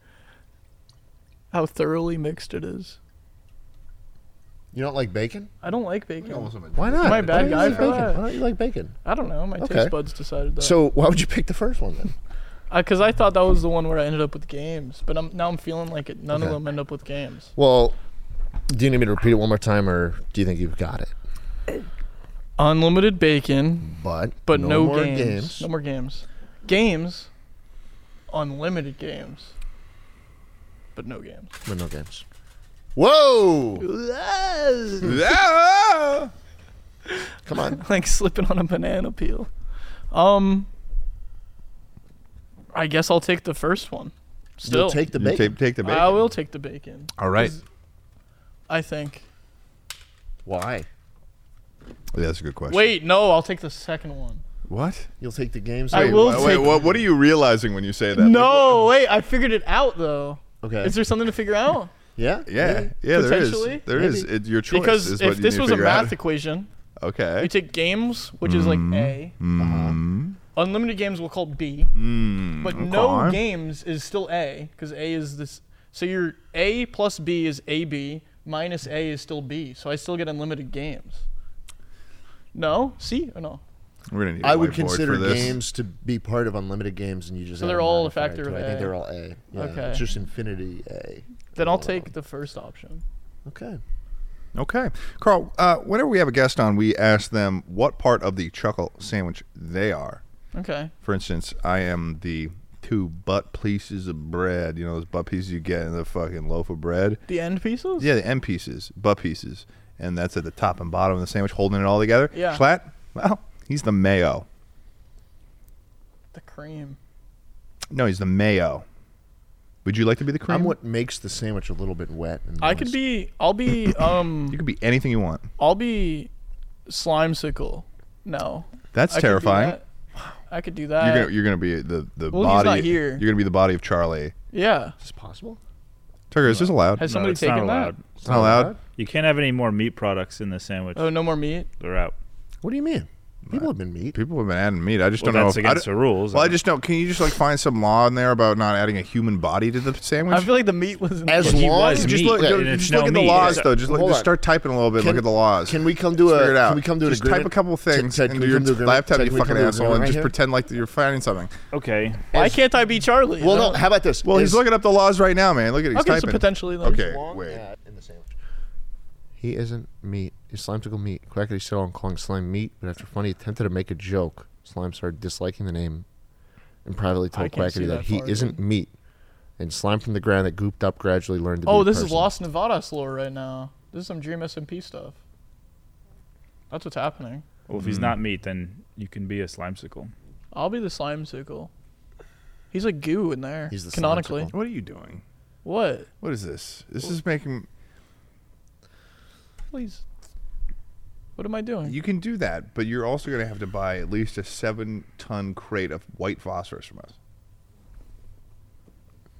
[SPEAKER 3] how thoroughly mixed it is.
[SPEAKER 2] You don't like bacon?
[SPEAKER 3] I don't like bacon.
[SPEAKER 2] Why not?
[SPEAKER 3] Am
[SPEAKER 2] Why
[SPEAKER 3] I a
[SPEAKER 2] don't
[SPEAKER 3] bad
[SPEAKER 2] you
[SPEAKER 3] guy
[SPEAKER 2] like
[SPEAKER 3] for
[SPEAKER 2] bacon?
[SPEAKER 3] that?
[SPEAKER 2] Why don't you like bacon?
[SPEAKER 3] I don't know. My
[SPEAKER 2] Okay.
[SPEAKER 3] taste buds decided that.
[SPEAKER 2] So why would you pick the first one then?
[SPEAKER 3] because I thought that was the one where I ended up with games, but I'm now I'm feeling like it, none
[SPEAKER 2] Okay.
[SPEAKER 3] of them end up with games.
[SPEAKER 2] Well, do you need me to repeat it one more time, or do you think you've got it?
[SPEAKER 3] Unlimited bacon,
[SPEAKER 2] But
[SPEAKER 3] but no,
[SPEAKER 2] more
[SPEAKER 3] games. No more games. Games, unlimited games, but no games.
[SPEAKER 2] but no games. Whoa!
[SPEAKER 1] Yeah.
[SPEAKER 2] Come on.
[SPEAKER 3] like slipping on a banana peel. Um, I guess I'll take the first one. Still,
[SPEAKER 2] You'll take the
[SPEAKER 1] You
[SPEAKER 2] bacon.
[SPEAKER 1] take, take the bacon.
[SPEAKER 3] I will take the bacon.
[SPEAKER 1] All right.
[SPEAKER 3] I think.
[SPEAKER 2] Why?
[SPEAKER 1] that's a good question.
[SPEAKER 3] Wait, no, I'll take the second one.
[SPEAKER 1] What?
[SPEAKER 2] You'll take the games.
[SPEAKER 3] I
[SPEAKER 2] over-
[SPEAKER 3] will
[SPEAKER 1] wait, wait,
[SPEAKER 3] take-
[SPEAKER 1] what, what are you realizing when you say that?
[SPEAKER 3] no, wait, I figured it out though.
[SPEAKER 2] Okay.
[SPEAKER 3] Is there something to figure out?
[SPEAKER 2] yeah.
[SPEAKER 1] Yeah, yeah, there is.
[SPEAKER 3] Potentially?
[SPEAKER 1] There is.
[SPEAKER 2] Maybe.
[SPEAKER 1] It, your choice
[SPEAKER 3] Because
[SPEAKER 1] is what
[SPEAKER 3] if
[SPEAKER 1] you
[SPEAKER 3] this
[SPEAKER 1] need to
[SPEAKER 3] was a
[SPEAKER 1] figure out. Mm-hmm.
[SPEAKER 3] math equation, we
[SPEAKER 1] okay.
[SPEAKER 3] take uh-huh. games, which is like A.
[SPEAKER 1] Mm.
[SPEAKER 3] Unlimited games we'll call B.
[SPEAKER 1] Mm.
[SPEAKER 3] But no
[SPEAKER 1] Okay.
[SPEAKER 3] games is still A because A is this. So your A plus B is AB minus A is still B. So I still get unlimited games. No, C or no?
[SPEAKER 1] We're gonna need. a
[SPEAKER 2] I would
[SPEAKER 1] whiteboard
[SPEAKER 2] consider
[SPEAKER 1] for this.
[SPEAKER 2] games to be part of unlimited games, and you just
[SPEAKER 3] So
[SPEAKER 2] add
[SPEAKER 3] they're
[SPEAKER 2] them
[SPEAKER 3] all
[SPEAKER 2] on
[SPEAKER 3] a
[SPEAKER 2] if I
[SPEAKER 3] factor
[SPEAKER 2] do.
[SPEAKER 3] of
[SPEAKER 2] I think
[SPEAKER 3] A.
[SPEAKER 2] they're all A. Yeah,
[SPEAKER 3] Okay.
[SPEAKER 2] It's just infinity A.
[SPEAKER 3] Then I'll
[SPEAKER 2] All of
[SPEAKER 3] take
[SPEAKER 2] them.
[SPEAKER 3] the first option.
[SPEAKER 2] Okay.
[SPEAKER 1] Okay, Carl. Uh, whenever we have a guest on, we ask them what part of the chuckle sandwich they are.
[SPEAKER 3] Okay.
[SPEAKER 1] For instance, I am the two butt pieces of bread. You know those butt pieces you get in the fucking loaf of bread.
[SPEAKER 3] The end pieces?
[SPEAKER 1] Yeah, the end pieces, butt pieces, and that's at the top and bottom of the sandwich, holding it all together.
[SPEAKER 3] Yeah.
[SPEAKER 1] Schlatt, well, he's the mayo.
[SPEAKER 3] The cream.
[SPEAKER 1] No, he's the mayo. Would you like to be the cream?
[SPEAKER 2] I'm what makes the sandwich a little bit wet. And
[SPEAKER 3] I could
[SPEAKER 2] moist.
[SPEAKER 3] be. I'll be. Um.
[SPEAKER 1] You could be anything you want.
[SPEAKER 3] I'll be. Slime sickle. No.
[SPEAKER 1] That's
[SPEAKER 3] I could do
[SPEAKER 1] terrifying.
[SPEAKER 3] that. I could do that.
[SPEAKER 1] you're
[SPEAKER 2] Uh,
[SPEAKER 1] gonna you're gonna be the the
[SPEAKER 3] Well, he's
[SPEAKER 1] body.
[SPEAKER 3] not here.
[SPEAKER 1] You're gonna be the body of Charlie.
[SPEAKER 3] yeah.
[SPEAKER 2] Is this possible?
[SPEAKER 1] Tucker, is this allowed?
[SPEAKER 3] Has
[SPEAKER 1] It's
[SPEAKER 3] somebody
[SPEAKER 4] it's not
[SPEAKER 3] taken that?
[SPEAKER 4] allowed.
[SPEAKER 1] not allowed.
[SPEAKER 4] You can't have any more meat products in the sandwich.
[SPEAKER 3] Oh, no more meat.
[SPEAKER 4] They're out.
[SPEAKER 2] What do you mean? People have been meat.
[SPEAKER 1] People have been adding meat. I just
[SPEAKER 4] Well,
[SPEAKER 1] don't know.
[SPEAKER 4] that's
[SPEAKER 1] if- I
[SPEAKER 4] against
[SPEAKER 1] d-
[SPEAKER 4] the rules.
[SPEAKER 1] Well, I just don't. Can you just like find some law in there about not adding a human body to the sandwich?
[SPEAKER 3] I feel like the meat was in
[SPEAKER 2] As
[SPEAKER 3] the
[SPEAKER 2] long-
[SPEAKER 4] was
[SPEAKER 1] just
[SPEAKER 4] meat,
[SPEAKER 1] look,
[SPEAKER 4] and
[SPEAKER 1] go-
[SPEAKER 4] it's
[SPEAKER 1] just
[SPEAKER 4] no
[SPEAKER 1] look at the
[SPEAKER 4] meat.
[SPEAKER 1] laws,
[SPEAKER 4] It's-
[SPEAKER 1] though. Just, look,
[SPEAKER 2] Hold
[SPEAKER 1] just
[SPEAKER 2] on.
[SPEAKER 1] start typing a little bit. look at the laws.
[SPEAKER 2] Can we come to
[SPEAKER 1] figure
[SPEAKER 2] a?
[SPEAKER 1] it out?
[SPEAKER 2] Can we come to an
[SPEAKER 1] just
[SPEAKER 2] agreement?
[SPEAKER 1] type a couple
[SPEAKER 2] Ted-
[SPEAKER 1] things
[SPEAKER 2] Ted,
[SPEAKER 1] and
[SPEAKER 2] can
[SPEAKER 1] do
[SPEAKER 2] we
[SPEAKER 1] your
[SPEAKER 2] come to agreement?
[SPEAKER 1] laptop,
[SPEAKER 2] Ted,
[SPEAKER 1] you
[SPEAKER 2] can we come
[SPEAKER 1] fucking
[SPEAKER 2] to an
[SPEAKER 1] asshole, and
[SPEAKER 2] agreement
[SPEAKER 1] just
[SPEAKER 2] right here?
[SPEAKER 1] pretend like that you're finding something.
[SPEAKER 4] Okay.
[SPEAKER 3] Why can't I be Charlie?
[SPEAKER 2] Well,
[SPEAKER 3] No.
[SPEAKER 2] no. How about this?
[SPEAKER 1] Well, he's
[SPEAKER 2] Is-
[SPEAKER 1] looking up the laws right now, man. Look at it. He's
[SPEAKER 3] Okay, so
[SPEAKER 1] typing.
[SPEAKER 3] potentially. Like,
[SPEAKER 1] Okay,
[SPEAKER 2] long
[SPEAKER 1] wait.
[SPEAKER 2] ad in the sandwich. He isn't meat. Is slime tickle meat? Quackity said on calling slime meat, but after Funny attempted to make a joke, slime started disliking the name and privately
[SPEAKER 3] I
[SPEAKER 2] told
[SPEAKER 3] can't see
[SPEAKER 2] Quackity that,
[SPEAKER 3] that
[SPEAKER 2] he
[SPEAKER 3] far,
[SPEAKER 2] isn't meat. And slime from the ground that gooped up gradually learned to be
[SPEAKER 3] Oh,
[SPEAKER 2] a
[SPEAKER 3] this is
[SPEAKER 2] person.
[SPEAKER 3] Lost Nevadas lore right now. This is some Dream SMP stuff. That's what's happening.
[SPEAKER 4] Well, if he's not meat, then you can be a slimesicle.
[SPEAKER 3] I'll be the slime sickle. He's like goo in there.
[SPEAKER 2] He's the
[SPEAKER 3] canonically.
[SPEAKER 2] slimesicle.
[SPEAKER 1] What are you doing?
[SPEAKER 3] What?
[SPEAKER 1] What is this? This is making.
[SPEAKER 3] Please. What am I doing?
[SPEAKER 1] You can do that, but you're also going to have to buy at least a seven-ton crate of white phosphorus from us.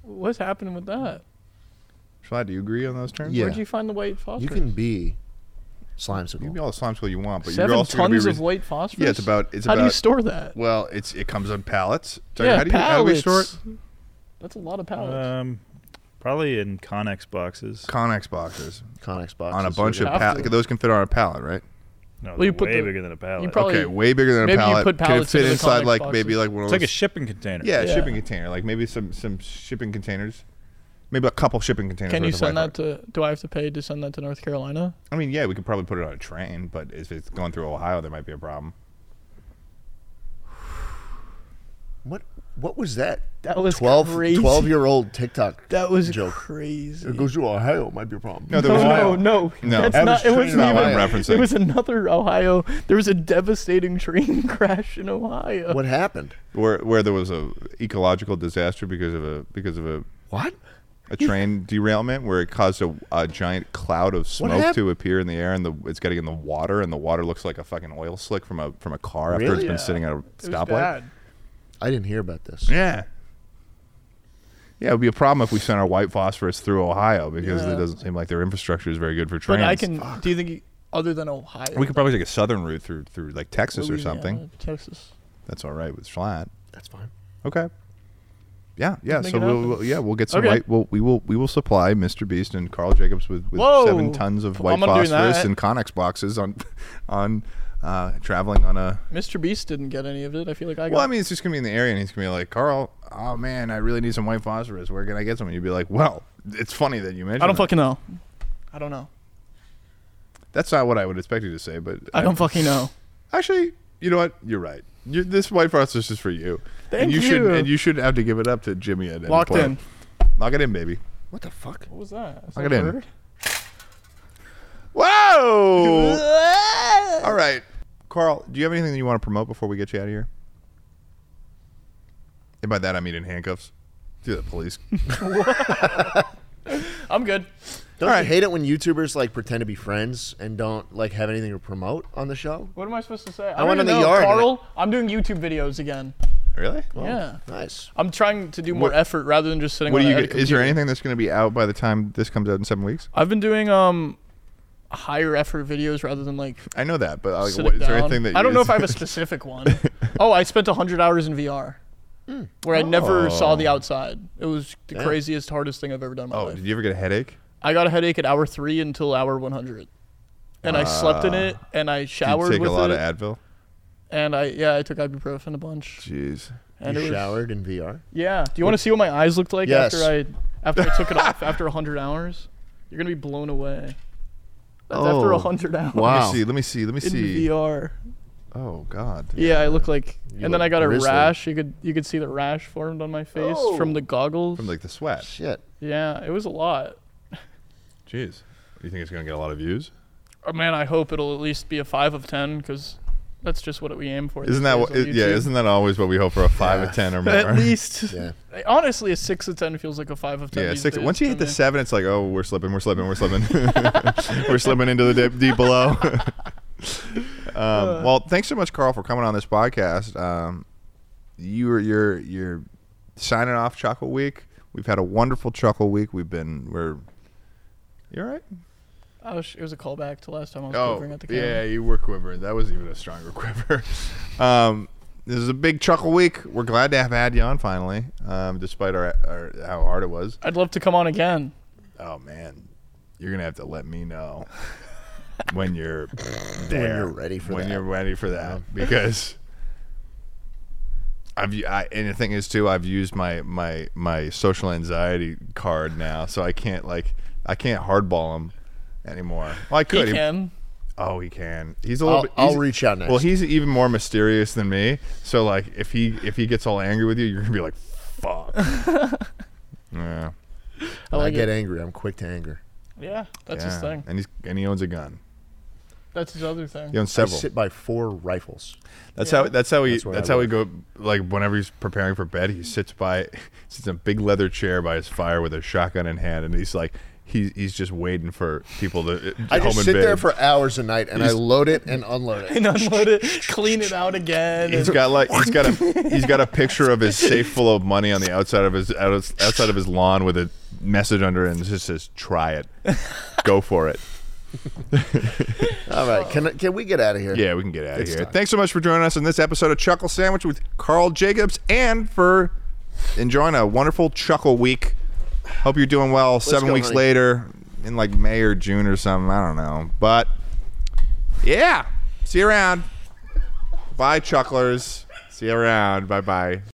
[SPEAKER 3] What's happening with that?
[SPEAKER 1] Shall I? Do you agree on those terms?
[SPEAKER 2] Yeah.
[SPEAKER 3] Where'd you find the white phosphorus?
[SPEAKER 2] You can be slime
[SPEAKER 1] You can be all the slimesicle you want, but
[SPEAKER 3] Seven
[SPEAKER 1] you're also going to
[SPEAKER 3] tons
[SPEAKER 1] be.
[SPEAKER 3] of white phosphorus.
[SPEAKER 1] yeah, it's about. It's
[SPEAKER 3] how
[SPEAKER 1] about.
[SPEAKER 3] do you store that?
[SPEAKER 1] well, it's it comes on pallets. So
[SPEAKER 3] yeah,
[SPEAKER 1] how do you
[SPEAKER 3] pallets.
[SPEAKER 1] how do we store it? Uh,
[SPEAKER 3] That's a lot of pallets.
[SPEAKER 4] Um, probably in Connex boxes.
[SPEAKER 1] Connex boxes
[SPEAKER 2] Conex box
[SPEAKER 1] on a bunch of
[SPEAKER 3] have
[SPEAKER 1] pallets.
[SPEAKER 3] to.
[SPEAKER 1] Those can fit on a pallet, right?
[SPEAKER 4] No,
[SPEAKER 3] Well, you
[SPEAKER 4] they're
[SPEAKER 3] put
[SPEAKER 4] way
[SPEAKER 3] the-
[SPEAKER 4] bigger than a pallet.
[SPEAKER 3] you probably-
[SPEAKER 1] okay, way bigger than a
[SPEAKER 3] Oh, maybe you
[SPEAKER 1] pallet.
[SPEAKER 3] put
[SPEAKER 1] Can it
[SPEAKER 3] pallets
[SPEAKER 1] fit
[SPEAKER 3] into the
[SPEAKER 1] inside
[SPEAKER 3] Connex
[SPEAKER 1] like
[SPEAKER 3] boxes.
[SPEAKER 1] maybe like one of
[SPEAKER 4] it's
[SPEAKER 1] those?
[SPEAKER 4] like a shipping container.
[SPEAKER 1] yeah,
[SPEAKER 3] Yeah.
[SPEAKER 1] shipping container. Like maybe some some shipping containers. Maybe a couple shipping containers.
[SPEAKER 3] Can
[SPEAKER 1] worth
[SPEAKER 3] you
[SPEAKER 1] of
[SPEAKER 3] send
[SPEAKER 1] white
[SPEAKER 3] that to? Do I have to pay to send that to North Carolina?
[SPEAKER 1] I mean, yeah, we could probably put it on a train, but if it's going through Ohio, there might be a problem.
[SPEAKER 2] What? What was that?
[SPEAKER 3] That was
[SPEAKER 2] 12,
[SPEAKER 3] crazy.
[SPEAKER 2] 12 year old TikTok.
[SPEAKER 3] That was
[SPEAKER 2] joke.
[SPEAKER 3] crazy.
[SPEAKER 2] It goes to Ohio. Might be a problem.
[SPEAKER 1] No, there
[SPEAKER 3] Oh, No,
[SPEAKER 1] was
[SPEAKER 3] no, no,
[SPEAKER 1] No.
[SPEAKER 3] That's
[SPEAKER 1] That
[SPEAKER 3] not.
[SPEAKER 1] was
[SPEAKER 3] It
[SPEAKER 1] true.
[SPEAKER 3] wasn't
[SPEAKER 1] Not
[SPEAKER 3] even.
[SPEAKER 1] what I'm referencing.
[SPEAKER 3] It was another Ohio. There was a devastating train crash in Ohio.
[SPEAKER 2] what happened?
[SPEAKER 1] where where there was a ecological disaster because of a because of a
[SPEAKER 2] What?
[SPEAKER 1] a train derailment where it caused a, a giant cloud of smoke
[SPEAKER 2] hap-
[SPEAKER 1] to appear in the air and the it's getting in the water and the water looks like a fucking oil slick from a from a car after
[SPEAKER 2] Really?
[SPEAKER 1] it's been
[SPEAKER 3] Yeah.
[SPEAKER 1] sitting at a
[SPEAKER 3] It was
[SPEAKER 1] stoplight.
[SPEAKER 3] bad.
[SPEAKER 2] I didn't hear about this.
[SPEAKER 1] Yeah. Yeah, it would be a problem if we sent our white phosphorus through Ohio because
[SPEAKER 3] Yeah.
[SPEAKER 1] it doesn't seem like their infrastructure is very good for trains.
[SPEAKER 3] But I can. Do you think you- other than Ohio?
[SPEAKER 1] we could probably take a southern route through through like Texas or
[SPEAKER 3] Louisiana,
[SPEAKER 1] something.
[SPEAKER 3] Texas.
[SPEAKER 1] That's all right with flat.
[SPEAKER 2] That's fine.
[SPEAKER 1] Okay. Yeah, yeah.
[SPEAKER 3] make
[SPEAKER 1] So
[SPEAKER 3] it
[SPEAKER 1] we'll,
[SPEAKER 3] happen.
[SPEAKER 1] we'll- yeah we'll get some
[SPEAKER 3] Okay.
[SPEAKER 1] white. We'll, we will we will supply Mr. Beast and Carl Jacobs with, with
[SPEAKER 3] Whoa.
[SPEAKER 1] seven tons of
[SPEAKER 3] I'm
[SPEAKER 1] white
[SPEAKER 3] not doing
[SPEAKER 1] phosphorus
[SPEAKER 3] that.
[SPEAKER 1] and Connex boxes on on uh, traveling on a.
[SPEAKER 3] Mr. Beast didn't get any of it. I feel like I got.
[SPEAKER 1] Well, I mean, it's just gonna be in the area, and he's gonna be like, Carl, oh man, I really need some white phosphorus. Where can I get some? And you'd be like, Well, it's funny that you mentioned.
[SPEAKER 3] I don't
[SPEAKER 1] that.
[SPEAKER 3] fucking know. I don't know.
[SPEAKER 1] That's not what I would expect you to say, but
[SPEAKER 3] I don't fucking know.
[SPEAKER 1] Actually, you know what? You're right. You, this white phosphorus is for you. and
[SPEAKER 3] Thank
[SPEAKER 1] you. Should,
[SPEAKER 3] you.
[SPEAKER 1] and you should have to give it up to Jimmy at any
[SPEAKER 3] Locked
[SPEAKER 1] point.
[SPEAKER 3] in.
[SPEAKER 1] Lock it in, baby.
[SPEAKER 2] What the fuck?
[SPEAKER 3] What was that? Is
[SPEAKER 1] Lock
[SPEAKER 3] that
[SPEAKER 1] it in.
[SPEAKER 3] a bird?
[SPEAKER 1] Whoa! All right. Carl, do you have anything that you want to promote before we get you out of here? And by that, I mean in handcuffs. To the police.
[SPEAKER 3] I'm good.
[SPEAKER 2] Don't you hate it when YouTubers like pretend to be friends and don't like have anything to promote on the show?
[SPEAKER 3] What am I supposed to say? I,
[SPEAKER 2] went
[SPEAKER 3] don't
[SPEAKER 2] in the
[SPEAKER 3] even know.
[SPEAKER 2] yard and
[SPEAKER 3] Carl, I'm doing YouTube videos again.
[SPEAKER 1] really?
[SPEAKER 3] Yeah.
[SPEAKER 2] Nice.
[SPEAKER 3] I'm trying to do more
[SPEAKER 1] What-
[SPEAKER 3] effort rather than just sitting.
[SPEAKER 1] What
[SPEAKER 3] on
[SPEAKER 1] do you?
[SPEAKER 3] a- at a
[SPEAKER 1] Get, is there
[SPEAKER 3] computer.
[SPEAKER 1] anything that's going to be out by the time this comes out in seven weeks?
[SPEAKER 3] I've been doing um higher effort videos rather than like
[SPEAKER 1] I know that, but Oh, like,
[SPEAKER 3] sit
[SPEAKER 1] what,
[SPEAKER 3] it
[SPEAKER 1] is there
[SPEAKER 3] down.
[SPEAKER 1] anything that
[SPEAKER 3] I don't
[SPEAKER 1] you-
[SPEAKER 3] know if I have a specific one. oh, I spent 100 hours in VR where I never saw the outside. It was the craziest, hardest thing I've ever done in my
[SPEAKER 1] oh,
[SPEAKER 3] life.
[SPEAKER 1] did you ever get a headache?
[SPEAKER 3] I got a headache at hour 3 until hour 100. And I slept in it and I
[SPEAKER 1] Ah. Did you
[SPEAKER 3] showered
[SPEAKER 1] take
[SPEAKER 3] with
[SPEAKER 1] a lot
[SPEAKER 3] it
[SPEAKER 1] of Advil?
[SPEAKER 3] and I yeah, I took ibuprofen a bunch.
[SPEAKER 1] Jeez.
[SPEAKER 3] And
[SPEAKER 2] you
[SPEAKER 3] it was
[SPEAKER 2] showered in VR.
[SPEAKER 3] Yeah. Do you want to see what my eyes looked like
[SPEAKER 2] Yes.
[SPEAKER 3] after I after I took it off after 100 hours? You're going to be blown away. That's after
[SPEAKER 2] Oh,
[SPEAKER 3] 100 hours
[SPEAKER 1] Let
[SPEAKER 2] wow.
[SPEAKER 1] me see. Let me see. Let me
[SPEAKER 3] in
[SPEAKER 1] see.
[SPEAKER 3] VR.
[SPEAKER 1] Oh God.
[SPEAKER 3] Yeah, I look like
[SPEAKER 2] You
[SPEAKER 3] and then
[SPEAKER 2] look
[SPEAKER 3] I got a
[SPEAKER 2] grizzly.
[SPEAKER 3] rash. You could you could see the rash formed on my face from the goggles.
[SPEAKER 1] From like the sweat.
[SPEAKER 2] Shit.
[SPEAKER 3] yeah, it was a lot.
[SPEAKER 1] Jeez. You think it's going to get a lot of views?
[SPEAKER 3] Oh man, I hope it'll at least be a 5 of 10 cuz that's just what we aim for.
[SPEAKER 1] Isn't that what?
[SPEAKER 3] these days on
[SPEAKER 1] yeah.
[SPEAKER 3] YouTube.
[SPEAKER 1] Isn't that always what we hope for? A five or ten or more.
[SPEAKER 3] at least
[SPEAKER 2] Yeah.
[SPEAKER 3] honestly a 6 of 10 feels like a 5 of 10.
[SPEAKER 1] Yeah,
[SPEAKER 3] these
[SPEAKER 1] six.
[SPEAKER 3] days
[SPEAKER 1] Once you hit
[SPEAKER 3] to
[SPEAKER 1] the
[SPEAKER 3] me.
[SPEAKER 1] seven, it's like, oh, we're slipping, we're slipping, we're slipping, we're slipping into the dip, deep below. um,
[SPEAKER 3] Uh.
[SPEAKER 1] well, thanks so much, Carl, for coming on this podcast. Um, you're you're you're signing off Chuckle Week. We've had a wonderful Chuckle Week. We've been we're. You all right?
[SPEAKER 3] I was, it was a callback to last time I was
[SPEAKER 1] Oh,
[SPEAKER 3] quivering at the
[SPEAKER 1] yeah,
[SPEAKER 3] camera.
[SPEAKER 1] you were quivering. That was even a stronger quiver. um, this is a big chuckle week. We're glad to have had you on finally, um, despite our, our how hard it was.
[SPEAKER 3] I'd love to come on again.
[SPEAKER 1] Oh man, you're gonna have to let me know when you're
[SPEAKER 2] when
[SPEAKER 1] there,
[SPEAKER 2] you're ready for
[SPEAKER 1] when
[SPEAKER 2] that.
[SPEAKER 1] you're ready for that because I've u- I, and the thing is too I've used my my my social anxiety card now so I can't like I can't hardball him anymore. Well, I
[SPEAKER 3] He
[SPEAKER 1] could.
[SPEAKER 3] can.
[SPEAKER 1] Oh, he can. He's a little.
[SPEAKER 2] I'll,
[SPEAKER 1] bit,
[SPEAKER 2] I'll
[SPEAKER 1] he's-
[SPEAKER 2] reach out next.
[SPEAKER 1] Well, he's even more mysterious than me. So like, if he if he gets all angry with you, you're gonna be like, "Fuck." yeah.
[SPEAKER 3] I
[SPEAKER 2] When I,
[SPEAKER 3] like
[SPEAKER 2] get
[SPEAKER 3] it.
[SPEAKER 2] angry. I'm quick to anger.
[SPEAKER 3] Yeah, that's his
[SPEAKER 1] yeah.
[SPEAKER 3] thing.
[SPEAKER 1] And he's and he owns a gun.
[SPEAKER 3] That's his other thing.
[SPEAKER 1] He owns
[SPEAKER 2] I
[SPEAKER 1] several.
[SPEAKER 2] sit by four rifles.
[SPEAKER 1] That's
[SPEAKER 3] Yeah.
[SPEAKER 1] how. That's how he. That's,
[SPEAKER 2] That's where I
[SPEAKER 1] how he go. Like whenever he's preparing for bed, he sits by, sits in a big leather chair by his fire with a shotgun in hand, and he's like, he, he's just waiting for people to.
[SPEAKER 2] I
[SPEAKER 1] home
[SPEAKER 2] just
[SPEAKER 1] in
[SPEAKER 2] sit
[SPEAKER 1] bed.
[SPEAKER 2] there for hours a night and I
[SPEAKER 1] He's-
[SPEAKER 2] load it and unload it.
[SPEAKER 3] and unload it, clean it out again.
[SPEAKER 1] He's
[SPEAKER 3] and-
[SPEAKER 1] got like he's got a he's got a picture of his safe full of money on the outside of his out- outside of his lawn with a message under it and it just says try it, go for it.
[SPEAKER 2] All right, can I- can we get out of here?
[SPEAKER 1] Yeah, we can get out of
[SPEAKER 2] It's
[SPEAKER 1] here.
[SPEAKER 2] time.
[SPEAKER 1] Thanks so much for joining us on this episode of Chuckle Sandwich with Carl Jacobs and for enjoying a wonderful Chuckle Week. Hope you're doing well. Seven
[SPEAKER 2] go,
[SPEAKER 1] weeks
[SPEAKER 2] honey.
[SPEAKER 1] later, in like May or June or something, I don't know, but yeah, see you around. Bye, Chucklers. See you around. Bye bye.